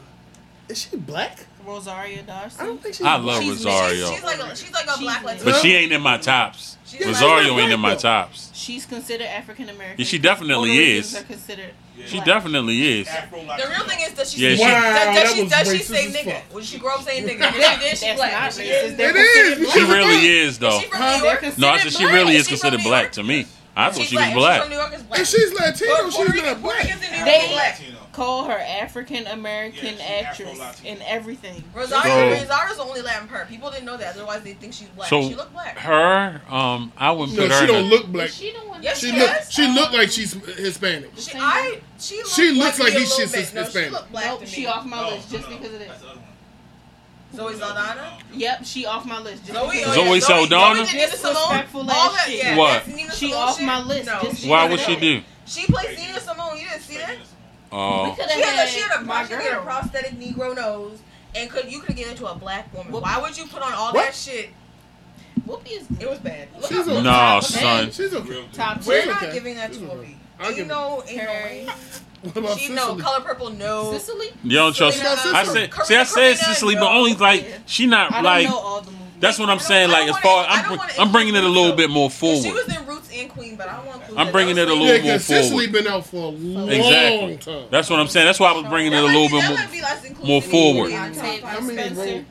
S1: Is she black?
S4: Rosario Dawson.
S1: I don't think she's.
S2: I love
S1: black.
S4: She's-
S2: Rosario.
S3: she's like a, she's like a
S4: She's
S3: black
S4: mixed.
S3: Latina.
S2: But she ain't in my tops.
S3: She's
S2: Rosario
S1: not
S2: ain't in my
S1: black, though.
S2: tops.
S4: She's considered African American.
S2: Yeah, she definitely
S4: Puerto Ricans
S2: is.
S4: Are considered.
S6: Yeah.
S2: She
S4: black.
S2: definitely is.
S3: The real thing is, does she?
S2: Yeah,
S3: say,
S2: she-
S1: Wow,
S3: does, does she,
S1: that
S3: does
S1: was
S3: she
S1: racist
S3: say
S1: as
S3: nigga?
S1: fuck.
S3: Well, she grew up saying nigga. If she did, she
S4: That's
S3: black.
S4: not
S3: If she
S4: racist.
S3: is,
S1: It
S4: They're
S1: is,
S4: considered
S1: because-
S2: She
S1: She's black.
S2: really is
S3: Is
S2: though.
S3: she from New
S4: They're
S3: York?
S4: considered
S2: No, I said she really
S4: black.
S2: is
S3: She's from
S2: considered
S3: New
S2: black
S3: York?
S2: to me. I thought
S3: She's
S2: she was
S3: If she's from New
S2: black.
S3: York, it's black.
S1: And she's Latino.
S3: Puerto
S1: she's
S3: Rican-
S1: not black.
S3: Puerto Ricans in New York
S4: They-
S3: is black.
S4: Call her African American
S6: Yeah, she's
S4: actress
S6: Afro-Latina.
S4: in everything.
S3: Rosario,
S2: So-
S3: Rosario's the only Latin her. People didn't know that. Otherwise, they think she's black.
S2: So-
S3: she look black.
S2: Her, um, I wouldn't
S1: No,
S2: put her.
S1: she don't
S2: In the,
S1: look black.
S5: She the one
S3: Yes,
S5: that-
S1: She
S3: she
S1: look.
S3: does.
S1: She look like she's Hispanic.
S3: She, I, she, look
S1: She looks
S3: black to me
S1: like
S3: a
S1: she's
S3: little bit. No, she
S1: Hispanic.
S3: look black
S4: Nope,
S3: to me.
S4: she off my list just because of this.
S3: Zoe Saldana.
S6: Um,
S4: Yep, she off my list. Just
S3: Zoe,
S4: because
S2: Zoe
S3: oh yeah,
S2: Saldana?
S3: Zoe did Nina Simone.
S4: Disrespectful
S3: All
S4: ass
S3: that,
S4: shit.
S3: yeah,
S2: What?
S3: that's Nina
S4: She
S3: Simone
S4: off
S3: shit.
S4: my list,
S3: No,
S4: just
S3: she
S2: why
S3: gotta
S2: would she
S3: go.
S2: do?
S3: She plays Nina Simone. You didn't see that?
S2: Oh,
S4: coulda
S3: She had a, she had a,
S4: my
S3: she had a
S4: girl.
S3: prosthetic Negro nose, and could you could get into a black woman?
S4: Whoop.
S3: Why would you put on all
S1: What?
S3: that shit?
S4: Whoopi is
S3: It was bad. Look
S1: She's
S3: up-
S1: a-
S2: Nah,
S3: look up-
S2: son.
S1: She's okay.
S4: top
S3: We're
S1: She's
S4: two.
S3: not
S1: okay.
S3: giving that to
S1: She's okay.
S3: Whoopi.
S1: I'll
S3: Ain't
S1: give it.
S3: no, ain't no way.
S1: What about
S3: She no
S1: Sicily?
S3: color purple. No.
S4: Sicily.
S2: you don't trust.
S1: She's not Sicily.
S2: I said, see, I said Sicily, but only like she
S4: I
S2: not
S4: don't
S2: like.
S4: know all the movies.
S2: That's what
S3: I
S2: I'm
S3: don't-
S2: saying.
S3: I don't
S2: Like as
S3: wanna-
S2: far,
S3: I
S2: I'm
S3: don't
S2: br-
S3: wanna
S2: I'm bringing it a little
S3: include
S2: bit more
S3: Cause She
S2: forward.
S3: was in Roots and Queen, but I don't want. to
S2: I'm bringing it a
S1: Yeah,
S2: little more
S1: because Sicily
S2: forward.
S1: been out for a long
S2: Exactly.
S1: time.
S2: That's what I'm saying. That's why I was bringing it a little bit more. more forward.
S1: How many
S4: Spencer,
S1: roles?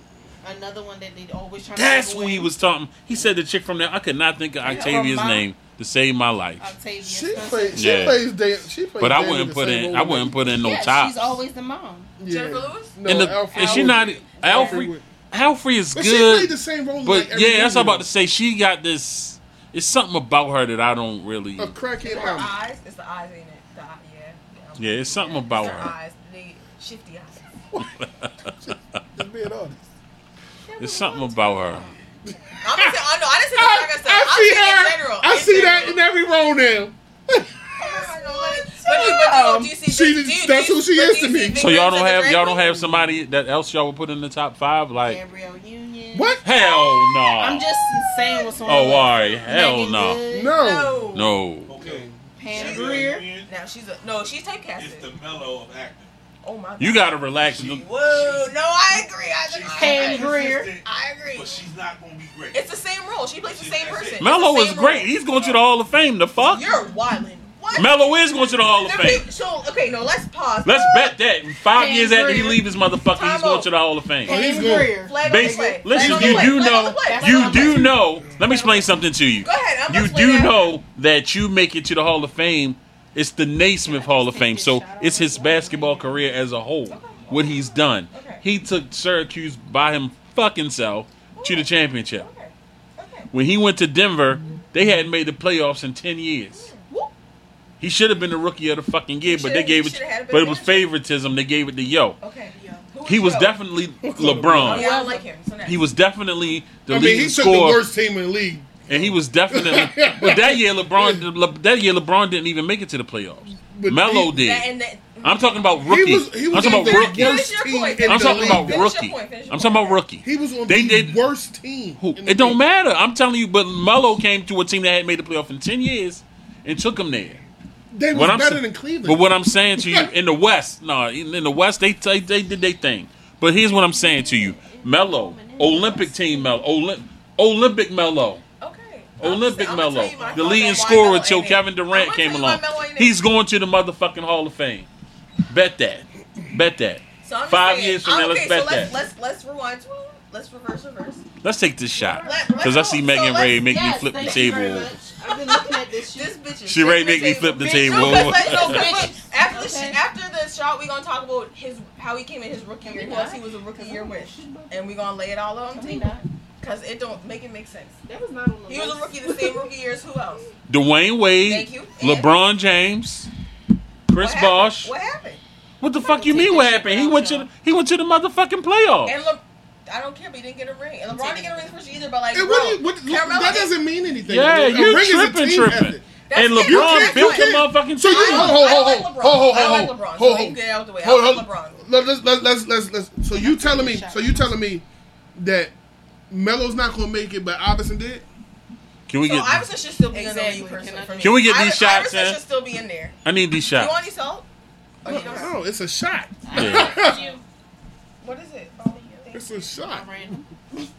S4: another one that they always trying
S2: That's
S4: to
S2: who he was talking. He said the chick from there. I could not think of
S4: Yeah,
S2: Octavia's
S4: Mom.
S2: name to save my life.
S4: Octavia.
S1: She
S4: Spencer.
S1: plays. She
S2: Yeah.
S1: plays. Dan, she plays.
S2: But I
S1: Dan in
S2: wouldn't
S1: the
S2: put
S1: same
S2: in.
S1: role
S2: I
S1: with
S2: wouldn't put in no
S4: yeah,
S2: tops.
S4: she's always the mom.
S1: Yeah.
S3: Jennifer Lewis?
S1: No,
S2: And the-
S1: Alfred
S2: is she
S1: Woodard.
S2: not
S1: Alfred
S2: Alfred?
S1: Woodard.
S2: Alfred is
S1: But she played
S2: good,
S1: the same role. in,
S2: but
S1: like, every
S2: yeah, that's what I'm
S1: movie.
S2: about to say. She got this. It's something about her that I don't really.
S1: A crackhead
S3: Her
S1: mama.
S3: eyes. It's the eyes, ain't it? The, eye- yeah.
S2: Yeah, it's something about
S3: her.
S2: her.
S3: eyes. They shifty eyes.
S1: Just being honest.
S2: It's something about her.
S3: I'm just saying, I know. I just said
S1: I,
S3: like I said.
S1: I
S3: I'm
S1: see
S3: saying
S1: her.
S3: In general,
S1: I
S3: in
S1: see that in
S3: general.
S1: every role now.
S3: But you, but you, do you see?
S1: She-
S3: do you,
S1: that's
S3: do you,
S1: who she
S3: but
S1: is
S3: do you
S1: to
S3: see
S1: me.
S2: So y'all don't
S3: Big Reds as a
S2: have
S3: drag
S2: y'all don't
S3: queen?
S2: have somebody that else y'all would put in the top five. Like
S4: Gabrielle Union.
S1: What?
S2: hell no.
S4: I'm just saying what's on.
S2: Oh,
S4: the
S2: all
S4: list.
S2: right. Hell
S4: Megan
S2: no.
S4: Good,
S1: No.
S3: No.
S2: No.
S6: Okay.
S4: Pam
S6: She's
S4: Grier.
S6: the-
S3: Now she's a no. She's
S6: It's the
S3: typecasted.
S6: mellow of acting.
S3: Oh my. God.
S2: You gotta relax.
S3: Whoa. No, I agree. I, I,
S4: Pam
S3: agree.
S4: Grier.
S3: I agree.
S6: But she's not gonna be great.
S3: It's the same role. She plays the same person. It's
S2: Mello
S3: the
S2: is
S3: same
S2: great.
S3: role.
S2: He's going to the Hall of Fame. The fuck?
S3: You're wildin'. What?
S2: Mello is going to the Hall of
S3: The
S2: Fame.
S3: pe- So okay, no. Let's pause.
S2: Let's bet that in five
S4: Pam
S2: years after he
S4: Grier.
S2: leaves his motherfucker, he's
S3: Time
S2: going
S3: out.
S2: to the Hall of Fame.
S1: Oh, he's
S4: Pam
S1: good.
S4: Grier.
S3: Flag on the
S2: Basi-
S3: play. Flag
S2: listen,
S3: on the
S2: you
S3: play.
S2: do
S3: Flag on the
S2: know,
S3: play. Flag on
S2: you
S3: the play.
S2: do know. Let me explain something to you.
S3: Go ahead. I'm
S2: You
S3: explaining
S2: do
S3: that.
S2: know that you make it to the Hall of Fame. It's the Naismith Hall of Fame, so it's his basketball career as a whole. What he's done,
S3: Okay.
S2: he took Syracuse by him fucking self to the championship.
S3: Okay. Okay.
S2: When he went to Denver, they hadn't made the playoffs in ten years.
S3: Whoop.
S2: He should have been the rookie of the fucking year, but
S3: should've-
S2: they gave
S3: he
S2: it.
S3: should've had a better
S2: But it was
S3: matchup.
S2: favoritism. They gave it to Yo.
S3: Okay. Who
S2: He was
S3: Joe?
S2: definitely
S3: Oh,
S2: LeBron.
S3: yeah, I don't like him. So next.
S2: He was definitely the
S1: I mean,
S2: leading
S1: he took the
S2: scorer,
S1: worst team in the league.
S2: and he was definitely. but that year, LeBron. Le- that year, LeBron didn't even make it to the playoffs.
S1: But he-
S2: Melo did.
S3: That and that.
S2: I'm talking about
S1: He
S2: rookie.
S1: was. He was
S2: I'm talking
S1: the
S2: about rookie.
S3: Finish
S1: worst
S3: your
S1: team.
S3: point.
S1: in
S2: I'm
S1: the
S2: talking about
S1: league.
S3: Finish your
S2: rookie.
S3: point, finish your
S2: I'm talking about
S3: point.
S2: rookie.
S1: He was on
S2: They
S1: the
S2: did-
S1: worst team.
S2: Who-
S1: in the
S2: It don't
S1: league.
S2: matter. I'm telling you. But Melo came to a team that had made the playoff in ten years and took him there.
S1: They was
S2: What I'm
S1: better
S2: sa-
S1: than Cleveland.
S2: But what I'm saying to you in the West, no, in in the West they they, they did their thing. But here's what I'm saying to you, Mello, Olympic team Mello, Olymp, Olympic Mello,
S3: Okay.
S2: Olympic
S3: I'm gonna
S2: Mello,
S3: tell you my
S2: the
S3: thoughts
S2: leading
S3: on why
S2: scorer
S3: Melo
S2: till
S3: ain't it.
S2: Kevin
S3: I'm
S2: Durant
S3: gonna
S2: came
S3: tell you why
S2: along.
S3: Melo ain't it.
S2: He's going to the motherfucking Hall of Fame. Bet that. Bet that.
S3: So I'm just
S2: Five
S3: saying-
S2: years from now,
S3: okay,
S2: let's bet
S3: so
S2: that.
S3: let's, Let's let's rewind. Let's reverse reverse.
S2: Let's take this shot
S3: Let- let's
S2: because I
S3: go.
S2: see
S3: So
S2: Megan
S3: let's-
S2: Ray make me
S4: Yes,
S2: flip the
S4: thank you very
S2: table.
S4: much. I've been looking at this
S3: This
S4: shit.
S3: bitch is
S2: She ready to make me flip the
S3: Bitch,
S2: table.
S3: no, 'cause like, no, 'cause look, after the
S4: Okay.
S3: sh- after the shot, we're gonna talk about his how he came in his rookie year, who else he was a rookie year with, and we're gonna lay it all on the table because it don't make it make sense.
S4: That was not on the
S3: He was a rookie the same rookie year as who else?
S2: Dwayne Wade,
S3: Thank you.
S2: LeBron James, Chris
S3: What happened?
S2: Bosh.
S3: What happened?
S2: What the fuck you mean? What happened? He went to the, he went to the motherfucking playoffs.
S3: And Le- I don't care, but he didn't get a ring. And LeBron didn't get a ring the first year either, but like,
S1: And
S3: bro,
S1: what do you- what-
S3: Carmelo
S1: that
S3: did-
S1: doesn't mean anything.
S2: yeah,
S1: A
S2: you
S1: ring is a
S2: tripping,
S1: team
S2: tripping.
S1: effort.
S3: That's
S2: and
S3: it. You
S2: LeBron
S3: can't-
S2: built the
S1: you can't.
S2: motherfucking
S1: So you
S3: I
S2: team.
S3: don't-
S1: ho ho
S3: I
S1: ho
S3: don't like
S1: ho
S3: LeBron.
S1: ho ho
S3: I
S1: ho
S3: like
S1: ho
S3: LeBron, so
S1: ho
S3: you
S1: ho.
S3: get it out the way. I
S1: Hold
S3: like
S1: on.
S3: LeBron.
S1: Let- Let's let's let's let's let's. So you telling me? So you telling me that Melo's not gonna make it, but Iverson did?
S2: Can we
S3: So
S2: get?
S3: Iverson should still be
S4: Exactly.
S3: in there.
S4: Can I-
S3: personally for me.
S2: Can we get these
S3: Iver-
S2: shots eh?
S3: Iverson
S2: in?
S3: should still be in there.
S2: I need these
S3: You want
S2: shots.
S3: these help? Or you don't have-
S1: No, it's a shot.
S2: Yeah.
S5: You.
S3: What is it?
S1: It's a shot.
S4: Random.
S3: Oh,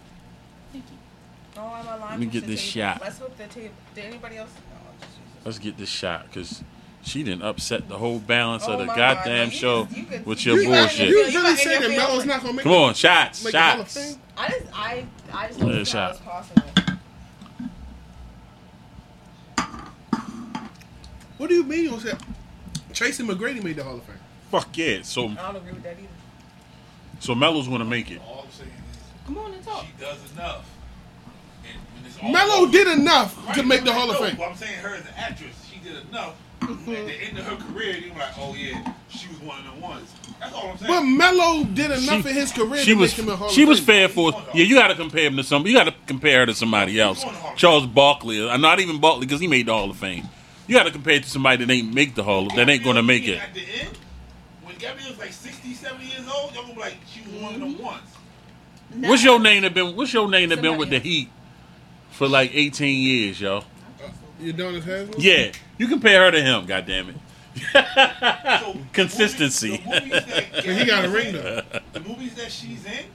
S3: I'm aligned
S2: Let me
S3: with
S2: get
S3: the
S2: this
S3: table.
S2: shot.
S3: Let's hope the table. Did anybody else? No, I'll just use this.
S2: Let's get this shot because she didn't upset the whole balance
S3: Oh
S2: of the
S3: my
S2: goddamn
S3: God, you
S2: show
S3: just- you could-
S2: with
S1: You,
S2: your
S1: you
S2: bullshit.
S1: really
S3: You
S1: say
S3: got
S1: that
S3: in your
S1: Melo's
S3: feelings.
S1: not gonna make
S2: Come
S1: it?
S2: on, shots,
S1: Make the Hall of
S2: shots.
S1: Fame?
S3: I just, I, I just don't
S2: Yeah,
S3: think that was
S2: Uh, shot.
S3: possible.
S1: What do you mean? You said Tracy McGrady made the Hall of Fame.
S2: Fuck yeah. So
S3: I don't agree with that either.
S2: so Melo's gonna make it.
S6: All I'm saying is
S4: Come on and talk.
S6: she does enough. And when it's all
S1: Melo
S6: over-
S1: did enough to
S6: Right,
S1: make the
S6: I
S1: Hall of
S6: know,
S1: Fame. Mm-hmm.
S6: But I'm saying her as an actress, she did enough. At the end of her career, they were like, oh yeah, she was one of the ones. That's all I'm saying.
S1: But Melo did enough
S2: She-
S1: in his career
S2: She
S1: to
S2: was
S1: make him a Hall
S2: she
S1: of
S2: was
S1: Fame.
S2: fair for yeah. You got to compare him to some. You got to compare her to somebody else. Charles Barkley. I'm not even Barkley because he made the Hall of Fame. You got to compare it to somebody that ain't make the Hall. That ain't gonna make it.
S6: At the end, when Gabby was like 60, 70 years old, y'all gonna be like, she was one of
S4: Mm-hmm.
S6: the ones.
S2: What's your name that been? What's your name that been with the Heat for like 18 years, yo?
S1: You done his hands?
S2: Yeah, you compare her to him. God damn it.
S6: So
S2: Ah, Consistency.
S6: the movies- the movies that
S1: And he got a
S6: Gabby's
S1: ring
S6: in,
S1: though.
S6: The movies that she's in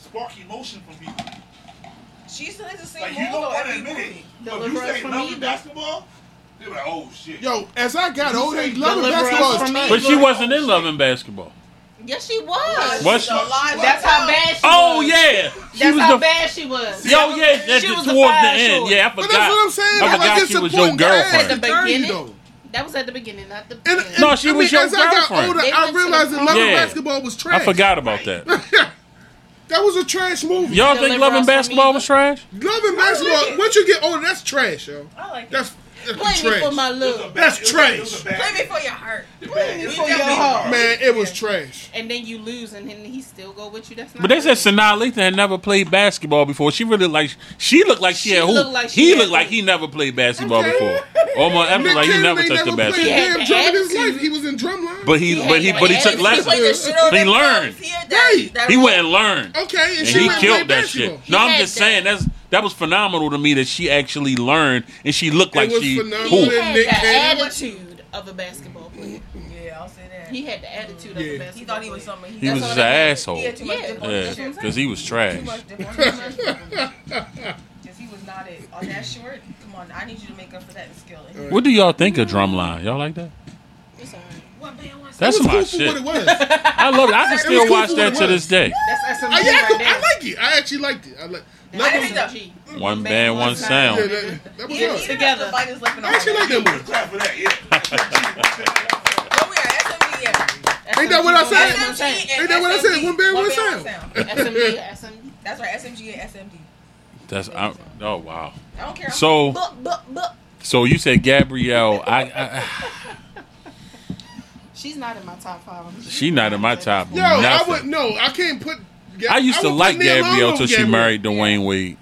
S6: spark emotion from people.
S3: She still has the same
S6: Like
S3: like,
S6: you
S3: role
S6: don't
S3: though
S6: want to
S3: every
S6: admit it,
S3: movie.
S6: but if you
S4: LeBron
S6: say
S4: from
S6: love
S4: either.
S6: and basketball, they're like, oh shit.
S1: Yo, as I got older,
S4: say
S1: love
S4: the
S1: and
S4: LeBron
S1: basketball
S4: from
S1: is
S4: me.
S2: But she wasn't in love and basketball.
S4: Yes, she was.
S2: What? What's-
S3: She's alive.
S4: That's how bad she
S2: Oh
S4: was.
S2: yeah, she
S4: That's
S2: was
S4: how
S2: the.
S4: bad she was.
S2: Yo, yeah, that,
S4: She was the
S2: towards the
S4: five
S2: end.
S4: short.
S2: Yeah, I
S1: But
S2: forgot.
S1: that's what I'm saying.
S2: I
S1: like,
S2: forgot
S1: it's
S2: she was
S1: a
S2: your
S1: point guard.
S2: girlfriend.
S4: At the
S1: 30
S4: beginning?
S1: though.
S4: That was at the beginning, not the
S1: And,
S4: beginning.
S1: and,
S2: No, she
S1: I
S2: was
S1: mean,
S2: your
S1: as I got
S2: girlfriend.
S1: older,
S4: They
S1: I
S4: went to
S1: realized
S4: the
S1: that love and
S2: Yeah.
S1: basketball was trash.
S2: I forgot about that.
S1: that was a trash movie.
S2: Y'all
S4: The
S2: think Love and
S4: LeBron
S2: Basketball
S4: Samita.
S2: was trash?
S1: Love and basketball.
S3: it.
S1: Once you get older, that's trash, yo.
S3: I like it.
S1: That's, that's
S4: Play me
S1: trash.
S4: for my
S6: It was a
S4: love.
S6: bad-
S1: That's
S6: it was a- it
S1: trash.
S6: was a bad-
S3: Play me for your heart.
S6: the bad-
S4: me
S6: it was
S4: for
S6: a
S4: your
S6: bad-
S4: heart.
S1: Man, it was trash.
S4: And then you lose, and then he still go with you. That's not.
S2: But they said
S4: good.
S2: Sanaa Lathan had never played basketball before. She really like she looked like she,
S4: She
S2: had who?
S4: looked like she
S2: he
S4: had
S2: looked like
S4: hoop.
S2: he never played basketball
S1: Okay.
S2: before. Almost
S1: Nick
S2: ever like he
S1: Cannon
S2: never
S1: ain't never
S2: touched the
S1: played
S2: basketball.
S4: Yeah.
S1: damn drum in his
S4: attitude.
S1: life. He was in drumline.
S2: But he,
S4: He
S2: but he
S4: had
S2: but he
S4: that
S2: took
S4: attitude.
S3: He played the
S2: lessons.
S3: shit out of
S2: He
S3: them
S2: learned.
S3: clubs. He had that-
S1: Right.
S3: that
S2: He
S3: role.
S2: went and learned.
S1: okay, and,
S2: And
S1: she
S2: he
S1: went
S2: killed that
S1: basketball.
S2: shit. No,
S4: He
S2: I'm
S4: had
S2: just
S4: that.
S2: saying that's that was phenomenal to me that she actually learned and she looked like
S1: was
S2: she
S1: phenomenal.
S2: hooped.
S4: He had
S1: Nick
S4: the
S1: Cannon.
S4: attitude of a basketball player.
S3: Yeah, I'll say that.
S4: He had the attitude
S1: Yeah.
S4: of a
S1: He
S4: basketball.
S3: He thought he was
S4: player.
S3: something.
S2: He
S3: that's
S2: was
S3: all
S2: just
S3: that
S2: an
S3: mattered.
S2: asshole.
S3: He had too much
S4: Yeah.
S3: dip on his
S2: Yeah,
S3: shit.
S2: because he was
S3: Too
S2: trash.
S3: much dip on his shit. Because he was not it. On that short, come on. I need you to make up for that in skill. And he-
S2: What do y'all think of Drumline? Y'all like that?
S4: It's all right.
S3: What man wants
S2: That's
S1: it was
S2: my
S1: cool
S2: shit.
S1: for what it was.
S2: I love it. I can
S1: was
S2: still
S1: cool
S2: watch
S1: for what
S2: that
S1: it
S2: to
S1: was.
S2: this day.
S4: That's SMG
S1: I, yeah, I,
S4: right
S1: could-
S4: there.
S1: I like it. I actually liked it. I like.
S3: I
S1: Like
S3: didn't
S1: that,
S3: think that-
S2: One band, one
S1: yeah,
S2: sound.
S1: that, that was
S3: He didn't
S1: us.
S3: even have
S4: Together.
S3: to bite his lip and all
S1: I actually
S3: that.
S1: like that movie.
S6: Clap for that, yeah.
S3: But we are SMG, yeah.
S1: Ain't that what I said?
S4: That's what I'm saying.
S3: SMG and
S1: Ain't that what I said?
S3: SMD.
S1: One band, one sound.
S4: SMG, SMG.
S3: That's right, SMG and SMD.
S2: That's I, oh wow.
S3: I don't care.
S2: So
S4: Bup, bup, bup.
S2: so you said Gabrielle. I, I
S4: She's not in my top five. I'm just-
S2: She not in my top.
S1: Yo,
S2: Nothing.
S1: I would no. I can't put.
S2: I used to
S1: would put
S2: like
S1: Neil Long
S2: Gabrielle
S1: on
S2: till she
S1: Gabrielle.
S2: married Dwayne Wade.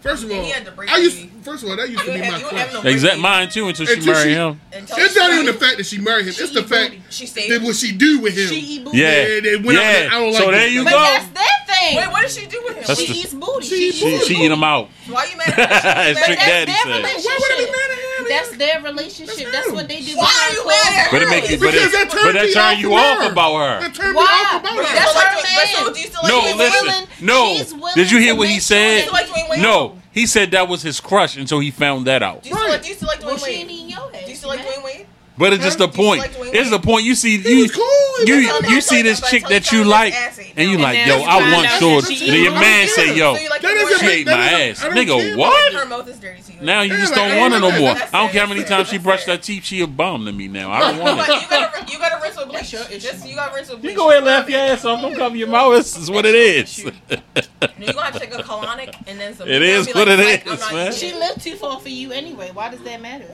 S1: First of
S3: And
S1: all,
S3: he had to break
S1: I used.
S3: me.
S1: First of all, that used to
S3: You
S1: be
S3: have-
S1: my
S3: you have
S1: crush.
S3: no-
S2: Exact mine too until she
S1: Until
S2: married
S1: she-
S2: him.
S3: And tell
S1: It's
S3: she
S1: not
S3: got-
S1: even the fact that she married him. It's the fact
S3: She
S1: that
S3: saved.
S1: what she do with
S4: She
S1: him.
S4: eat booty.
S2: Yeah,
S1: Yeah, they went out
S2: yeah.
S1: there, I don't
S2: so
S1: like
S2: there
S1: this.
S2: you
S4: But
S2: go.
S4: that's that thing.
S3: Wait, what did she do with him?
S2: That's
S4: she
S2: the-
S4: eats booty.
S1: She
S2: She she eat him out.
S3: Why you mad at her?
S2: It's
S3: She was
S2: Trick
S3: mad at-
S2: Daddy
S4: That's their
S2: said.
S4: relationship.
S1: Why would I be mad at him?
S4: That's their relationship. That's what they do.
S3: Why are you mad at her?
S2: But it make you but
S1: Because
S2: it,
S1: that turned
S2: but that
S1: me
S2: turned
S1: off
S2: you
S1: from
S2: off
S1: her.
S2: about
S1: That
S2: her.
S1: turned me
S4: Why?
S1: off about
S4: But
S1: her.
S3: That's
S4: But
S3: her
S4: like-
S3: man.
S4: but so
S3: do
S4: do
S3: you
S4: you
S3: still like
S2: No,
S4: She's
S2: listen.
S4: willing-
S2: No.
S4: she's willing
S2: Did you hear
S4: to
S2: what he
S4: make sure
S2: said?
S4: that-
S2: No. He said that was his crush until he found that out.
S3: Do you still,
S1: Right.
S3: do you still like
S4: Well,
S3: Dwayne
S4: she ain't
S3: Wade?
S4: eating your ass.
S3: Do you still like
S4: man.
S3: Dwayne Wade?
S2: But it's just a
S1: Huh?
S2: point.
S3: Just like Wayne
S2: It's a
S3: Wayne.
S2: point. You see,
S1: He
S2: you
S1: was cool.
S2: you
S1: He
S3: was cool.
S2: you see this
S3: But
S2: chick
S3: Tony
S2: that you
S3: Tony's
S2: like,
S3: assy.
S2: and you
S3: And
S2: like,
S4: then
S2: yo,
S4: she
S2: I
S4: found
S2: want
S4: out
S2: shorts.
S4: she
S2: Then your
S4: eats
S2: man
S1: them.
S2: say, yo,
S3: So you like
S1: That
S3: the
S1: doesn't
S2: she
S3: word-
S1: make-
S2: ate my
S1: that is-
S2: ass.
S1: I don't
S2: Nigga,
S1: care.
S2: what?
S3: Her mouth is dirty to you.
S2: Now you
S1: Yeah,
S2: just
S1: like,
S2: don't want her no
S1: that's
S2: more.
S1: it,
S2: I don't care how many
S3: that's
S2: times she
S3: it.
S2: brushed her teeth. She a bum to me now. I don't want
S3: But
S2: it.
S3: you gotta, you gotta rinse with bleach. Just you gotta rinse with bleach.
S2: You go ahead and laugh your ass off. Don't cover your mouth. This is what it is.
S3: You gonna have to take a colonic and then some.
S2: It
S3: you gonna
S2: is
S3: be
S2: what it
S3: "Mike, I'm
S2: is,
S3: not
S2: man."
S3: eating
S4: She
S3: it."
S4: lived too far for you anyway. Why does that matter?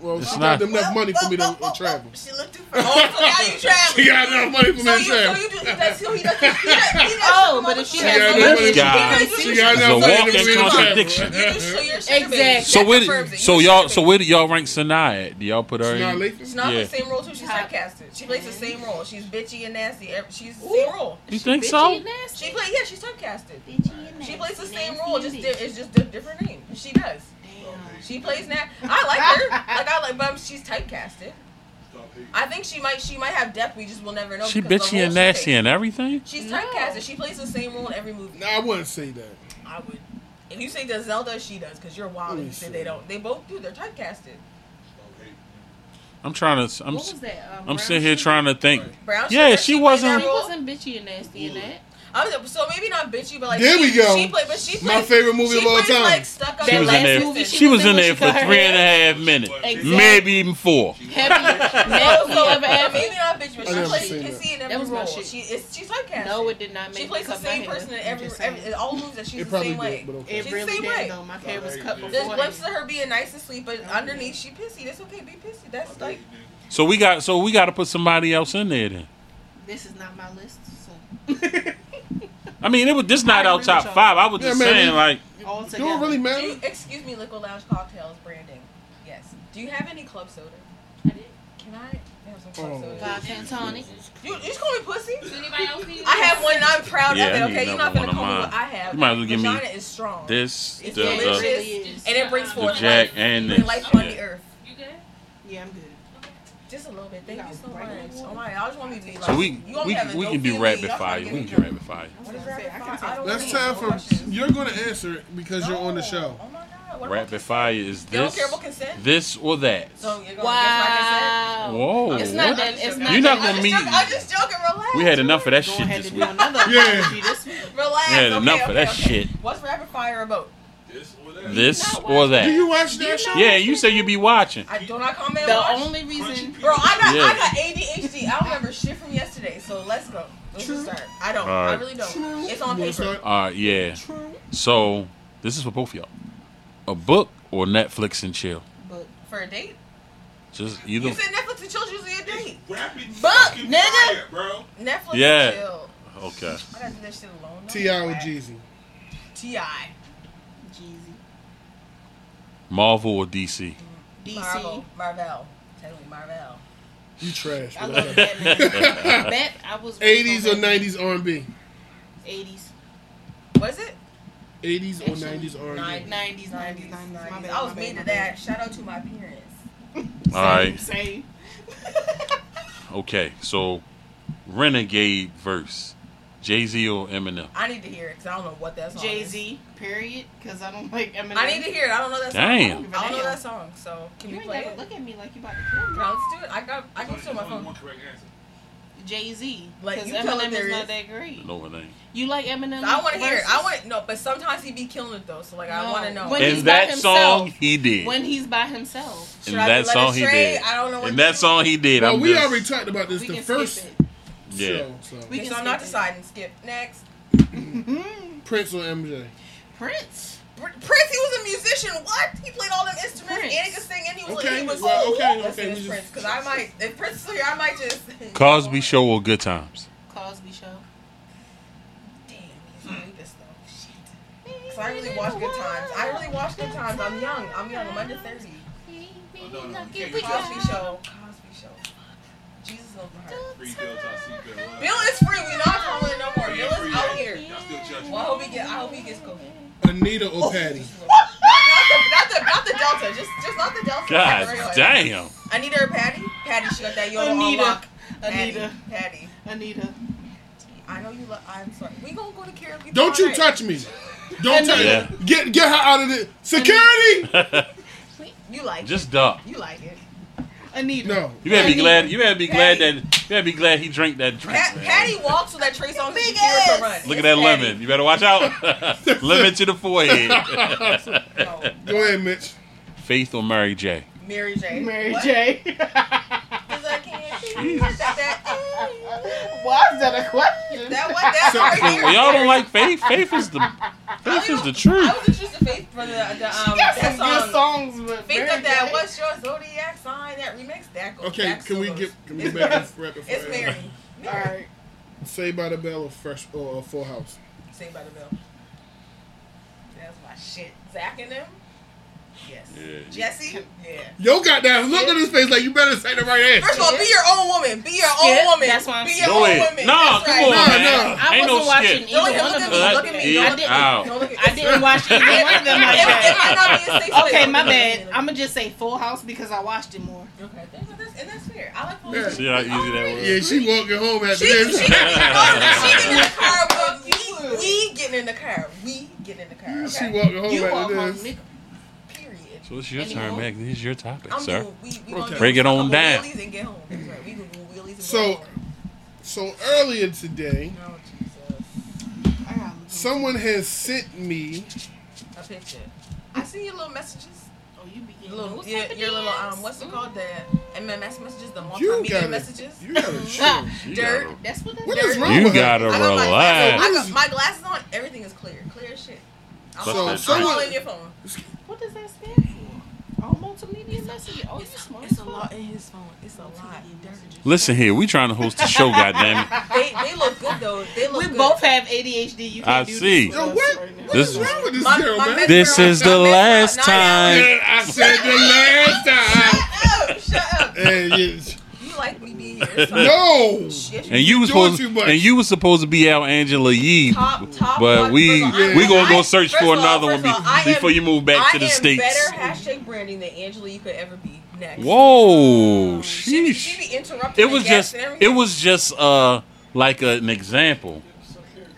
S1: Well,
S2: It's
S1: she
S2: not-
S1: got enough money for me to to travel.
S3: She lived too far. Oh, so now you
S1: She
S3: traveling.
S1: got enough money for
S3: So
S1: me
S3: you,
S1: to
S3: so
S1: travel.
S3: you do, that's, so he does, he does, he does,
S4: Oh, but if she
S1: She
S4: has
S1: got
S4: no
S1: enough
S4: money-
S1: money.
S2: guy
S1: She got enough
S2: is a
S1: money for
S2: walking
S1: me to
S2: contradiction.
S1: travel.
S4: Exactly.
S2: So
S3: where?
S2: where? So y'all? So where do y'all rank Sanaa at? Do y'all put her?
S1: She not
S2: in?
S1: Lakers?
S3: She's not
S2: Yeah.
S3: the same role too. She's
S4: Hot.
S3: typecasted. She plays the same role. She's bitchy and nasty. Ev- She's the
S4: Ooh.
S3: same role.
S2: You
S4: She
S2: think
S4: bitchy
S2: so?
S4: and nasty.
S3: She plays. Yeah, she's typecasted.
S4: Bitchy and
S3: She plays the
S4: nasty,
S3: same
S4: nasty
S3: role.
S4: and
S3: Just di-
S4: bitchy.
S3: it's just a different name. She does.
S4: Damn.
S3: She plays now. I like her. Like I like, but I'm- she's typecasted. I think she might. She might have depth. We just will never know.
S2: She
S3: because the
S2: bitchy
S3: role
S2: and
S3: she
S2: nasty
S3: plays.
S2: and everything.
S3: She's
S4: No.
S3: typecasted. She plays the same role in every movie.
S1: No, I wouldn't say that.
S3: I would. If you say does Zelda, she does, because you're
S1: Let
S3: wild if
S1: me
S3: you say
S1: see.
S3: they don't. They both do. They're typecasted.
S2: I'm trying to. I'm.
S4: what was that? Um,
S2: I'm
S4: brown
S2: sitting here
S4: sugar?
S2: trying to think.
S3: Brown
S2: Yeah,
S3: Sugar,
S2: she
S3: played
S2: wasn't-
S3: that
S4: She
S3: role.
S4: wasn't bitchy and nasty in that.
S3: I'm just- so maybe not bitchy, but like
S1: There
S3: she,
S1: we go.
S3: She played, but she
S1: My
S3: played-
S1: favorite movie
S3: she
S1: of all
S3: played,
S1: time.
S3: Like, stuck up
S2: She
S4: That
S2: was
S4: last
S2: in there.
S4: movie she
S2: She
S4: was
S2: was
S4: in
S2: in
S4: when
S2: there
S4: she
S2: for
S4: cut her
S2: three and a half minutes,
S4: Exactly.
S2: maybe even four.
S4: Heavy,
S3: No,
S4: nasty,
S3: so
S4: ever,
S3: so
S4: ever.
S3: maybe not bitch, but
S1: I
S3: she
S1: never
S3: plays
S1: seen that.
S3: pissy in every
S4: That was my
S3: role.
S4: shit.
S3: She is she's typecasted.
S4: No, it did not make
S3: she
S4: me
S3: plays the
S4: cut my
S3: same
S4: hair.
S3: person in
S4: I'm
S3: every,
S4: just saying.
S3: every in all movies that she's
S1: It
S3: the
S1: probably
S3: same
S1: did,
S3: way.
S1: but okay.
S4: It
S3: She's the
S4: really
S3: same
S4: did
S3: way.
S4: though. My hair was cut
S6: There's
S4: before.
S3: There's glimpses of her being nice and sleep, but underneath she pissy. That's okay, be pissy. That's like
S2: So we got. So we got to put somebody else in there then.
S4: This is not my list. So
S2: I mean, it was this not
S4: I
S2: out
S4: agree
S2: top
S4: with y'all.
S2: five. I was just
S1: Yeah, man,
S2: saying
S1: we-
S2: like.
S4: all
S1: Do it
S4: together.
S1: really
S3: Do
S1: matter?
S3: you, excuse me, Liquor Lounge cocktails branding. Yes. Do you have any club soda?
S5: I did.
S3: Can I have some club
S1: Oh.
S3: soda?
S4: Vodka and tonic.
S3: You, you just call me pussy?
S5: Does anybody else need
S3: I have one. and I'm proud
S2: Yeah,
S3: of it.
S2: I need
S3: Okay, you're not
S2: another
S3: gonna
S2: one of
S3: call me
S2: mine.
S3: what I have.
S2: You might as well give me
S3: Vagina is strong.
S2: This
S3: It's
S2: the,
S4: Yeah,
S2: the,
S4: it
S3: delicious,
S4: really is.
S3: and it brings
S5: The
S2: the
S3: forth
S2: Jack
S3: life,
S2: and
S3: bring
S2: this.
S3: life on
S2: Yeah.
S3: the earth.
S5: You good?
S4: Yeah, I'm good.
S3: Just a little bit. Thank
S4: Yeah,
S3: you so
S4: right on
S3: much.
S4: the
S3: Oh my, I just want me to be like.
S2: So we
S3: you want me
S2: we
S3: to have a
S2: we
S3: no
S2: can do
S3: feeling,
S2: rapid
S3: y'all trying
S2: fire. We
S3: to get
S2: can
S3: me
S2: do
S3: drunk.
S2: rapid fire.
S4: I
S3: What is
S4: was gonna say,
S3: rapid
S4: I can
S3: fire?
S4: take
S3: I don't
S1: That's
S3: want any
S1: time
S3: more
S1: for
S3: questions.
S1: you're gonna answer it because you're on the show.
S3: Oh my god. What
S2: Rapid
S3: Rapid.
S2: fire is
S3: They don't
S2: this,
S3: care about consent.
S2: this or that.
S3: So you're gonna
S4: Wow.
S2: Whoa!
S4: It's not
S2: what?
S4: that. It's not.
S2: You're not
S4: that-
S2: gonna
S3: guess
S2: meet.
S3: my consent? I'm just joking. Relax.
S2: We had enough of that
S4: Go
S2: shit
S4: ahead
S2: this
S4: and
S2: week.
S4: do another
S1: Yeah.
S4: apology this week.
S3: Relax.
S2: We had
S3: okay,
S2: enough
S3: okay,
S2: of that
S3: okay.
S2: shit.
S3: What's rapid fire about?
S2: This
S3: You know
S2: or
S3: what?
S1: Do
S2: that.
S1: you watch that show?
S2: Yeah, you say you be watching.
S3: I do not comment.
S4: The
S3: watch.
S4: only reason.
S3: Bro, I got
S2: Yeah.
S3: I got ADHD. I don't remember shit from yesterday. So let's go. Let's just start. I don't. I
S2: Alright.
S3: really don't. It's on
S1: You wanna
S3: paper.
S1: start?
S2: All right, Uh, yeah. So this is for both of y'all. A book or Netflix and chill.
S4: But
S3: For a date?
S2: Just either.
S3: You said Netflix and chill's usually a date.
S6: Buck,
S3: nigga.
S6: Fire, bro.
S3: Netflix
S2: Yeah.
S3: and chill.
S2: Okay.
S3: I gotta do that shit alone. though.
S1: T.I. with
S3: Whack.
S1: Jeezy.
S3: T.I.
S4: Jeezy,
S2: Marvel or DC.
S4: DC.
S3: Marvel. Marvel. Tell me Marvel.
S1: You trash.
S4: I
S1: but
S4: love
S1: whatever.
S4: Batman. Bat, I was.
S1: 80s or 90s R&B?
S4: 80s.
S3: Was it?
S1: 80s or
S4: Actually,
S1: 90s R&B?
S4: 90s, 90s, 90s.
S3: 90s.
S4: My bad,
S3: I was made to
S4: my bad, my bad.
S3: that. Shout out to my parents.
S2: All right.
S4: Same.
S2: Okay. So, Renegade verse. Jay Z or Eminem.
S3: I need to hear it because I don't know what that song
S4: Jay
S3: is.
S4: Z. Period. Because I don't like Eminem.
S3: I need to hear it. I don't know that song.
S2: Damn.
S3: I don't know that song. So can
S4: You
S3: we
S4: ain't
S3: play
S4: gotta
S3: it?
S4: look at me like you about to kill me.
S3: No, let's do it. I got. I
S6: There's
S3: can steal my
S6: only
S3: phone.
S6: one correct answer.
S4: Jay Z.
S3: Like,
S4: Because
S3: you tell him
S4: Eminem
S3: there
S4: is
S3: is.
S4: not that great.
S2: No, it ain't.
S4: You like Eminem?
S3: I want to hear. it. I
S4: versus-
S3: want no, but sometimes he be killing it though. So like, I
S4: No.
S3: want to know.
S4: When
S2: In
S4: he's by
S2: that
S4: himself.
S2: song, he did.
S4: when he's by himself.
S3: Should
S2: In
S3: I
S2: that
S3: let it
S2: song, he
S3: stray?
S2: did.
S3: I don't know. What
S2: In
S3: to
S2: that
S3: do.
S2: song, he did.
S1: Well,
S2: I'm
S1: we
S2: just-
S1: already talked about this
S4: we
S1: the
S4: can
S1: first
S4: skip it.
S2: Yeah.
S1: show. So.
S4: We-
S3: Okay,
S4: can
S3: so I'm not
S4: skip it.
S3: deciding. Skip next.
S4: Mhm.
S1: Prince or MJ?
S4: Prince.
S3: Pr- Prince, he was a musician. What? He played all them instruments.
S4: Prince.
S3: And he could sing, and he was
S1: Okay,
S3: like, he was.
S1: well, okay,
S3: Let's
S1: okay,
S3: say
S1: we
S3: it's
S1: just-
S3: Prince, because I might. If Prince is here, I might just.
S2: Cosby Show or Good Times.
S4: Cosby Show.
S3: Damn, he's a rapist though. Shit. Because I really watch Good Times. I really watch Good Times. I'm young. I'm young. I'm under thirty.
S6: Oh, no, no, you
S3: Cosby
S6: can't do that.
S3: Show. Cosby Show. Jesus over her.
S6: Free Bill till I see Bill.
S3: Bill is free. We're not calling it no more.
S6: Free
S3: Bill
S6: and free
S3: is out
S6: and-
S3: here.
S6: Y'all still judging.
S3: Well, I hope he get. I hope he gets COVID.
S1: Anita
S3: Oh.
S1: or Patty?
S3: not, the, not the not the Delta, just just not the Delta. Like,
S2: God
S3: regular.
S2: damn.
S3: Anita or Patty? Patty, she got that Yoda on
S4: Anita.
S3: lock. Patty,
S4: Anita.
S3: Patty,
S4: Anita.
S3: I know you love. I'm sorry. We gonna go to karaoke.
S1: Don't you
S3: tonight.
S1: touch me. Don't touch
S2: Yeah.
S1: me. Get, get her out of the Security!
S3: You like
S2: just duck.
S3: it. You like it.
S4: Anita.
S1: No.
S2: You better be
S4: Anita.
S2: glad. You better be glad that.
S3: Patty.
S2: You better be glad he drank that drink.
S3: Pat,
S2: man.
S3: Patty walked so that Trey Songz could
S4: Big
S3: get her
S4: ass.
S3: to run.
S2: Look at that lemon. You better watch out. lemon to the forehead.
S3: No.
S1: Go ahead, Mitch.
S2: Faith or Mary J.
S3: Mary J.
S4: Mary
S3: What?
S4: J.
S3: 'Cause I can't see. That, that,
S4: Why is that a question?
S3: that one, that right
S2: Well,
S3: there.
S2: y'all don't like faith. Faith is the faith is the truth.
S3: I was interested in Faith for the, the um,
S4: she
S3: that
S4: got some
S3: song.
S4: good songs, but
S3: Faith
S4: Mary
S3: of that,
S4: J.
S3: what's your zodiac sign? That remix, that goes.
S1: Okay,
S3: that
S1: can we
S3: goes.
S1: get can we
S3: It's-
S1: make this rapid fire?
S3: It's Mary.
S4: All
S3: Mary.
S4: right.
S1: Say by the Bell or Fresh or uh, Full House.
S3: Saved by the Bell. That's my shit. Zach and them. Yes.
S2: Yeah.
S3: Jesse. Yeah.
S1: Yo, got that look on his face like you better say the right answer.
S3: First of all, be your own woman. Be your
S4: Skip.
S3: own woman.
S4: That's why I'm
S3: Be your
S2: Go
S3: own
S2: ahead.
S3: woman.
S2: No,
S3: That's
S2: come
S1: No,
S2: on,
S3: right.
S2: man.
S1: no.
S4: I
S2: Ain't no
S4: wasn't watching
S2: skip.
S4: either
S3: Don't
S4: one
S3: even
S4: of
S3: look
S4: them.
S3: at me. Look at me. Don't
S2: Get
S3: look at
S2: out.
S3: me. Don't look at
S4: I didn't watch either one of them
S3: It-
S4: like
S3: it might
S4: that.
S3: not be a safe place.
S4: Okay, my bad. I'm gonna just say Full House because I watched it more.
S3: Okay, that's- that's- and that's fair. I like
S1: Yeah.
S3: police.
S2: See how easy that was.
S1: yeah, she walking home after
S3: She, she,
S1: this.
S3: she getting in the car with we, we getting in the car. We getting in the car. Okay?
S1: She walking home
S4: You walk
S1: after
S4: home,
S1: this.
S4: nigga.
S3: Period.
S2: So it's your turn,
S4: Anymore?
S2: Meg. This is your topic,
S3: I'm
S2: sir.
S3: doing, we, we gonna
S1: Okay.
S3: do
S2: Break it on
S3: couple
S2: down.
S3: wheelies and get home. That's right. We gonna do wheelies and
S1: So-
S3: get home.
S1: So earlier today,
S3: No, Jesus.
S4: I gotta look.
S1: someone has sent me
S3: A picture. I see your little messages.
S4: Oh, you be getting
S3: Little,
S4: those
S3: your,
S4: type of
S3: your little
S4: DMs?
S3: um, what's it called? The MMS messages, the
S1: you
S3: multimedia
S1: got
S3: messages.
S1: You got to chill.
S2: You
S3: Dirt.
S2: gotta-
S4: Ah, That's what. That
S1: Oh, What
S4: dirt-
S1: is wrong
S2: You
S1: with her?
S2: gotta
S3: I got my glasses.
S2: relax.
S3: I got my glasses on. Everything is clear. Clear as shit. I'm
S2: Plus
S3: all,
S2: that
S3: I'm all
S1: drink.
S3: in your phone.
S4: What does that stand for? Oh, multimedia message. Oh, you smart. as fuck.
S3: in his phone. It's a lot.
S2: Listen here, we trying to host the show, goddammit.
S3: They, they look good though. They look
S4: We
S3: good.
S4: both have ADHD. You can't
S2: I
S4: do
S2: see.
S4: This
S1: Yo,
S4: with us
S1: what?
S4: right now.
S1: What
S2: This
S1: is
S2: is-
S1: wrong with this
S3: My-
S1: girl,
S3: my
S1: man?
S3: best
S2: This
S3: girl-
S2: is
S3: my
S2: the
S3: best
S2: last
S3: girl- not now.
S1: Yeah, I said the last time.
S3: Shut up! Shut up!
S1: And it's-
S3: You like me being here? so-
S1: no.
S3: Yes, you
S2: And you was
S1: Doing
S2: supposed,
S1: too much.
S2: and you was supposed to be our Angela Yee,
S3: Top- top
S2: but
S3: one.
S2: we
S3: First of all,
S2: we
S3: I-
S2: gonna go
S3: I-
S2: search
S3: first
S2: for
S3: of all,
S2: another one
S3: first of all, I
S2: be,
S3: am-
S2: before you move back
S3: I
S2: to the
S3: am
S2: states.
S3: better hashtag branding than Angela you could ever be. Next.
S2: Whoa,
S3: She be,
S2: sheesh!
S3: she be interrupting.
S2: It was
S3: the guests
S2: just
S3: and
S2: it
S3: everything.
S2: was just uh like an example.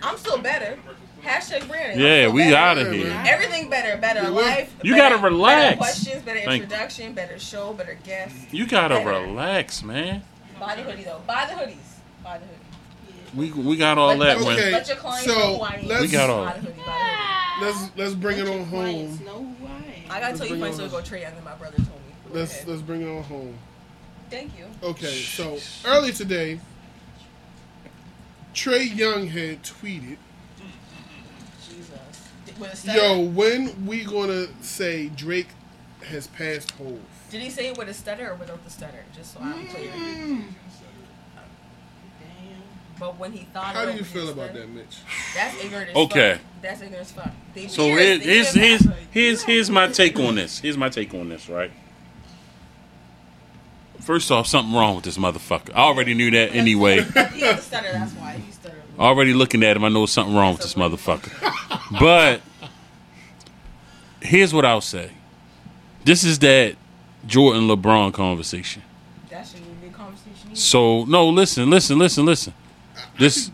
S3: I'm still better. Hashtag branding. I'm
S2: Yeah,
S3: still
S2: we
S3: better.
S2: out
S1: Yeah,
S2: of here.
S1: man.
S3: Everything better, better
S1: Yeah, we-
S3: life.
S2: You
S3: better-
S2: gotta relax.
S3: Better questions, better
S2: Thank you.
S3: introduction, better show, better guests.
S2: You gotta
S3: Better.
S2: relax, man.
S3: Buy the hoodie though. Buy the hoodies. Buy the hoodie.
S2: We we got all that
S3: Let- let,
S2: when
S1: Okay,
S3: Let your clients
S1: so
S3: know who I am.
S1: let's-
S2: We got all
S3: Buy the hoodie. Buy the hoodie.
S1: Let's let's bring it
S4: Let
S1: on
S4: your clients
S1: home.
S4: Know who I am.
S3: I gotta tell you
S1: Bring
S3: my
S1: it
S3: story
S1: on.
S3: about Trey Young and my brother told me. Go
S1: Let's
S3: ahead.
S1: let's bring it on home.
S3: Thank you.
S1: Okay, so early today, Trey Young had tweeted,
S3: Jesus. Did, with a stutter?
S1: "Yo, when we gonna say Drake has passed Hove?"
S3: Did he say it with a stutter or without the stutter? Just so I'm clear.
S1: Mm.
S3: But when he thought
S1: How
S3: it
S1: do
S3: over
S1: you
S3: his
S1: feel about
S3: stutter-
S1: that, Mitch?
S3: That's ignorant as
S2: Okay.
S3: fuck. That's ignorant as fuck. They
S2: So
S3: years,
S2: here's
S3: they
S2: here's
S3: years
S2: here's,
S3: back.
S2: here's here's my take on this. Here's my take on this, right? First off, something wrong with this motherfucker. I already knew that anyway.
S3: He has a stutter, that's why. He stuttered.
S2: Already looking at him, I know something wrong with this motherfucker. But here's what I'll say. This is that Jordan LeBron conversation.
S3: That shouldn't even be a conversation either.
S2: So no, listen, listen, listen, listen. This,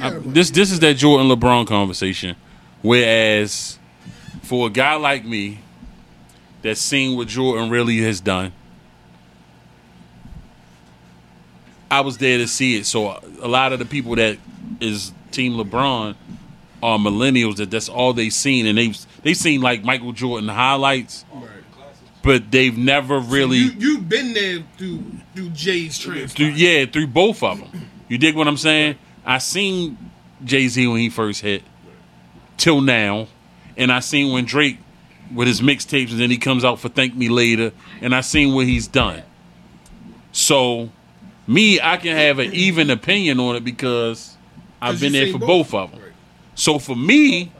S2: I- this, this is that Jordan LeBron conversation. Whereas, for a guy like me, that's seen what Jordan really has done, I was there to see it. So a lot of the people that is Team LeBron are millennials that that's all they've seen, and they've they've seen like Michael Jordan highlights,
S1: Right.
S2: but they've never really.
S1: You you've been there through through Jay's transfer.
S2: Through, yeah, through both of them. You dig what I'm saying? I seen Jay Z when he first hit, till now, and I seen when Drake with his mixtapes, and then he comes out for "Thank Me Later," and I seen what he's done. So, me, I can have an even opinion on it because I've
S1: 'Cause you
S2: been there
S1: seen
S2: for both, of them.
S1: Right.
S2: So for me,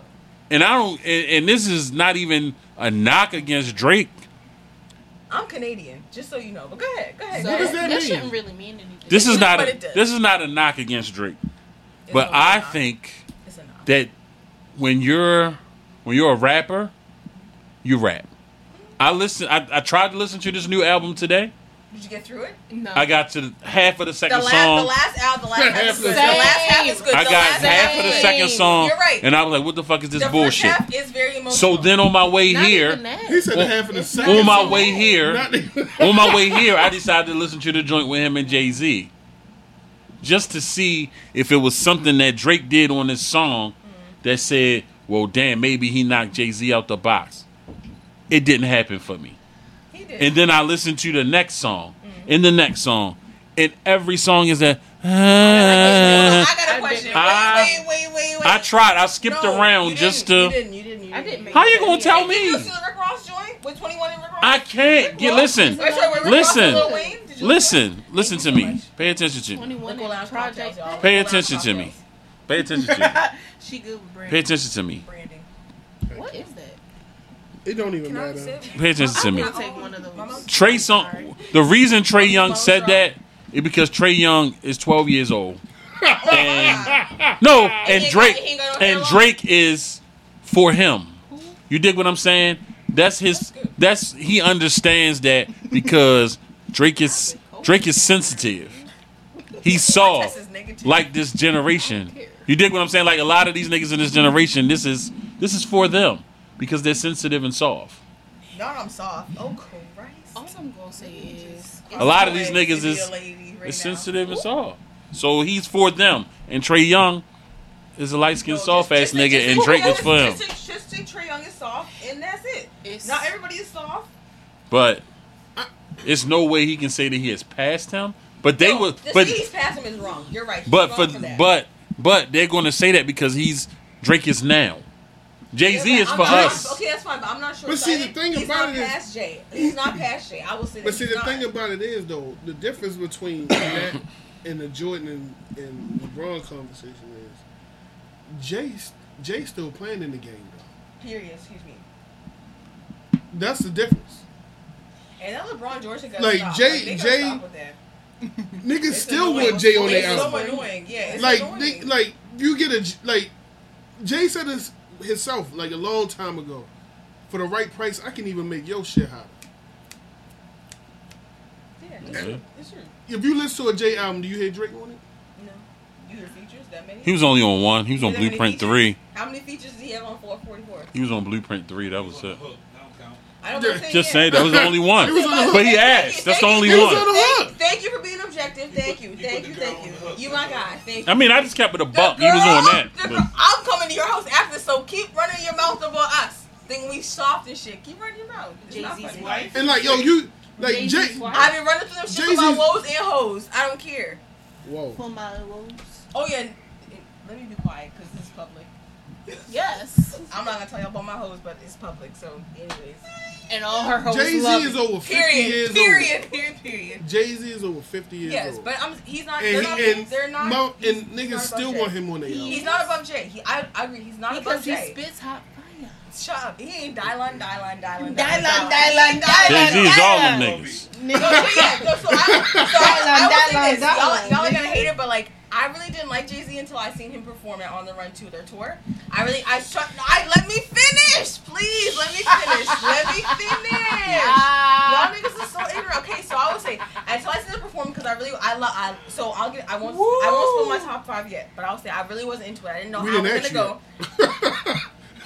S2: and I don't, and, and this is not even a knock against Drake.
S3: I'm Canadian, just so you know. But go ahead, go ahead.
S4: So,
S3: go
S1: What does
S3: ahead.
S1: that
S4: that
S1: mean?
S4: shouldn't really mean anything.
S2: This is
S3: It is
S2: not
S3: what
S2: a,
S3: it does.
S2: this is not a knock against Drake,
S3: It's
S2: but
S3: a
S2: I
S3: knock.
S2: think.
S3: It's a knock.
S2: that when you're when you're a rapper, you rap. I listen. I, I tried to listen to this new album today.
S3: Did you get through it?
S4: No.
S2: I got to half of the
S3: The
S2: second
S3: last,
S2: song.
S3: the last album, the last half is good. The
S1: Same.
S3: last half is good.
S2: I
S3: The
S2: got
S3: last
S2: half of the
S3: is
S4: same.
S2: second song,
S3: You're right.
S2: and I was like, "What the fuck is
S3: good.
S2: this
S3: the
S2: bullshit?"
S3: First half is very emotional.
S2: So then on my way
S4: Not
S2: here,
S4: even that.
S1: He said
S2: On-
S1: the half of the
S4: it's
S1: second.
S2: on my
S1: song.
S2: way here,
S1: Not even-
S2: on my way here, I decided to listen to the joint with him and Jay Z, just to see if it was something that Drake did on this song that said, "Well, damn, maybe he knocked Jay Z out the box." It didn't happen for me.
S3: he did.
S2: And then I listened to the next song,
S3: Mm.
S2: and the next song, and every song is that. "Ah."
S3: I got a question.
S2: I-
S3: wait, wait, wait, wait.
S2: I tried. I skipped
S3: No,
S2: around
S3: you
S2: just
S3: didn't,
S2: to.
S3: You didn't. You didn't. You
S4: I
S3: didn't.
S4: didn't make
S2: How you
S4: that
S2: gonna
S4: yet.
S2: tell
S3: Did
S2: me?
S3: you listen to the Rick Ross joint with 21 and Rick Ross?
S2: I can't get. Listen,
S3: Wait, sorry, wait, Rick Ross and
S2: listen,
S3: Lil Wayne? Did you listen to it?
S2: listen, listen to
S3: so
S2: me.
S3: much.
S2: Pay attention to me.
S4: 21
S3: Local Lounge
S4: project.
S3: Cocktails, y'all.
S2: Pay
S3: Local Lounge
S2: attention to me.
S3: Cocktails.
S2: Pay attention to me.
S4: she good with
S2: Pay
S4: brand.
S2: attention to me.
S3: Branding.
S4: What is that?
S1: It don't even
S3: Can I have a
S1: matter.
S3: sip?
S2: Pay attention to me.
S4: I'm gonna take one of those.
S3: Mama?
S2: Trey Song. The reason Trey Young said that is because Trey Young is 12 years old. And no, and
S3: ain't got-
S2: Drake
S3: he ain't got no hair
S2: and
S3: long.
S2: Drake is for him. You dig what I'm saying? That's his. That's he understands that because Drake is Drake is sensitive. He saw
S3: This is negative.
S2: like this generation. You dig what I'm saying? Like a lot of these niggas in this generation, this is this is for them because they're sensitive and soft.
S3: Y'all know I'm soft. Oh, Christ.
S4: All I'm gonna say is
S2: A
S3: Oh.
S2: lot of these
S3: Boy,
S2: niggas
S3: to be
S2: is-
S3: a lady right
S2: It's
S3: now.
S2: sensitive and soft. So he's for them. And Trey Young is a light skinned
S3: No,
S2: soft ass
S3: just- just-
S2: nigga
S3: just-
S2: and Drake is for him.
S3: Just, just, just think Trey Young is soft, and that's it.
S4: It's-
S3: Not everybody is soft.
S2: But it's no way he can say that he has passed him. But they
S3: No,
S2: would
S3: the
S2: but
S3: CD's past him is wrong. You're right. He's
S2: but
S3: wrong
S2: for,
S3: that.
S2: but but they're gonna say that because he's Drake is now. Jay
S3: You're
S2: Z
S3: right.
S2: is
S3: I'm
S2: for
S3: not-
S2: us.
S3: Okay, that's fine, but I'm not sure.
S1: But
S3: so
S1: see,
S3: I-
S1: the thing
S3: he's
S1: about
S3: not
S1: it is-
S3: past Jay. He's not past Jay. I will say that.
S1: But see,
S3: he's
S1: the
S3: not.
S1: thing about it is though, the difference between that and the Jordan and, and LeBron conversation is, Jay Jay still playing in the game though.
S3: period. Excuse me.
S1: That's the difference.
S3: And that LeBron George got
S1: Like,
S3: stop.
S1: Jay-
S3: like, they gotta
S1: Jay-
S3: stop with that.
S1: Niggas
S3: It's
S1: still
S3: annoying.
S1: want Jay on their
S3: It's
S1: album.
S3: so annoying. Yeah, it's
S1: like
S3: annoying.
S1: they, like you get a J- like Jay said this himself like a long time ago. For the right price, I can even make your shit hotter.
S3: yeah, it's true. It's true.
S1: If you listen to a Jay album, do you hear Drake on it?
S3: No, you hear features that many.
S2: He was only on one. He was on
S3: Is there any
S2: Blueprint
S3: features?
S2: three.
S3: How many features did he have on 444?
S2: He was on Blueprint three. That was
S6: on the
S2: it.
S6: hook. That don't count.
S3: I don't
S1: Yeah.
S3: know.
S2: Just saying that was the only one.
S1: He was on the hook.
S2: But he
S3: Thank you,
S2: asked. That's the
S3: thank you,
S2: only
S1: He was
S2: one.
S1: on the
S3: Thank,
S1: hook.
S3: thank you for being objective. Thank you.
S6: You put- you
S3: Thank
S6: put
S3: you.
S6: the
S3: Thank
S6: girl
S3: you.
S6: on the hook.
S3: You my guy. Thank you.
S2: I mean, I just kept it a
S3: The
S2: buck. He was on
S3: girl-
S2: that.
S3: the
S2: but-
S3: girl- I'm coming to your house after, so keep running your mouth about us. Think we soft and shit. Keep running your mouth. It's not
S4: Jay-Z's
S3: funny.
S4: wife.
S1: And like yo, you like
S4: Jay-Z's
S1: Jay.
S4: wife.
S3: I've been running through them shit
S1: Jay-Z's-
S3: about woes and hoes. I don't care.
S1: Whoa,
S4: for my woes.
S3: Oh yeah. Let me be quiet because this is public.
S4: Yes.
S3: I'm not gonna tell y'all about my hoes, but it's public. So, anyways.
S4: And all her hoes
S1: Jay Z
S4: love
S1: is
S4: it.
S1: over fifty years
S3: Period. Period.
S1: old.
S3: Period. Period.
S1: Jay Z is over fifty years
S3: Yes,
S1: old.
S3: but I'm, he's not.
S1: and
S3: they're
S1: he-
S3: not.
S1: and,
S3: they're not.
S1: mo-
S3: he's-
S1: and
S3: he's
S1: niggas
S3: not
S1: still
S3: above Jay.
S1: want him on their album.
S3: He's not above Jay. He, I, I agree. He's not
S4: because
S3: above
S4: he
S3: Jay.
S4: spits hot fire.
S3: Shut up. He ain't Dylan. Dylan. Dylan.
S4: Dylan, Dylan, Dylan.
S2: Jay Z's all them
S6: Dylan.
S2: niggas.
S3: No, so yeah, no, so I, so I, I will say this.
S4: Dylan,
S3: Y'all,
S4: Dylan,
S3: y'all are gonna
S4: Dylan.
S3: hate it, but like, I really didn't like Jay Z until I seen him perform at On the Run 2, their tour. I really, I shut. I let me finish, please. Let me finish. let me finish. Y'all niggas are so ignorant. Okay, so I would say until I see the performance because I really I love I so I'll get I won't I won't spill my top five yet, but I'll say I really wasn't into it. I didn't know
S1: we
S3: how it
S1: didn't
S3: was
S1: ask
S3: gonna
S1: you.
S3: go.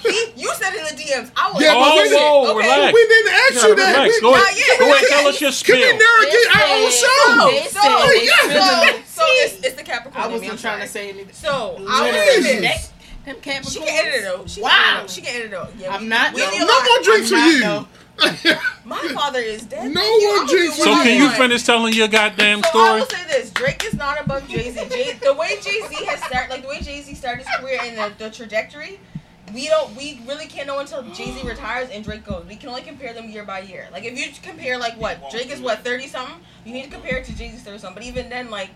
S3: He, you said in the DMs. I was
S1: Yeah, but we didn't-
S2: Oh, relax.
S1: we didn't ask you that.
S2: Relax.
S1: We-
S2: Go
S3: Not
S2: ahead.
S3: yet.
S2: Go ahead.
S3: Not
S2: Tell
S3: yet.
S2: us your
S1: Come in
S2: spiel.
S1: there and get our own
S4: This
S1: show.
S4: is-
S3: So,
S4: They said they
S3: so,
S4: smelled
S3: so it's, it's the Capricorn.
S4: I
S3: in me, I'm
S4: wasn't trying
S3: sorry.
S4: to say anything.
S3: So I was
S1: Jesus.
S3: in
S4: Them Capricorns.
S3: She can edit it though. She can edit
S4: Wow.
S3: it. She can edit it though. Yeah,
S4: I'm not-
S3: We, we
S4: no.
S3: need a
S1: No
S3: lot.
S1: more drinks for
S4: I'm
S1: you.
S4: not,
S3: My father is dead.
S1: No
S3: Thank you.
S1: more
S3: I'm gonna
S1: drinks
S3: do
S2: So
S3: what I
S2: can you
S3: want.
S2: finish telling your goddamn
S3: So I
S2: story?
S3: will say this: Drake is not above Jay Z. Jay, the way Jay Z has started, like the way Jay Z started his career and the, the trajectory, we don't, we really can't know until Jay Z retires and Drake goes. We can only compare them year by year. Like if you compare, like what Drake is what thirty something, you need to compare it to Jay Z's thirty something. But even then, like.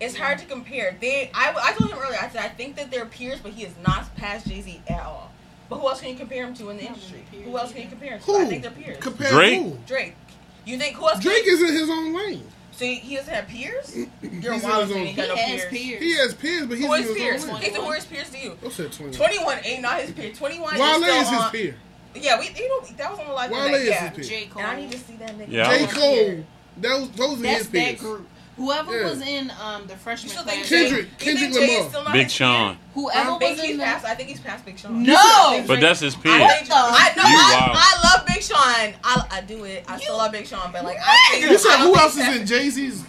S3: It's hard to compare. They, I, I told him earlier. I said I think that they're peers, but he is not past Jay Z at all. But who else can you compare him to in the industry? Who else can you compare him to? I
S1: Who?
S3: think they're peers.
S1: Compare
S2: Drake?
S1: who?
S3: Drake, you think who else? can-
S1: Drake is in his own lane.
S3: so he- he doesn't have peers? You're
S1: He's in his
S3: wild
S1: own-
S3: saying he got no
S4: though. He has
S3: peers.
S4: peers.
S1: He has peers, but he's
S3: Who
S1: in
S3: is
S1: his
S3: peers?
S1: own lane.
S3: He's the worst peers to you.
S1: I said 20.
S3: 21 ain't not his peer. 21
S1: Wale
S3: is
S1: is
S3: still
S1: his
S3: on.
S1: peer.
S3: Yeah, we you know that was on the live
S1: Wale
S3: tonight,
S1: is
S3: yeah.
S1: his peer.
S4: J. Cole.
S3: And I need to see that nigga.
S2: Yeah, I
S1: J.
S2: was-
S1: Cole Those those are
S4: That's
S1: his
S4: that
S1: peers.
S4: group. Whoever
S1: Yeah.
S4: was in um the
S3: You
S4: freshman
S3: still
S4: class.
S3: think Um,
S1: Kendrick-
S3: Jay- you think
S1: Kendrick
S3: Jay is
S1: Lamar.
S3: still not
S2: Big
S3: his
S2: Sean.
S4: Whoever
S3: I think
S4: was
S3: he's
S4: in
S3: past.
S4: the
S3: I think he's past Big Sean.
S4: No.
S2: But that's his
S3: I,
S2: peer.
S3: think- I know.
S2: You wild.
S3: I, I love Big Sean. I, I do it. I still love Big Sean, but like I think
S1: You said
S3: I don't
S1: who
S3: think
S1: else
S3: he's
S1: is in
S3: past-
S1: Jay Z's?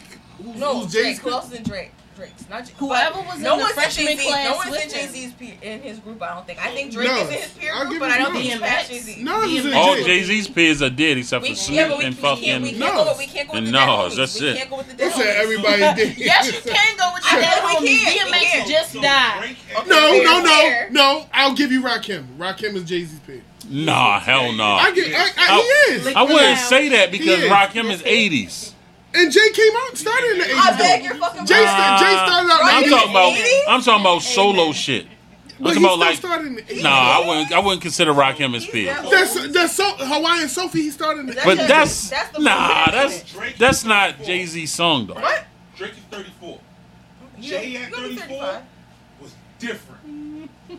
S1: Who's,
S3: No,
S1: who's
S3: Drake.
S1: Jay-Z's?
S3: Who else is in Drake? Drake's not J-
S4: Whoever was in
S3: No
S4: the
S3: one's in
S4: freshman
S3: Jay-Z.
S4: class
S3: No one's in
S4: with
S3: Jay
S4: him.
S3: Z's pe- in his group. I don't think. I think Drake
S1: No,
S3: is in his peer
S1: I'll
S3: group,
S1: give
S3: but
S1: you
S3: I don't
S1: no.
S3: think he's past Jay Z.
S1: No, he's in
S4: DMX.
S2: All
S1: Jay.
S2: Jay Z's peers are dead except
S3: We
S2: for
S3: yeah,
S2: Snoop
S3: but we,
S2: and
S3: we can't, we
S2: fucking.
S3: can't
S1: No.
S3: go. We can't go with the
S2: And
S3: dead
S2: Nas,
S3: homies.
S2: that's
S3: we
S2: it.
S3: can't go with the dead
S1: They said
S3: homies.
S1: everybody did.
S4: Yes, you can go with
S3: I
S4: your dad
S3: know we
S4: homies.
S3: can't. We
S4: DMX
S3: can't.
S4: just died.
S6: Drake and-
S1: No,
S3: Fair,
S1: no, no,
S3: fair.
S1: no. I'll give you Rakim. Rakim is Jay Z's peer.
S2: Nah, hell no.
S1: I
S2: I,
S1: get. I, I, he is.
S4: Like-
S2: wouldn't say that because
S1: He is.
S2: Rakim is 80s.
S1: and Jay came out started in the eighties.
S3: I beg your fucking
S1: Jay, sta-
S3: pardon.
S1: Jay started out.
S3: Rakim
S2: I'm
S1: in
S3: is
S1: the
S2: talking
S1: 80s,
S2: about.
S3: 80s?
S2: I'm talking about solo shit. I'm
S1: but he
S2: talking
S1: still
S2: about like.
S1: started in the eighties.
S2: Nah, I wouldn't. I wouldn't consider Rakim his
S3: He's
S2: peer.
S3: definitely-
S1: That's that's so Hawaiian Sophie. He started in the
S3: That's
S2: But
S3: just-
S2: that's,
S3: that's the
S2: nah.
S3: point.
S2: That's that's not Jay Z's song though.
S3: What?
S6: Drake is 34.
S3: You-
S6: Jay at
S3: you gotta be
S6: 34 was different.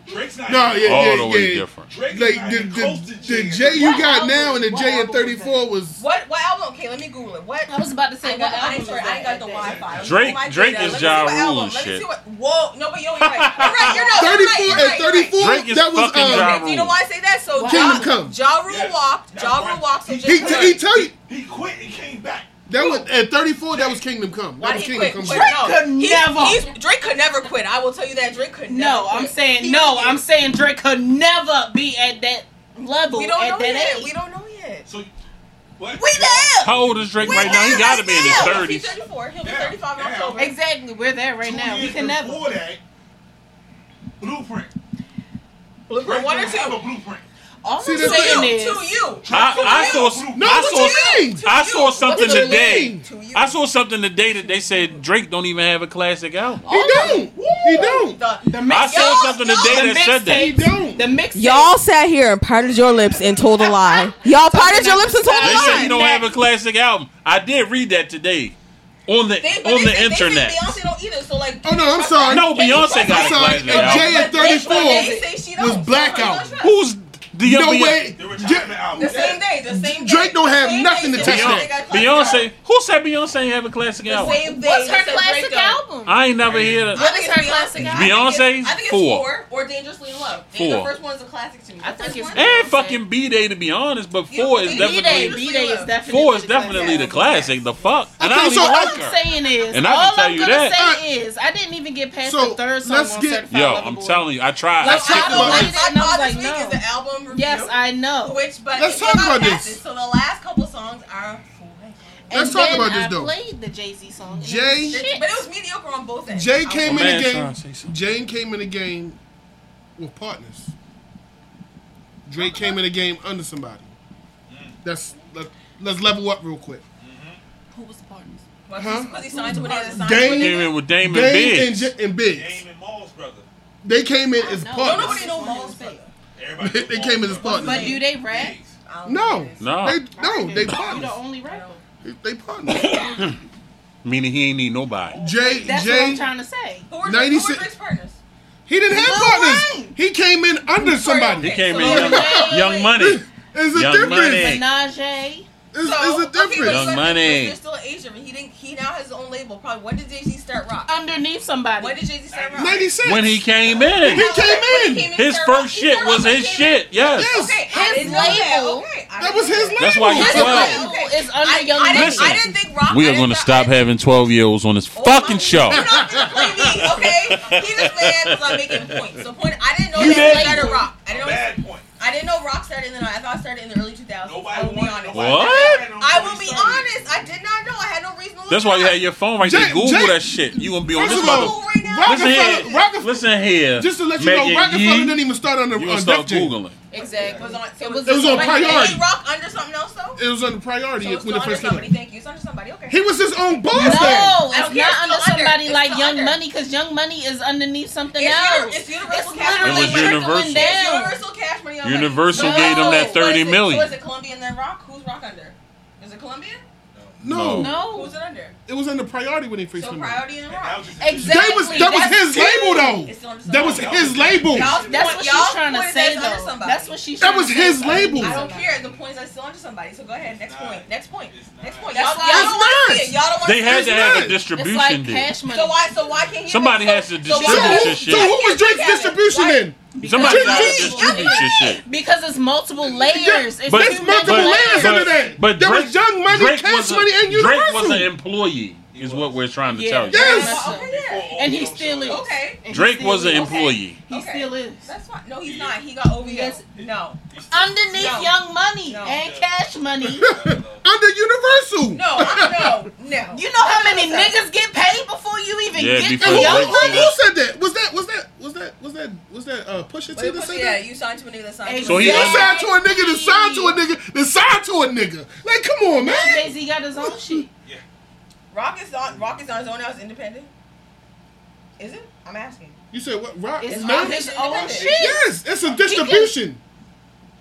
S6: Drake's not.
S1: No, yeah,
S2: All
S1: yeah,
S2: the way
S1: yeah.
S2: different.
S6: Drake is
S1: Like
S6: not
S1: the
S6: even
S1: the,
S6: close to
S1: the
S6: Jay.
S1: Jay you
S4: What
S1: got
S4: album-
S1: now and the
S4: what
S1: Jay at
S4: album was
S1: thirty four was.
S3: What? What album? Okay, let me Google it. What?
S4: I was about to say
S3: I
S4: what
S3: got, I
S4: album
S3: ain't
S4: was
S3: sorry, I ain't
S4: that?
S3: got the Wi-Fi. Let me
S2: Drake-
S3: see my
S2: Drake
S3: data.
S2: is
S3: Let me
S2: Ja
S3: see what
S2: Rule
S3: album.
S2: and
S3: Let me
S2: shit.
S3: see what. Whoa, no, but you're right. You're right. You're no,
S1: Thirty
S3: you're
S1: four
S3: right. You're
S1: at
S3: right.
S1: thirty four.
S2: Drake is
S1: That was
S2: fucking
S1: uh,
S2: Ja
S3: Do you know why I say that? So
S4: Wow.
S1: Kingdom Come.
S3: Ja Rule
S6: Yes,
S3: walked.
S6: that's
S3: Ja Rule
S6: right.
S3: walked. So
S6: He-
S1: he,
S3: Jay
S1: he tell you
S6: He quit and came back.
S1: that was at thirty four. That was Kingdom Come.
S3: Why
S1: That was
S3: did he
S1: Kingdom
S3: quit?
S1: Come. Jay.
S3: But no,
S4: Drake could
S3: he's-
S4: never.
S3: he's- Drake could never quit. I will tell you that Drake could never.
S4: No, I'm
S3: quit.
S4: saying
S3: He
S4: no.
S3: did.
S4: I'm saying Drake could never be at that level
S3: we don't
S4: at
S3: know
S4: that
S3: yet.
S4: age.
S3: We don't know yet.
S6: So, what?
S3: We there.
S2: How old is Drake
S3: We
S2: right now? He
S3: there
S2: got to be in his
S3: right now. He's
S2: 30s.
S3: 34. He'll be
S6: Yeah.
S3: 35 in
S6: Yeah.
S3: October.
S4: exactly, we're there right
S6: Two
S4: now. We
S6: years
S4: can never.
S6: Before that, blueprint.
S3: Blueprint
S6: Drake
S3: one or
S6: didn't have a
S3: two.
S6: blueprint.
S4: All
S1: See,
S4: I'm
S1: that's
S4: saying
S1: the-
S4: is,
S3: To you.
S2: I, I saw.
S1: No,
S2: I
S1: what
S2: saw.
S1: you mean?
S2: I saw something
S4: What you
S2: today.
S1: mean?
S3: To you.
S2: I saw something today that they said Drake don't even have a classic album.
S1: He don't. He don't.
S3: The-
S4: the
S2: I
S4: mix,
S2: saw
S3: Oh, Y'all-
S2: something
S3: y'all-
S2: today that said
S1: He
S2: that.
S1: don't.
S4: the mix,
S7: Y'all sat here and parted your lips and told a lie. Y'all parted your lips and told a
S2: They said
S7: lie.
S2: he don't have a classic album. I did read that today on the
S3: They, but
S2: on
S3: they
S2: the
S3: said- they said
S2: internet.
S3: Beyonce don't either. So like.
S1: Oh, no, I'm sorry.
S2: No, Beyonce got a
S1: I'm sorry.
S2: classic
S1: And
S2: album.
S1: Jay at
S3: But they- but they
S1: 34
S3: say she
S1: was
S3: don't.
S1: Blackout.
S3: So, like, don't trust.
S2: Who's the
S1: No
S2: Beyonce-
S1: way.
S6: The
S1: Jay-
S6: retirement album.
S3: The same day, the same day.
S1: Drake don't have
S3: The same
S1: nothing
S3: day
S1: to
S3: she
S1: touch
S3: said
S2: Beyonce,
S3: that.
S2: Beyonce, who said Beyonce ain't have a classic
S3: The
S2: album?
S3: same day.
S4: what's her
S3: that Drake
S4: classic
S3: don't.
S4: album?
S2: I ain't never hear
S3: I
S2: that.
S3: think
S4: What is
S3: it's
S4: her classic
S3: I think it's-
S2: Beyonce's?
S3: I think it's
S2: Four.
S3: four or Dangerously in Love. They- The
S2: Four.
S3: first one's a classic to me.
S4: I think
S3: First
S4: it's
S3: one-
S4: Beyonce.
S2: And fucking B Day to be honest, but four is
S3: B-Day,
S4: B-Day,
S2: definitely
S3: Beyonce.
S4: B-Day is definitely
S2: four is
S4: the classic.
S2: definitely the classic. The fuck, and I
S1: Okay,
S2: don't
S1: so
S2: even
S1: I-
S2: like
S4: All I'm
S2: her.
S4: saying is,
S2: And I can
S4: all
S2: tell
S4: I'm
S2: you
S4: gonna
S2: that.
S4: say is, I didn't even get past
S1: So,
S4: the third song
S1: let's
S4: on
S1: get-
S4: Certified
S2: Yo,
S4: Lover
S2: I'm
S4: Boy.
S2: telling you, I tried. I
S4: Let's
S2: skipped
S4: talk
S2: the
S4: about
S2: first-
S4: it. and I was
S3: thought
S4: like,
S3: this week
S4: no.
S3: is the album review.
S4: Yes, I know.
S3: Which, but
S1: Let's
S3: it
S1: talk
S3: came out
S1: about this.
S3: passes, So the last couple songs are. full.
S4: And
S1: Let's talk
S4: then
S1: about this,
S4: I
S1: though.
S4: played the Jay Z song. and it
S1: Jay-
S4: was shit.
S3: But it was mediocre on both ends.
S1: Jay
S3: I
S1: came
S2: My
S1: in
S2: man
S1: the
S2: trying
S1: game.
S2: to say something.
S1: Jane came in the game with partners. Drake came in the game under somebody. That's let, let's level up real quick.
S4: Who was the partners?
S1: Huh?
S3: Because he signed to another sign.
S1: Dame-
S2: Came in with Damon
S1: Dame and,
S2: Biggs.
S1: J- and Biggs,
S6: Game and Maul's brother.
S1: they came in as
S4: know.
S3: No,
S1: partners.
S3: nobody know Maul's brother.
S6: Everybody
S1: They
S6: knew Maul's
S1: came in as
S6: brother.
S4: But
S1: partners.
S4: do they rap?
S6: Biggs.
S3: I don't know
S1: No,
S3: who it is.
S2: No.
S1: they, no, they
S4: You
S1: partners.
S4: the only rapper.
S1: They, they partners.
S2: Meaning he ain't need nobody.
S1: Jay,
S4: That's what I'm
S1: Jay,
S4: trying to say.
S3: Who were, 96.
S1: 96
S3: who were Drake's partners?
S1: he didn't have
S4: Lil
S1: partners.
S4: Wayne.
S1: He came in under
S2: He
S1: somebody.
S3: Okay,
S2: came
S3: so-
S2: in young, young money.
S1: It's a
S2: Young
S1: difference.
S2: Money.
S4: Menage. a.
S1: It's, it's a
S3: okay, but
S1: difference.
S2: Young
S3: like,
S2: Money.
S3: There's still an age difference. He didn't. He now has his own label. Probably. When did Jay Z start rock?
S4: Underneath somebody.
S3: When did Jay Z start rock?
S1: Ninety six.
S2: When he came in,
S1: He came in.
S2: his
S3: start rock-
S2: first
S3: he
S2: shit
S3: started
S2: was
S3: rock when
S2: his
S3: he came in.
S2: shit. Yes.
S1: Yes.
S3: Okay, I
S4: His
S3: didn't know that.
S4: label.
S3: Okay,
S1: That
S3: I didn't
S1: was
S3: know
S1: his
S3: that.
S1: label.
S2: That's why he
S4: His
S2: Wow.
S4: label is under
S3: I,
S4: Young
S3: I,
S4: Money.
S3: didn't, I didn't think
S2: We
S3: rock. I
S2: are
S3: didn't
S2: going to
S3: thought-
S2: stop
S3: I-
S2: having 12 year olds on this
S3: Oh,
S2: fucking
S3: my-
S2: show.
S3: You're not gonna play me, okay? He just mad because I'm making points. So point. I didn't know
S2: You
S3: that
S2: did.
S3: started rock. I didn't know.
S6: Bad point.
S3: I didn't know rock started in the. I thought it started in the early 2000s. I
S6: Nobody
S3: will be
S6: wanted.
S3: honest.
S6: nobody
S2: What?
S6: had it on
S3: I will
S6: Tony
S3: be
S6: Stark.
S3: honest. I did not know. I had no reason to look.
S2: That's
S3: it
S2: why you
S3: up.
S2: had your phone right there.
S1: Jay-
S2: Google
S1: Jay-
S2: that shit. You gonna be on
S1: First
S2: this
S1: of all,
S2: mother.
S3: right now.
S2: Listen
S1: Rockefeller,
S2: here.
S1: Rockefeller,
S2: Listen here.
S1: just to let you
S2: Megan
S1: know, Rockefeller
S2: Yee,
S1: didn't even start on the
S2: You
S1: on
S2: gonna start
S1: Def Jam.
S2: googling?
S3: Exactly. Was on, so
S4: It
S3: was,
S4: was on
S3: like,
S1: priority.
S3: Did he rock under something else though?
S1: It was under priority
S3: so it's
S1: when
S3: still
S1: it
S3: under
S1: first came
S3: somebody.
S1: out.
S3: Thank you. It's under somebody. Okay.
S1: He was his own boss then.
S4: No,
S3: I
S4: it's
S3: don't care, it's
S4: not under
S3: still under.
S4: somebody
S3: It's
S4: like
S3: still
S4: Young
S3: under.
S4: Money because Young Money is underneath something
S3: It's uni-
S4: else.
S3: it's universal
S4: It's
S3: cash
S4: literally
S2: It was
S4: trickling
S2: universal.
S3: It's
S4: down.
S3: Universal cash money. on
S2: Universal
S4: gave them that
S3: What is it?
S2: 30 million.
S3: So is it Columbia and then Rock? Who's Rock under? Is it Columbia?
S1: No,
S2: No.
S3: Who's it under?
S1: it was under priority when they first
S3: So
S1: came out.
S3: priority and
S6: And that
S3: rock.
S6: was just-
S3: Exactly.
S1: That was that was
S3: That's
S1: his
S3: two.
S1: label
S3: It's
S1: though.
S3: still under
S1: That was
S3: somebody.
S1: his label.
S3: Y'all-
S4: That's what
S3: y'all
S4: she's trying to
S3: pointed
S4: say,
S3: that's under
S4: though.
S3: somebody.
S4: That's what she's.
S1: That
S4: trying
S1: was
S4: to
S1: his
S4: say.
S1: label.
S3: I don't care. The points are still under somebody. So go ahead. Next
S6: It's
S3: point.
S6: not.
S3: Next point.
S6: It's not.
S3: Next point.
S6: That's
S3: Y'all,
S1: not-
S3: y'all don't want to
S1: it's
S3: see it. Y'all don't want
S2: They
S3: to
S2: had
S1: It's
S2: to have
S1: not.
S2: a
S4: It's
S2: distribution
S4: like
S2: deal.
S4: cash money.
S3: So why? So why can't you?
S2: Somebody
S3: so,
S2: has to
S3: so
S1: So,
S3: why
S2: distribute
S3: can't-
S2: this
S1: who-
S2: shit.
S1: so who was Drake's
S3: Kevin,
S1: distribution
S3: why-
S1: in?
S2: Somebody
S1: Jay-Z,
S2: got to distribute this shit.
S4: Because it's multiple layers.
S1: There's
S4: It's too many
S1: multiple layers
S2: but-
S1: under that.
S2: But
S1: There was
S2: Drake,
S1: Young Money,
S2: Drake
S1: Cash
S2: was a-
S1: Money, and
S2: Drake was
S1: Universal.
S2: an employee, is what we're trying to
S4: Yeah.
S2: tell you.
S1: Yes.
S3: Well, okay, yeah.
S4: And he still is.
S3: Okay.
S4: And he
S2: Drake
S4: still
S2: was an
S4: is.
S2: employee.
S4: He
S3: Okay.
S4: still is.
S3: That's fine. No, he's not. He got OVO.
S4: Yes.
S3: No.
S4: Underneath
S3: No.
S4: Young Money
S3: No.
S4: and Cash Money.
S1: Under Universal.
S3: No. No. No.
S4: You know how many niggas get paid before you even
S2: Yeah,
S4: get
S2: before
S4: to
S1: And who,
S4: Young
S1: who, who-
S4: Money?
S1: who said that? Was that was that was that was that was that uh Pusha T that
S3: Wait, pussy,
S1: said
S3: yeah,
S1: that?
S3: you signed to a nigga that signed to
S2: So he-
S1: You
S2: Yeah.
S1: signed to a nigga, then signed to a nigga, then signed to a nigga. Like, come on,
S4: Jay
S1: man.
S4: Z got his own shit.
S3: Rock is on Rock is on his own now. It's independent. Is it? I'm asking.
S1: You said what? Rock?
S4: It's
S1: No.
S4: on his own shit.
S1: Yes, it's a distribution.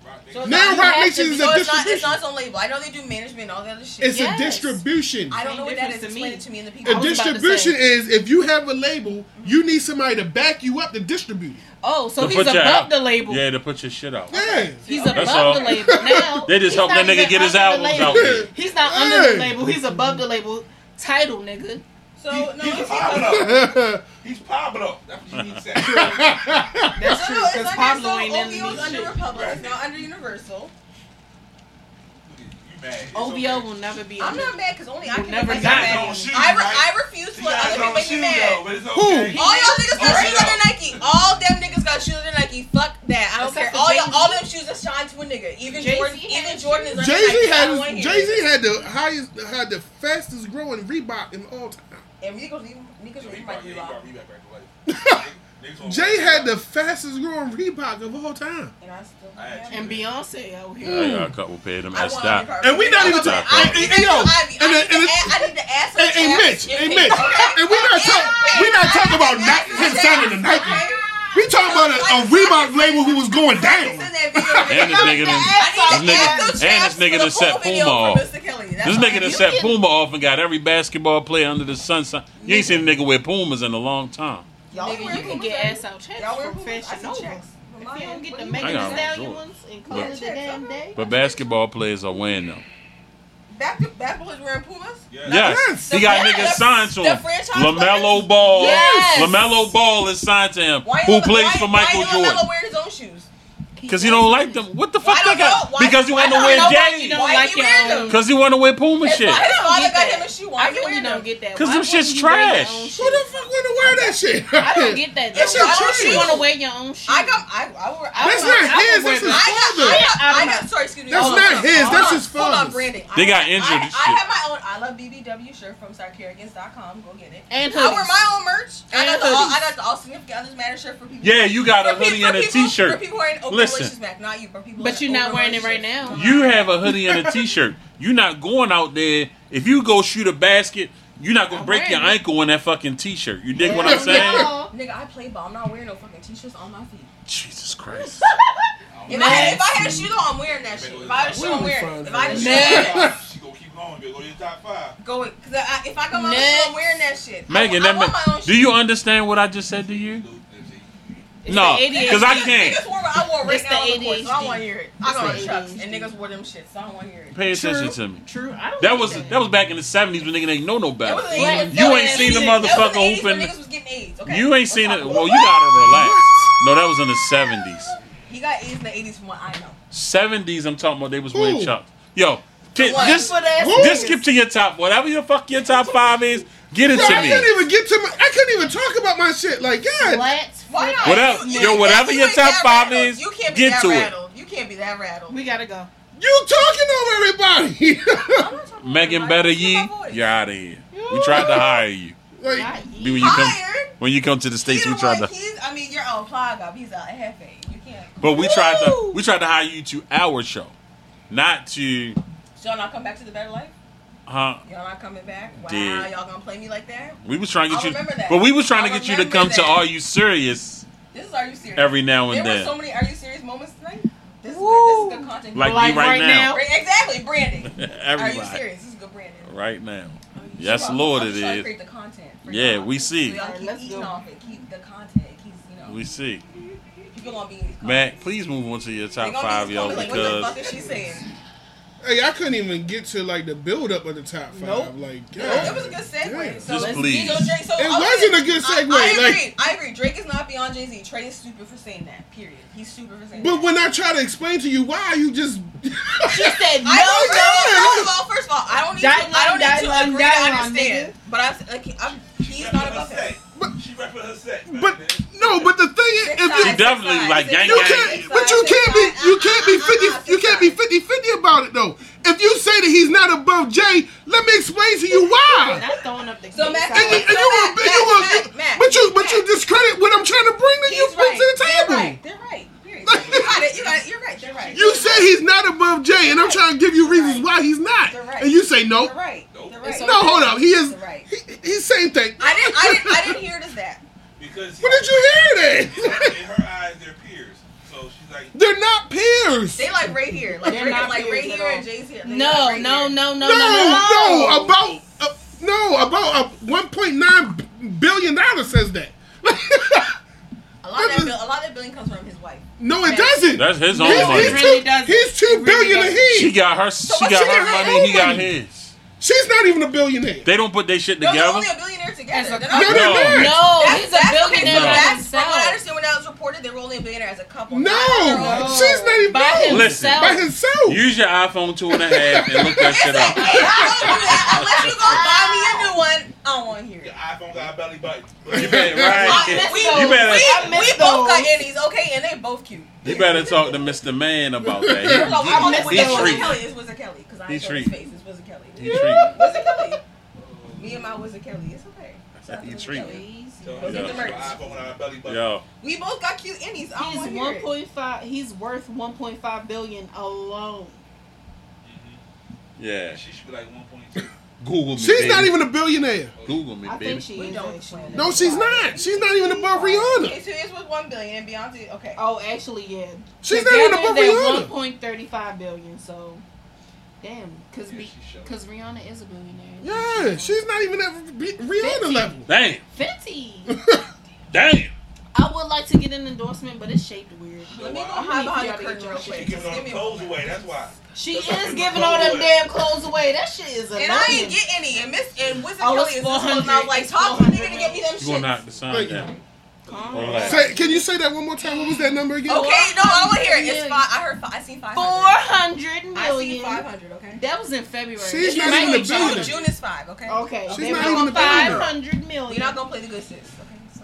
S6: Rock, they-
S3: So it's
S1: Now
S3: not-
S1: Rock
S3: it has
S1: Nation
S3: to
S1: is
S3: be-
S1: a
S3: so it's not- It's
S1: distribution.
S3: not its own label. I know they do management and all the other shit.
S1: It's
S4: Yes.
S1: a distribution.
S3: I don't know what that
S4: Same
S3: is.
S4: difference to me.
S3: Explain it to me in the people.
S1: A
S4: was about to
S1: distribution
S4: say.
S1: is if you have a label, you need somebody to back you up to distribute. it.
S4: Oh, so
S2: To
S4: he's
S2: put your
S4: above
S2: out-
S4: the label.
S2: Yeah, to put your shit out.
S1: Yeah.
S4: He's
S3: That's
S4: above
S2: all.
S4: the label now.
S2: They just
S4: he's
S2: help that
S4: not
S2: nigga
S4: even
S2: get his
S4: under the
S2: albums
S4: label.
S2: out there.
S4: He's not under
S1: Hey.
S4: the label. He's above the label. Title, nigga.
S3: So no,
S6: He's
S3: it's
S6: Pablo.
S1: That's
S6: He's Pablo. That's what you need to say.
S4: That's
S3: no,
S4: true.
S3: no, it's
S4: Because
S3: under
S4: Pablo
S3: so
S4: ain't in
S3: OVO's
S4: this
S3: under
S4: shit.
S3: Republic. It's not under Universal.
S6: You mad. It's
S4: OVO
S6: okay.
S4: will never be.
S3: I'm
S4: under-
S3: not mad because only I can
S4: never
S3: make
S4: got
S3: mad.
S4: it. Don't
S6: shoot,
S3: I, re-
S6: right?
S3: I refuse to
S6: You
S3: let
S6: guys
S3: other people
S6: don't
S3: make me
S6: shoot
S3: mad.
S6: though, but it's
S1: Who?
S6: okay.
S3: All y'all niggas got
S6: Right.
S3: shoes under Nike. All them niggas got shoes under Nike. Fuck that. I don't
S4: Except
S3: care.
S4: for
S3: All y'all,
S4: Jay-Z.
S3: all them shoes are shined to a nigga. Even
S4: Jay-Z
S3: Jordan,
S5: had
S3: even
S5: shoes.
S3: Jordan is under
S1: Jay
S3: Nike.
S1: Z
S3: I don't wanna
S1: had
S3: hear
S1: Jay
S3: it.
S1: Z had the highest had the fastest growing Reebok in all time.
S3: And Nico's even Nico's
S6: So
S3: even
S6: he
S3: might
S6: brought-
S3: be
S6: yeah, he
S3: loud.
S6: brought Reebok back to life.
S1: Jay had the fastest growing Reebok of all time.
S3: And I still
S6: I had
S4: And Beyonce out here.
S2: I got a couple paid them. I
S3: I want
S2: stopped.
S3: Ivy Parker.
S1: And we not even
S3: Okay,
S1: talking-
S3: I-
S1: and- and-
S3: I-
S1: yo,
S3: I
S1: and-
S3: need to
S1: and-
S3: add- I need to add some
S1: Hey, hey
S3: tabs.
S1: Mitch, hey
S3: Okay.
S1: Mitch, and we not talking. We not talking about not him signing the Nike. We talking about a, a Reebok label who was going down.
S2: And this nigga done,
S3: I need to
S2: this nigga-
S3: add some
S2: and this
S3: tabs
S2: nigga
S3: to the
S2: done set
S3: pool video
S2: Puma
S3: for
S2: off.
S3: Mr. Kelly. That's
S2: this
S3: all I
S2: nigga done
S3: need.
S2: set Puma off and got every basketball player under the sun. sun. You ain't seen a nigga wear Pumas in a long time.
S3: Y'all
S4: Nigga,
S3: wear
S4: you can
S3: Pumas,
S4: get
S3: right?
S4: ass out checks
S3: Y'all wear
S4: from
S3: Pumas? I see
S4: Fashion Nova.
S3: checks.
S4: If you don't get the
S3: What
S4: Megan
S2: I
S4: Thee
S2: got
S4: Stallion
S2: Jordan.
S4: ones and call it a damn day.
S2: But basketball players are wearing them.
S3: Back to back boys wearing Pumas?
S2: Yes,
S1: Yes.
S2: he got
S3: The-
S2: niggas signed to
S3: the
S2: him.
S3: franchise
S2: Lamelo
S3: players?
S2: Ball,
S3: Yes.
S2: Lamelo Ball is signed to him.
S3: Why
S2: who
S3: ain't-
S2: plays
S3: why-
S2: for Michael
S3: why ain't LaMelo
S2: Jordan?
S3: wear his own shoes?
S2: Because he don't like them. What the
S3: Why
S2: fuck
S3: don't
S2: they got?
S3: know? Why-
S2: because he
S3: why
S2: want to
S3: don't
S2: wear
S3: know why you
S2: J's.
S3: don't- Why you wearing them?
S2: Because he want to wear Puma
S3: His
S2: shit.
S3: father his father got
S4: get that.
S3: him a shoe. Why
S4: I
S3: you
S4: really
S3: wearing
S4: don't
S3: them?
S4: get that.
S2: 'Cause
S4: Why
S2: them
S4: wouldn't
S2: shit's
S4: you wear your
S2: trash.
S4: own
S1: Who the
S4: shit?
S1: fuck want to wear that shit?
S4: I don't get that.
S1: That's
S4: though.
S1: your
S4: Why would
S1: choice.
S4: you want to wear your own shit?
S3: I got I I wear I
S1: That's
S3: wear-
S1: not
S4: I would
S1: his.
S4: wear
S1: That's
S4: that.
S1: his
S3: I got, I
S1: father.
S3: got,
S4: Out
S3: I
S4: of
S3: got,
S4: my-
S3: sorry, excuse me.
S1: That's
S3: Hold
S1: not
S3: on,
S1: his,
S3: hold
S1: that's
S3: on,
S1: his
S3: hold on,
S1: father's.
S3: branding. I
S2: They got
S3: have-
S2: injured and
S3: I, I
S2: shit.
S3: have my own I love BBW shirt from sarkarigans.com. Go get it.
S4: And
S3: I wear
S4: hoodies.
S3: my own merch. I got,
S4: And
S3: the all, I
S4: hoodies.
S3: got the All Significant Others Matter shirt for people.
S2: Yeah, you got a
S3: for pe-
S2: hoodie
S3: for
S2: and a
S3: people- For
S2: t-shirt.
S3: people wearing open
S2: Listen.
S3: relations back, not you. For people
S4: But
S3: in
S4: you're not
S3: open
S4: wearing it right
S3: relationships.
S4: now.
S2: You have a hoodie and a t-shirt. You're not going out there. If you go shoot a basket, you're not gonna
S4: I'm
S2: break your
S4: wearing it.
S2: ankle in that fucking t-shirt. You dig what I'm saying?
S4: No.
S3: Nigga, I play ball. I'm not wearing no fucking t-shirts on my feet.
S2: Jesus Christ.
S3: If I, had, if I had a shoe though, I'm wearing that shit. If I had a shoe, I'm wearing it. If I had a shoe, I'm wearing it.
S6: She gonna keep going, girl. Go to the top five.
S3: Going, cause I, if I come out,
S4: Next.
S3: I'm wearing that shit.
S2: Megan,
S3: I, I
S2: that
S3: want
S2: ma-
S3: my own
S2: do
S3: shoe.
S2: you understand what I just said to you?
S4: It's
S2: No,
S4: the 88.
S2: because I
S3: Niggas-
S2: can't.
S3: Niggas wore what I wore right
S4: It's
S3: now on
S4: the
S3: the court, so I don't
S4: ADHD.
S3: want to hear it. I
S4: It's
S3: go
S4: the
S3: on trucks and
S4: ADHD.
S3: niggas wore them shit, so I don't want to hear it.
S2: Pay attention to me.
S4: True. I don't
S2: That
S4: get
S2: was that was back in the seventies when nigga ain't know no
S3: That
S2: better.
S3: was in the 80s.
S2: You
S3: That was
S2: ain't
S3: in
S2: seen the
S3: 80s. That was in
S2: motherfucker
S3: 80s when
S2: open.
S3: Niggas was getting AIDS. Okay.
S2: You ain't
S3: let's
S2: seen
S3: talk
S2: it.
S3: about
S2: Well, you gotta relax. No, that was in the seventies.
S3: He got AIDS in the 80s from what I know.
S2: Seventies, I'm talking about. They was wearing
S1: Who?
S2: chucks. Yo, kid,
S3: What?
S2: just
S3: What ass
S2: just skip to your top. Whatever your fuck your top five is, get it
S1: No, I
S2: to
S1: couldn't
S2: me.
S1: even get to my. I couldn't even talk about my shit. Like, God,
S4: Let's
S3: Why not?
S2: Whatever-
S3: You-
S2: yo,
S3: you-
S2: whatever
S3: you
S2: your
S3: ain't
S2: top
S3: that
S2: five
S3: rattled.
S2: is,
S3: you can't be
S2: get
S3: that
S2: to it.
S3: rattled. You can't be that rattled.
S4: We gotta go.
S1: you talking over everybody.
S3: I'm not talking about
S2: Megan
S3: everybody.
S2: Better
S3: Listen to
S2: Yee,
S3: my voice.
S2: you're out of here. We tried to hire you.
S1: like,
S4: Not
S2: Be
S4: yet.
S2: When you come
S3: Hired?
S2: when you come to the states,
S3: You
S2: we
S3: know
S2: tried
S3: what?
S2: to.
S3: He's, I mean, you're on plug up. He's out half a. You can't.
S2: But we tried to
S4: Woo!
S2: we tried to hire you to our show, not to
S3: So y'all not come back to the better life?
S2: huh.
S3: Y'all not coming back? Wow,
S2: Dead.
S3: y'all gonna play me like that?
S2: We was trying to get
S3: I
S2: you,
S3: remember that.
S2: but we was trying
S3: I
S2: to get you to
S3: remember
S2: come to
S3: that.
S2: Are You Serious
S3: This is Are You Serious?
S2: every now
S3: there
S2: and
S3: were
S2: then,
S3: so many Are You Serious moments tonight. This is, good, this
S4: Woo.
S3: is good content.
S2: like,
S4: Like
S2: me right,
S4: right
S2: now.
S4: now.
S3: Bra- exactly, branding. Are You
S2: Everybody,
S3: Serious? This is good Oh, branding.
S2: right now.
S3: I'm
S2: Yes,
S3: sure-
S2: Lord,
S3: I'm
S2: it
S3: sure I
S2: is.
S3: create the content for
S2: Yeah,
S3: y'all.
S2: we see.
S3: So y'all keep
S7: Let's
S3: eating
S7: go.
S3: off it. Keep the content. It keeps, you know,
S2: We see.
S3: people gonna be in these
S2: Mac,
S3: comments.
S2: please move on to your
S3: They
S2: top
S3: gonna be
S2: five,
S3: in these
S2: y'all,
S3: comments like, what
S2: because
S3: the fuck is she saying?
S1: Hey, I couldn't even get to like the build up of the top five.
S7: Nope.
S1: Like,
S3: It
S1: God.
S3: was a good segue.
S1: Yeah.
S3: So
S2: Just
S3: let's
S2: please.
S3: You know, Drake, so
S1: It
S3: okay,
S1: wasn't a good segue,
S3: I, I
S1: like-
S3: agree. I agree. Drake is not beyond Jay Z. Trey is stupid for saying that. Period. He's stupid for saying
S1: But
S3: that.
S1: when I try to explain to you why, you just
S7: She said
S3: I don't
S7: no.
S3: know. First of all, first of all, I don't need
S7: Guideline,
S3: to. I don't need
S7: guideline,
S3: to agree
S7: guideline,
S3: to understand. But I, like, I'm, he's not about that.
S6: But she repping her set. man.
S1: but no, but the thing is,
S3: Six
S1: if you
S3: sides,
S2: She
S3: six
S2: definitely
S3: sides,
S2: like
S3: six
S2: gang
S1: You
S3: sides,
S2: gang.
S1: can't,
S3: six
S1: but you
S3: sides,
S1: can't
S3: six
S1: be you
S3: sides.
S1: can't be
S3: Uh-uh, uh-uh,
S1: 50 you
S3: six
S1: can't be
S3: sides.
S1: 50 50 about it though. If you say that he's not above Jay, let me explain to you why.
S4: Not throwing up the
S3: So,
S4: gay
S3: Mac,
S1: And you, and
S4: side.
S1: you will, and you will,
S3: Matt, Matt, Matt,
S1: but you but
S3: Matt.
S1: you discredit what I'm trying to bring to you
S3: He's
S1: bring to
S3: right.
S1: the
S3: They're
S1: table.
S3: right. They're right. Period. You got it. You got it. You're right. They're right.
S1: You say he's not above Jay, and I'm trying to give you reasons
S3: Right.
S1: why he's not,
S3: You're right.
S1: and you say no.
S3: They're right.
S6: Nope.
S3: They're right.
S1: No, hold up, he is.
S3: You're right.
S1: He, he's same thing.
S3: I didn't. I didn't. I didn't hear it as that.
S6: because
S1: What did you hear? That
S6: In her eyes, they're peers. So she's like,
S1: they're not peers.
S3: They like right here. Like
S4: They're
S3: Drake
S4: not
S3: is like right
S4: peers at
S3: here
S4: all.
S3: and Jay's here. They
S4: No,
S3: like right
S4: no,
S3: here.
S4: no, no, no,
S1: no, no,
S4: no,
S1: about uh, no about uh, 1.9 billion dollars says that.
S3: A lot of that, bill, a lot of that billing comes from his wife.
S1: no, it doesn't.
S2: That's his
S1: he's,
S2: own
S1: he's
S4: It
S2: money.
S4: really
S1: two,
S4: doesn't.
S1: he's two
S4: It really
S1: billion
S4: doesn't.
S1: a
S2: She
S1: he.
S2: got her. She
S1: what
S2: got
S1: she
S2: her
S1: got her
S2: money. He
S1: own
S2: got
S1: money?
S2: his.
S1: She's not even a billionaire.
S2: They don't put their shit
S3: No, they're
S2: together.
S3: only a billionaire together.
S4: As a
S1: no,
S3: They're
S1: they're
S3: not-
S1: not.
S4: No,
S3: That's-
S4: Oh, he's a
S3: that's-
S4: billionaire
S2: No.
S4: by
S3: That's from what I
S4: himself.
S3: understand when that was reported. They were only a billionaire as a couple.
S1: No,
S3: Not on their own.
S1: she's not even
S4: By
S1: no.
S2: Listen.
S4: himself.
S1: by himself.
S2: Use your iPhone two and a half and look that shit up.
S3: Hey, I don't do that unless you go buy me a new one. I don't want to hear it.
S6: your iPhone got a belly button.
S2: You better
S3: I-
S2: right.
S3: we,
S2: You better-
S3: we,
S7: I miss
S3: we both got
S7: those.
S3: innies, okay, and they both cute.
S2: You better talk to Mr. Man about that.
S3: Hold on, hold on,
S7: miss
S3: wait, it's
S7: those.
S3: Wizard Kelly. It's Wizard Kelly because I
S2: He
S3: ain't showing his
S2: treat.
S3: face. It's Wizard Kelly.
S2: He, he treating.
S3: Wizard Kelly. Me and my Wizard Kelly. It's okay. Shout out to
S2: He
S3: Wizard
S2: treating.
S3: Kelly.
S6: So
S3: Go
S2: get
S6: she got
S2: the
S6: your
S3: merch.
S6: iPhone without a belly button.
S2: Yo,
S3: We both got cute innies. I don't
S4: He's
S3: want
S4: one
S3: to hear it.
S4: point five. He's worth one point five billion alone.
S2: yeah.
S6: She should be like 1.2.
S2: Google me.
S1: She's not
S2: baby.
S1: even a billionaire.
S2: Google me,
S4: I
S2: baby.
S4: think she
S3: We
S4: is
S3: don't
S4: actually.
S3: explain
S1: No, she's not. She's not even above
S3: Okay,
S1: Rihanna.
S3: so it's with one billion and Beyonce. Okay.
S4: Oh, actually, yeah.
S1: She's not even above
S4: One
S1: Rihanna.
S4: point thirty-five billion. So, damn, because
S6: Yeah, she should.
S4: Rihanna is a billionaire.
S1: Yeah, she's not even at B- Rihanna level.
S2: Damn.
S4: Fenty.
S2: Damn.
S4: I would like to get an endorsement, but it's shaped weird.
S3: Let me go
S6: Wow.
S3: hide behind the
S4: She
S3: curtain real
S6: She
S3: quick.
S6: giving
S3: Just
S6: all
S3: give me
S6: the
S3: a
S6: clothes
S3: moment.
S6: away. That's why.
S4: She is giving all them damn clothes away. That shit is a
S3: And I ain't get any. And Miss and Wizard
S4: Oh,
S3: Kelly
S4: it's
S3: is just holding
S4: 400.
S3: out like,
S4: It's
S3: talk to the nigga to
S4: 400
S3: get me them
S2: You gonna knock
S3: shit.
S2: the sign
S1: Thank you.
S2: down?
S4: Four
S2: Relax.
S1: Say, can you say that one more time? What was that number again?
S3: Okay, no, I don't want to hear it. It's
S4: Million.
S3: five. I heard five. I seen five.
S4: hundred
S3: I seen
S4: million.
S3: five hundred. Okay.
S4: That was in February.
S1: She's
S4: It
S1: not
S4: might
S1: even a
S4: be
S1: billionaire.
S3: June,
S4: June.
S3: June is five. Okay.
S4: Okay,
S1: She's
S4: they
S1: not
S4: were
S1: even a
S4: on five
S1: billionaire.
S4: hundred
S3: We're
S4: million.
S3: not gonna play the good sis. Okay. So,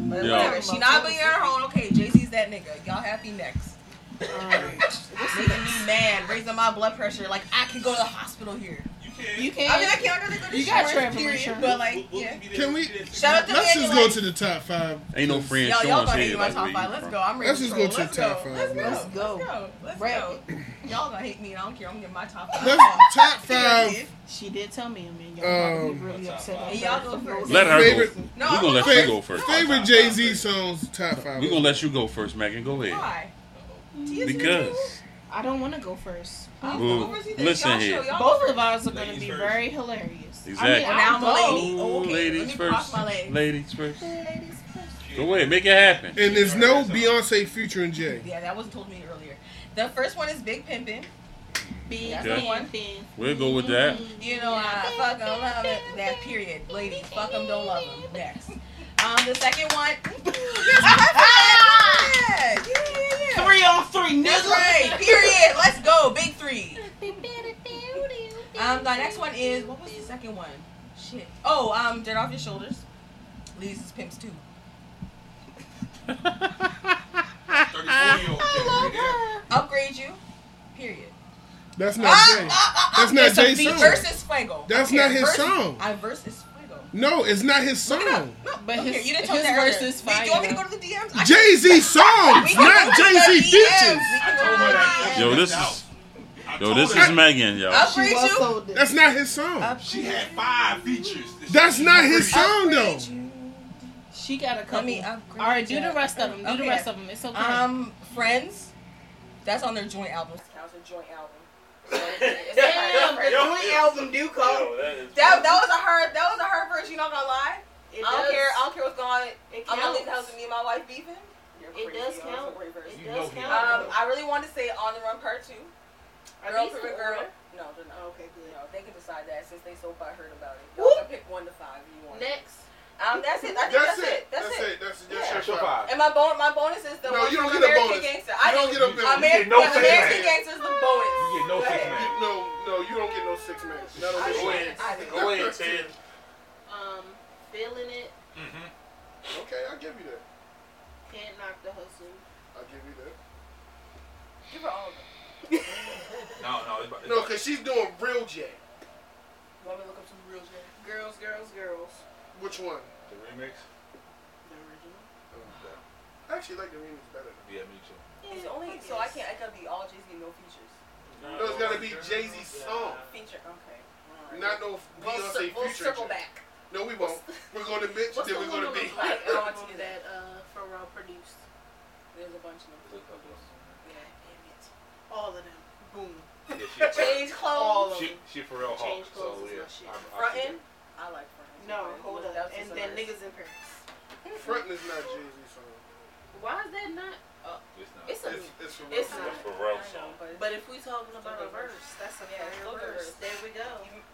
S3: but
S2: Yeah.
S3: whatever. She not being her own. Okay. Jay Z's that nigga. Y'all happy next.
S4: Um,
S3: Making me mad, raising my blood pressure. Like I could go to the hospital here.
S6: You
S4: you
S6: can't.
S3: I mean, I
S4: can't.
S3: can't really go to the
S4: You got
S3: insurance,
S4: travel
S3: period,
S4: insurance.
S3: but like, yeah.
S1: Can we-
S3: Shout out to
S1: Let's
S3: Manny,
S1: just go
S3: like-
S1: to the top five.
S2: Ain't no free
S3: Y'all,
S2: insurance
S3: y'all gonna
S2: here.
S3: hate my
S2: like
S3: top
S2: where
S3: five.
S2: you
S3: Let's
S2: from.
S3: go. I'm ready.
S1: Let's just go
S3: troll.
S1: to
S3: Let's
S1: the top
S3: go.
S1: five.
S3: Let's go.
S1: Let's
S3: Let's go. Let's
S4: Right.
S3: go. Y'all gonna hate me, and I don't care. I'm gonna get my top five.
S1: Let's, top
S3: Period.
S1: five
S4: She did tell me, man. Y'all
S1: Um,
S4: um, really upset. about
S3: Hey, y'all
S4: that.
S3: go first.
S2: Let her
S1: Favorite-
S2: go.
S3: No,
S2: We're
S3: I'm
S2: gonna let
S3: not-
S2: you go first.
S1: favorite Jay Z songs. Top five.
S2: We're gonna let you go first, Megan. Go ahead.
S3: Why? Tia Smith
S2: Because
S3: Jewell?
S4: I don't want to go first.
S3: I'll
S2: Ooh.
S3: go first. You think
S2: Listen
S3: y'all
S2: here.
S3: show, y'all go
S4: Both
S3: first.
S4: of ours are going to
S6: Ladies
S4: be
S6: first.
S4: very hilarious. I
S2: Exactly.
S4: mean,
S3: Now I'm a
S4: I'll go.
S3: lady. Oh, okay.
S2: ladies
S3: Let me cross
S2: first.
S3: my legs.
S2: Ladies first. Go ahead. Make it happen.
S1: And there's no Beyonce featuring Jay.
S3: Yeah, that wasn't told to me earlier. The first one is Big Pimpin'.
S4: Big
S3: That's
S2: Okay.
S4: okay. one thing. Mm-hmm.
S2: We'll go with that.
S3: You know, I fuck 'em, love it. That period. Ladies, fuck 'em, don't love 'em. Next. Um, the second one. yeah, yeah, yeah.
S4: Three on three,
S3: That's
S4: nigga.
S3: right. Period. Let's go. Big three. Um, the next one is what was the second one? Shit. Oh, um, dirt off your shoulders. Ladies is pimps too.
S6: 34 year old right
S3: Upgrade you. Period.
S1: That's not
S3: Ah,
S1: Jay.
S3: ah, ah, ah.
S1: That's not
S3: It's a
S1: Jay's
S3: feat.
S1: song.
S3: Versus Fuego.
S1: That's
S3: Here,
S1: not his
S3: versus-
S1: song.
S3: I versus Fuego.
S1: No, it's not his
S3: Look it up.
S1: song.
S3: No,
S4: But
S3: look
S4: his-
S3: here. you didn't tell
S4: his
S3: me that earlier.
S4: versus
S3: Do you want me to go
S4: Fuego.
S3: to the DMs? I-
S1: Jay Z songs,
S3: We can
S1: not
S3: go to
S1: Jay Z
S3: the DMs.
S1: features.
S3: We
S6: I
S3: can
S6: told
S3: go
S6: her
S3: to
S6: that.
S3: the
S2: Yo, this is yo, this is Megan, yo.
S3: DMs. Upgrade
S4: She was
S3: you.
S4: so dead.
S1: That's not his song.
S3: Up-
S6: She had five features.
S1: That's not his song though.
S3: Upgrade you.
S4: She got a couple.
S3: me upgrade
S4: All right, do the
S3: that.
S4: rest of them. Do
S3: Okay.
S4: the rest of them. It's okay.
S3: Um, Friends. That's on their joint album. That was their joint album. Damn, the Glee album do come. That, that was a her that was a her version. You're not gonna lie.
S4: It
S3: I don't
S4: does-
S3: care. I don't care what's going on.
S4: It
S3: I'm gonna leave the house
S4: counts.
S3: with me and my wife beefing. You're
S4: It
S3: crazy. Oh,
S4: does
S3: that's a
S4: count.
S3: great version.
S4: It
S6: You know
S4: does
S6: he-
S4: count.
S3: Um, I really want to say on the run part two.
S4: Are
S3: Girl
S4: these
S3: from a
S4: in
S3: girl.
S4: order?
S3: No, they're not.
S4: Okay, good.
S3: No, they can decide that since they so butthurt about it.
S4: Whoop.
S3: Y'all can pick one to five if you want.
S4: Next.
S3: Um, that's it. I think
S1: That's
S3: that's,
S1: it.
S3: That's, it.
S1: That's it.
S3: Yeah.
S1: That's
S2: Your
S1: your five.
S2: five.
S3: And my bon- my bonus is the
S1: No,
S3: one
S1: you don't get
S3: from
S1: a
S3: American
S1: bonus.
S3: Gangster.
S1: You
S3: I
S1: don't
S3: didn't-
S1: get a bonus.
S6: You get
S3: American,
S6: no six
S3: American
S6: man.
S3: Gangster is the bonus.
S6: You get no six
S3: Yeah.
S6: man.
S1: No, no, you don't get no six man. Not on
S3: I
S1: this
S3: didn't-
S2: Go
S1: one.
S2: ahead.
S3: I didn't.
S2: Go ahead, Ted.
S4: Um, feeling it.
S6: Mm-hmm.
S1: Okay, I'll give you that.
S4: Can't knock the hustle.
S1: I'll give you that.
S3: Give her all of them.
S6: No, no. It's about, it's
S1: No,
S6: about-
S1: because she's doing real J.
S3: You want me to look up some real shit?
S4: Girls, girls, girls.
S1: Which one?
S6: the remix.
S4: The original.
S1: I actually like the remix better.
S6: Yeah, me too.
S3: It's only so I can't. I gotta be all Jay Z, no features.
S1: No, it's gotta be Jay Z's song,
S3: Feature, okay. Alright.
S1: not no
S3: We'll, cir-
S1: Beyonce
S3: we'll
S1: feature.
S3: circle
S1: shit.
S3: back.
S1: No, we won't. We're gonna bitch,
S4: What's
S1: then
S4: the
S1: we're
S4: one
S1: gonna
S4: on
S1: be.
S4: the
S3: I
S4: black
S3: don't want to
S4: album
S3: do that.
S4: that uh, Pharrell produced?
S3: There's a bunch of them.
S6: There's a couple of
S3: Yeah, damn
S4: All of them. Boom.
S6: them. Yeah,
S3: it. Change clothes.
S4: All of
S6: she, she,
S4: them.
S6: she Pharrell Hawk,
S4: Change
S6: so
S4: clothes is
S6: yeah.
S4: my shit.
S6: I- I see
S3: Frontin'.
S6: that.
S3: I like frontin'.
S4: No,
S3: Frontin'.
S4: hold
S3: That
S4: up.
S3: was
S4: And
S3: just
S4: then
S3: nice.
S4: niggas in Paris.
S1: Frontin' is not Jay Z song.
S4: Why is that not?
S6: It's not.
S4: It's a.
S1: It's it's for
S4: It's
S1: real.
S4: not.
S2: That's Pharrell
S3: I
S2: song.
S3: know, but-
S4: But if we talking about a verse, that's a
S3: Yeah,
S4: yeah,
S3: it's a
S4: verse.
S3: verse.
S4: There we go.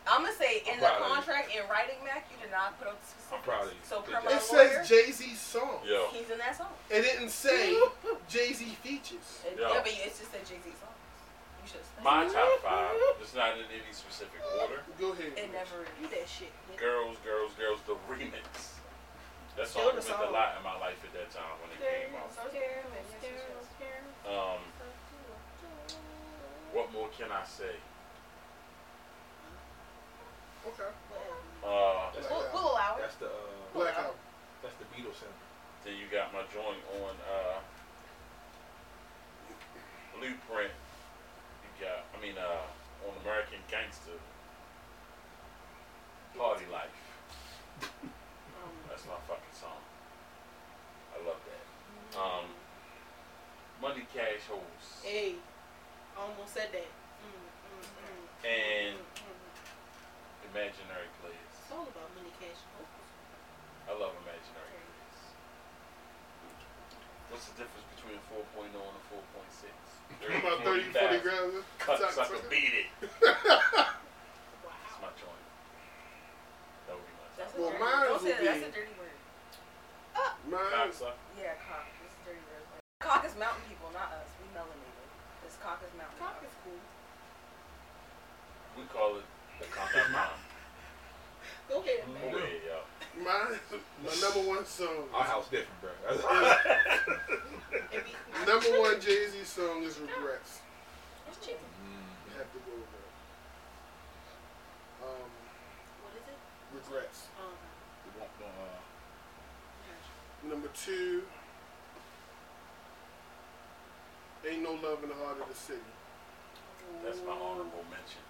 S3: I'm gonna say in
S6: I'm
S3: the
S6: proud of you.
S3: contract in writing, Mac, you did not put up specifics.
S6: I'm proud of you.
S3: So
S6: Good
S3: per
S6: job.
S3: my
S1: It
S3: lawyer,
S1: says Jay Z song.
S2: Yo.
S3: he's in that song.
S1: It didn't say Jay Z features.
S3: It-
S2: Yeah.
S3: Yeah, but it's just that Jay Z song. You should.
S2: My top five. It's not in any specific order.
S1: Go ahead.
S3: It never is.
S4: Do that shit. nigga.
S2: Girls, girls, girls. The remix. That
S4: Still
S2: song
S4: the
S2: meant a
S4: song.
S2: lot in my life at that time when it came out. Um, what more can I say?
S1: Okay.
S2: Uh,
S6: That's,
S3: We'll, we'll allow it.
S6: that's the uh,
S1: Black Album.
S6: that's the Beatles sound.
S2: then you got my joint on uh, Blueprint. You got, I mean, uh, on American Gangster. Party Life. That's my fucking song. I love that. Um, Money Cash Holes.
S4: Hey, almost said that. Mm,
S2: And
S4: mm, mm, mm, mm.
S2: Imaginary Players.
S4: It's all about money, cash, and focus.
S2: I love imaginary movies. What's the difference between a 4.0 and a 4.6?
S1: About 30, 40
S2: thousand.
S1: grams. of
S2: Cut,
S1: suck,
S2: sucker,
S1: sucker.
S2: beat it. It's
S4: Wow.
S2: my joint. That would be my
S3: That's a
S1: Well,
S3: dirty
S1: mine
S3: word. Don't say
S1: would
S3: that. That's
S1: be-
S3: a dirty word.
S1: Mine.
S2: joint. Cocksucker.
S3: Yeah, cock. It's a dirty word. Cock is mountain people, not us. We melanated. It's cock is mountain.
S4: Cock is cool.
S2: We call it the cocksucker mom.
S4: Go ahead.
S2: Go ahead, y'all.
S1: Mine. My number one song.
S6: Our house different, bro.
S4: And be-
S1: Number one Jay Z song is Regrets.
S3: It's cheap.
S1: You have to go with that. Um,
S4: What is it?
S1: Regrets.
S4: Um,
S6: uh,
S1: Number two. Ain't no love in the heart of the city.
S2: That's my honorable mention.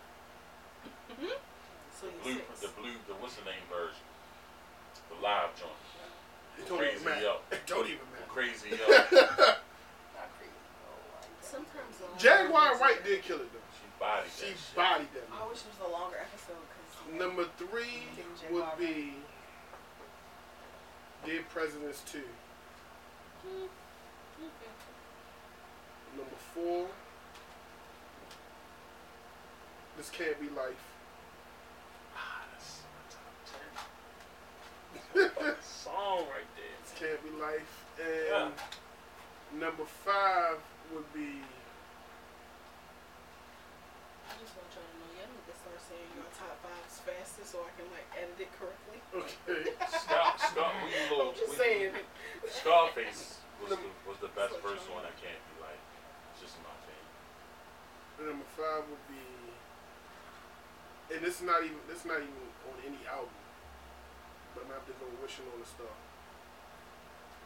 S4: so you
S2: Blueprint, the
S4: six.
S2: blue, the what's the name version? The live joint.
S1: It
S2: The
S1: don't even
S2: crazy
S1: matter.
S2: yo.
S1: It don't even
S2: The
S1: matter.
S2: crazy yo.
S3: Not crazy. Oh, I like that.
S4: Sometimes the
S1: Jaguar White did kill it though.
S2: She bodied that
S1: She
S2: shit.
S1: bodied that.
S3: I wish it was a longer episode because
S1: Number three would be Dead Presidents 2. Number four, This Can't Be Life.
S2: Ah, that's my top ten. Song right there.
S1: This Can't Be Life. And number five would be,
S4: I just want y'all to know y'all need to start saying your top fives faster so I can like edit it correctly.
S1: okay,
S2: Scar, Scar, we
S4: I'm
S2: love,
S4: just
S2: we-
S4: saying.
S2: Scarface was the, was the best person on that can't be like. It's just my opinion.
S1: number five would be, and this is not even, this is not even on any album, but I'm gonna have to go Wishing on a Star.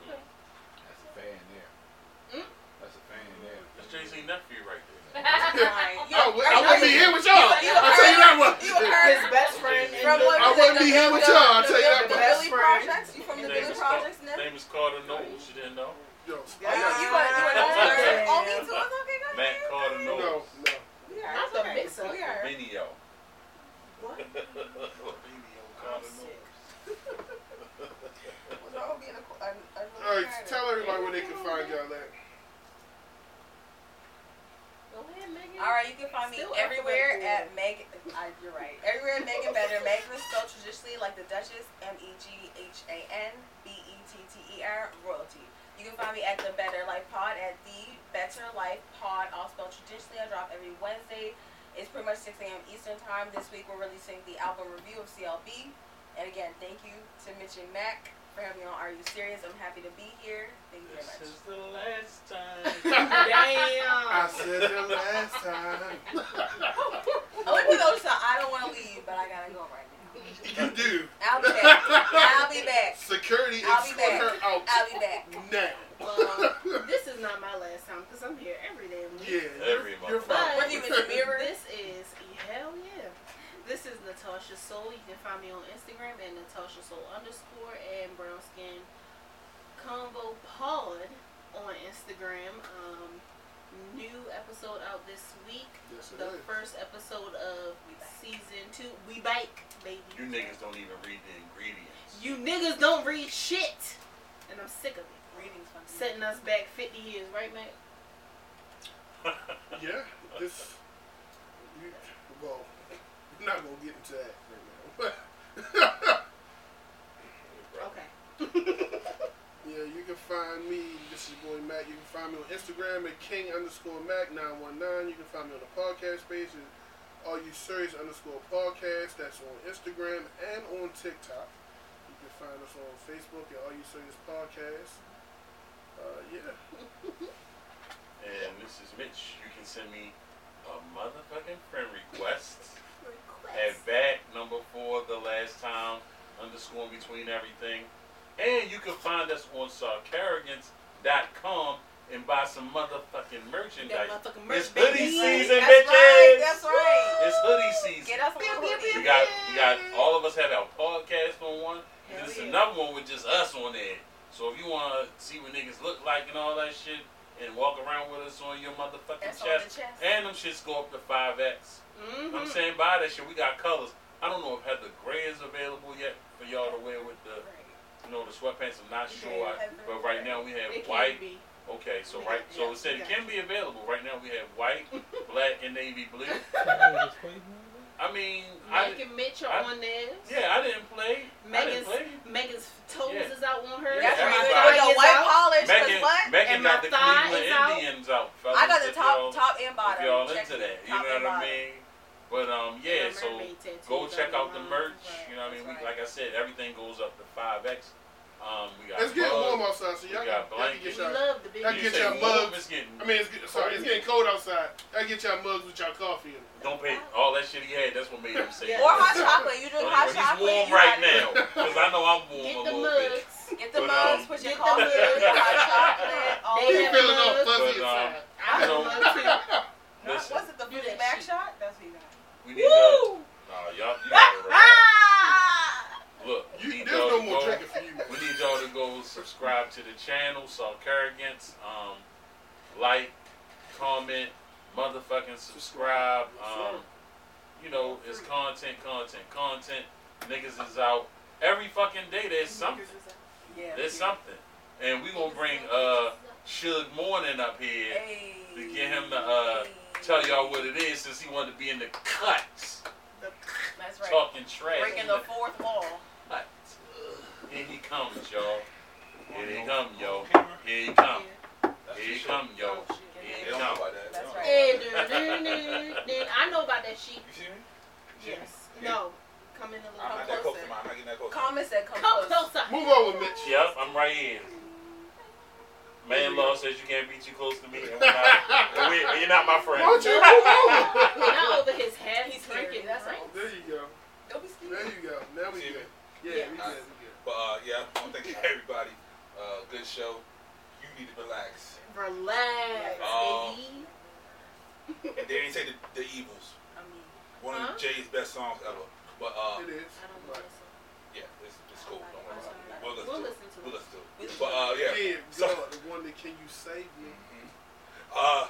S6: That's a fan there. That's a fan there.
S2: That's Jay Z nephew right there.
S1: I, would, I wouldn't be here with y'all. I'll tell you that one.
S3: You heard
S4: His best friend in
S3: From
S4: the-
S3: what-
S1: I wouldn't be here with y'all. I'll tell you that
S3: the
S1: much.
S3: Billy
S4: Best friend.
S3: Projects. You from the
S2: His
S3: Billy
S2: is Car-
S3: Projects now?
S2: name is Carter Knowles. You didn't know?
S1: Yo,
S3: Oh, you, you went, you went
S2: Yeah.
S3: over. Only two. It's okay. Go ahead.
S2: Matt Carter
S1: no,
S2: Knowles.
S1: no.
S8: We are.
S3: Not the
S8: okay,
S3: mix-up.
S8: so we are.
S2: Video.
S8: What?
S2: Video
S8: I'm
S2: Carter
S8: sick.
S2: Norris.
S8: What's wrong with being a, a, a really
S1: All right,
S8: tired
S1: tell
S8: of-
S1: everybody where they can find y'all at.
S9: Go ahead, Megan.
S3: All right, you can find me
S8: Still
S3: everywhere
S8: alphabetical
S3: at Meg. I, you're right. Everywhere at Megan Better. Megan is spelled traditionally like the Duchess. M E G H A N B E T T E R royalty. You can find me at the Better Life Pod at the Better Life Pod, all spelled traditionally. I drop every Wednesday. It's pretty much 6 a.m. Eastern time. This week we're releasing the album review of CLB. And again, thank you to Mitch and Mac for having me on Are You Serious? I'm happy to be here. Thank you very
S6: This
S3: much.
S6: is the last time.
S1: I said it last time.
S3: I would be noticed that I don't want to leave, but I gotta go right now.
S1: you do.
S3: I'll be back. I'll be back.
S1: Security
S3: I'll be
S1: escort
S3: back.
S1: her out
S3: I'll be back.
S1: now.
S4: Well, this is not my last time because I'm here every day. of the
S1: yeah,
S4: week.
S1: you're,
S2: Every
S1: you're
S2: motherfucker.
S1: fine.
S3: What do you mean, Samira?
S4: This is hell yeah. This is Natasha Soul. You can find me on Instagram at Natasha Soul underscore and Brown Skin Combo Pod on Instagram. Um, new episode out this week.
S1: Yes, it
S4: The
S1: is.
S4: first episode of
S3: We back.
S4: season two. We bake, baby.
S2: You niggas don't even read the ingredients.
S4: You niggas don't read shit, and I'm sick of it.
S3: Reading's fun.
S4: Setting us back 50 years, right, Matt?
S1: Yeah, this. You, well, we're not gonna get into that right now.
S4: Okay.
S1: yeah, you can find me. This is your boy Mac. You can find me on Instagram at king underscore Mac nine one nine. You can find me on the podcast space at Are You Serious underscore podcast. That's on Instagram and on TikTok. You can find us on Facebook at Are You Serious podcast. Uh, yeah.
S2: And this is Mitch. You can send me a motherfucking friend request at back number four the last time underscore in between everything. And you can find us on sarcarrigans.com and buy some motherfucking merchandise.
S4: That motherfucking
S2: It's
S4: merch, baby.
S2: hoodie
S3: That's
S2: season, bitches.
S3: right. That's right.
S2: It's hoodie season.
S3: Get us a little
S2: We
S3: hoodie.
S2: got we got all of us have our podcast on one.
S3: Hell
S2: And there's
S3: yeah.
S2: another one with just us on there. So if you wanna see what niggas look like and all that shit and walk around with us on your motherfucking
S3: That's on the
S2: chest.
S3: chest.
S2: And them shits go up to five X.
S4: Mm-hmm.
S2: am saying buy that shit. We got colors. I don't know if Heather Gray is available yet for y'all to wear with the you know the sweatpants. I'm not sure. I-
S3: Heather
S2: but right
S3: Gray.
S2: now we have
S4: It can
S2: white.
S4: be.
S2: Okay, so
S4: We
S2: right
S4: got-
S2: so
S4: yeah,
S2: it said
S4: we
S2: it
S4: got-
S2: can be available. Right now we have white, black, and navy blue. I mean, I,
S4: Megan Mitch are
S2: I-
S4: on there.
S2: yeah, I didn't play. I didn't
S4: Megan's
S2: play.
S4: Megan's toes
S2: Yeah.
S4: is out on her.
S2: Yeah,
S3: That's right.
S2: everybody.
S3: We got the
S4: Everybody's
S3: white
S4: out.
S3: polish. 'cause
S2: Megan,
S3: what?
S2: Megan
S4: And my
S2: got the
S4: thigh
S2: Cleveland
S4: is out.
S2: Indians out. fellas,
S3: I got the
S2: if
S3: top,
S2: y'all-
S3: top and bottom.
S2: If y'all
S3: Check
S2: into
S3: it.
S2: that, you
S3: Top
S2: know
S3: and
S2: what I
S3: bottom.
S2: mean. But um, yeah.
S4: Mermaid
S2: So
S4: tattoos
S2: go
S4: on
S2: check
S4: her
S2: out the
S4: arms.
S2: merch.
S3: Right,
S2: You know what I mean.
S3: that's
S2: We,
S3: right.
S2: like I said, everything goes up to five x. Um, we got
S1: It's getting
S2: mugs.
S1: warm outside, so y'all,
S2: We
S1: got
S2: got
S1: y'all can get
S4: We
S1: y'all.
S4: love the big
S1: I
S2: You
S1: get
S2: say
S1: y'all
S2: warm,
S1: mugs.
S2: It's getting.
S1: I mean, it's, get- sorry, it's getting cold outside. Y'all get y'all mugs with y'all coffee in them.
S2: don't pay all that shit he had. That's what made him say.
S4: Yeah.
S3: Or hot chocolate. You drink
S2: Anyway,
S3: hot
S2: he's
S3: chocolate.
S2: warm
S3: you
S2: right
S3: got it.
S2: now because I know I'm warm a
S4: Get the
S2: little bit.
S4: mugs.
S3: Get the
S2: But,
S3: mugs.
S2: um,
S3: Put your
S4: Get the
S3: coffee in
S4: mugs.
S3: your hot chocolate. all
S4: They
S1: He
S3: that.
S4: have
S1: feeling all
S4: mugs.
S1: fuzzy
S2: But, um,
S1: inside.
S4: I
S2: So-
S4: would love to.
S2: Listen,
S3: What's it? The
S4: Do that
S3: back
S4: shit.
S3: shot? That's what you got.
S2: we need to. Nah, y'all. You gotta relax.
S3: Ah!
S2: Look,
S1: You,
S2: we need
S1: there's no
S2: y'all to
S1: more
S2: go-
S1: drinking for you, man.
S2: We need y'all to go subscribe to the channel, Saw Carrigans. Um, like, comment, motherfucking subscribe. Um, you know, it's content, content, content. Niggas is out. Every fucking day there's something.
S3: Yeah.
S2: There's something. And we gonna bring uh Suge Morning up here
S3: Hey.
S2: to get him to uh tell y'all what it is since he wanted to be in the cuts.
S3: That's right.
S2: Talking trash.
S3: Breaking the fourth wall.
S2: cuts. Here he comes, y'all. Here he
S6: On
S2: come, yo.
S6: camera.
S2: Here he come.
S6: That's
S2: Here
S6: your
S2: he
S6: shit.
S2: come, yo.
S6: They
S2: Here he
S6: don't know
S2: come.
S6: about that. They
S3: That's
S6: don't
S3: right.
S6: know
S4: Eh,
S6: about
S4: do, do, do, do. I know about that sheet.
S6: that. You see me? You see me?
S4: Yes. No. Come in a
S6: I'm not
S4: little
S6: that close
S4: closer.
S6: to mine. I'm not getting that close.
S3: Comments that come,
S4: Come
S3: close.
S4: closer.
S1: Move over, Mitch.
S2: Yep, I'm right here. Man law says you can't be too close to me. I'm not- we- you're not my friend.
S1: Won't you move over?
S4: Not over his head.
S3: He's
S4: He's
S3: here.
S4: drinking.
S3: That's
S4: drink.
S3: all.
S1: There you go.
S3: Don't be scared.
S1: There you go. Now we
S6: See
S1: good.
S6: me?
S1: Yeah,
S4: Yeah.
S1: we good. We
S6: But uh, yeah, I want to thank everybody. Uh, good show. You need to relax.
S4: Relax,
S6: Oh.
S4: baby.
S6: And they didn't say the, the evils.
S3: I mean,
S6: One
S4: Huh?
S6: of Jay's best songs ever. But uh,
S1: good. It is.
S4: I don't want to listen.
S6: yeah, it's, it's cool. Don't worry about it. We'll
S4: We'll
S6: listen
S4: listen to
S6: to it. We'll
S4: it.
S6: listen to it. But uh, yeah.
S1: Yeah,
S6: So,
S1: God, the one that can you save me?
S6: Mm-hmm. uh,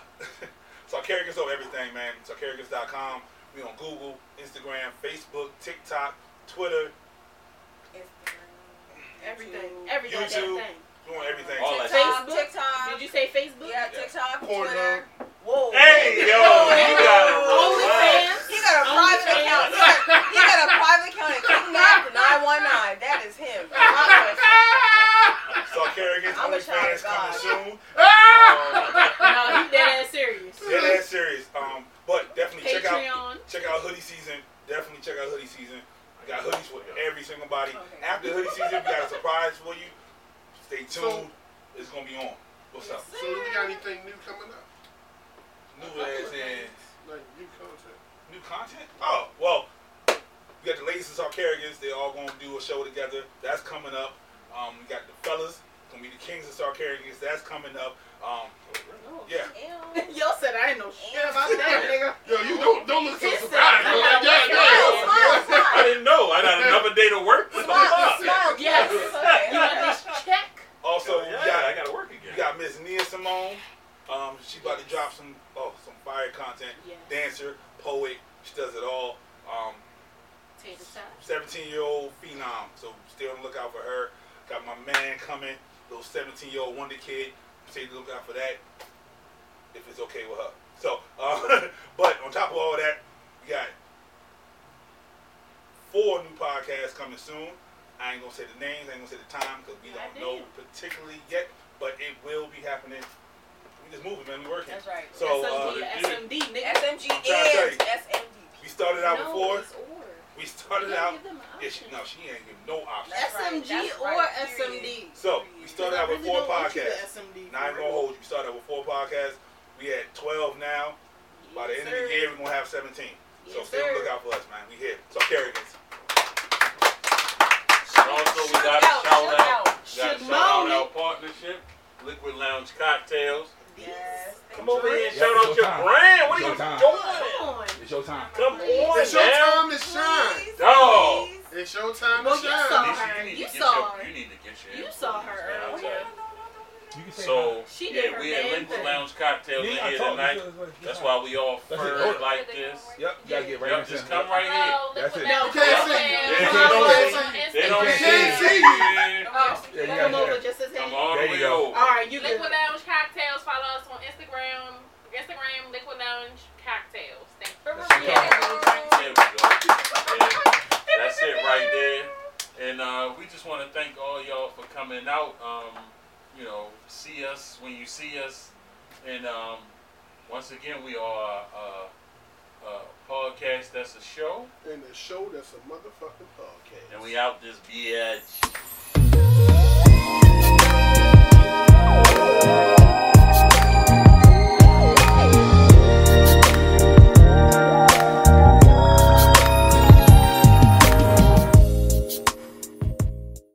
S6: Sarkaricus over everything, man. Sarkaricus.com. We on Google, Instagram, Facebook, TikTok, Twitter.
S10: Everything.
S3: YouTube.
S10: Every
S6: YouTube.
S10: goddamn thing.
S6: We on everything.
S2: All that.
S3: TikTok,
S4: Facebook? Did
S3: TikTok.
S4: you say Facebook?
S3: Yeah, TikTok,
S1: Pornhub.
S3: Twitter. Whoa.
S2: Hey, yo, you got it.
S4: OnlyFans?
S3: He got a private account. He got, he got a private account at Kidnap 919. That is him.
S2: Uh,
S6: Sarkaricus,
S3: I'm a child
S6: OnlyFans
S3: of God.
S6: coming Um, soon.
S4: No, he dead ass serious.
S6: Yeah, that's serious. Um, but definitely check out
S4: Patreon.
S6: check out hoodie season. Definitely check out hoodie season. I got hoodies for every single body.
S3: Okay.
S6: After hoodie season, we got a surprise for you. Stay tuned.
S1: So-
S6: It's gonna be on. What's up?
S1: So, you got anything new coming up?
S6: New as in
S1: Like new content?
S6: new content? Oh well, we got the ladies and Sarkarigans. They all gonna do a show together. That's coming up. Um, we got the fellas. Gonna be the kings of Sarkarigans. That's coming up. Um, yeah.
S4: Yo said I ain't no shit about that,
S1: Yo, you don't don't look so
S4: He said-
S1: surprised. Yo, like, yeah, yeah.
S3: Smile,
S2: I
S3: smile.
S2: didn't know. I got another day to work. What the
S3: Smile,
S2: fuck?
S3: smile. Yes.
S4: nigga. You want this check?
S2: So
S6: Also, we
S2: yeah,
S6: got
S2: I gotta work
S6: We
S2: again.
S6: got Miss Nia Simone. Um, she about to drop some oh some fire content.
S4: Yes.
S6: Dancer, poet, she does it all. Um,
S4: Tater tots.
S6: 17 year old phenom. So stay on the lookout for her. Got my man coming, little 17 year old wonder kid. Stay on the lookout for that. If it's okay with her. So, um, but on top of all that, we got four new podcasts coming soon. I ain't gonna say the names. I ain't gonna say the time because we don't know particularly yet. But it will be happening. We just moving, man. We working.
S3: That's right.
S6: So uh,
S4: SMD, SMD, nigga.
S3: SMG
S6: tell
S3: is
S6: you.
S3: SMD.
S6: we started out
S4: No,
S6: before.
S4: it's or.
S6: We
S4: You
S6: started
S4: gotta
S6: out.
S4: give them an
S6: Yeah, she,
S4: option.
S6: no, she ain't give no option.
S3: That's right.
S4: SMG
S3: That's
S4: or
S3: right.
S4: SMD.
S6: So we started out with four podcasts.
S4: SMD.
S6: Now I ain't gonna hold you. We started out with four podcasts. We at twelve now. By the end of the year, we're gonna have seventeen. So
S3: Yes,
S6: stay on the
S3: sir.
S6: lookout for us, man. We here. So Kerrigans.
S2: Also, we got a shout out. We got a
S4: Shimon.
S2: shout out our partnership, Liquid Lounge Cocktails.
S3: Yes.
S2: Come over here and
S6: Yeah,
S2: shout
S6: it's
S2: out
S6: your
S2: your
S6: time.
S2: brand. What
S6: It's
S2: are you
S6: your time.
S2: doing?
S4: Come on.
S6: It's your time.
S2: Come on,
S1: It's your
S2: now.
S1: time to shine.
S2: Dog.
S1: It's your time
S4: Well,
S1: to
S4: you
S1: shine.
S4: saw-
S2: Lisa,
S4: her.
S2: need to
S4: You
S2: get
S4: saw
S2: your-
S4: her.
S2: You need to get your.
S4: You saw her
S2: influence, man.
S4: earlier.
S6: You can
S2: So
S4: She
S2: yeah,
S4: did her
S2: we had
S4: damn
S2: Liquid
S4: thing.
S2: Lounge cocktails in here tonight. That's why we all
S6: That's it.
S2: furred like this.
S6: Yep, you gotta get right
S2: Yup, just come right here.
S6: That's it.
S1: You can't see.
S2: Yeah.
S1: You can't see.
S2: They don't
S1: You
S2: see
S1: can't
S2: you.
S1: see.
S2: Yeah.
S4: Oh,
S6: Yeah, you
S4: come
S6: gotta
S4: over
S6: have-
S4: just as
S2: Come
S4: handy.
S2: all the
S6: There you
S2: way
S6: go.
S2: over.
S4: All right, you good.
S5: Liquid Lounge Cocktails. Follow us on Instagram. Instagram, Liquid Lounge Cocktails. Thank you.
S2: There we go. Yeah. That's it right there. And uh, we just want to thank all y'all for coming out. Um, you know, see us when you see us. And um, once again, we are a, a, a podcast that's a show,
S1: And the show that's a motherfucking podcast.
S2: and we out this bitch.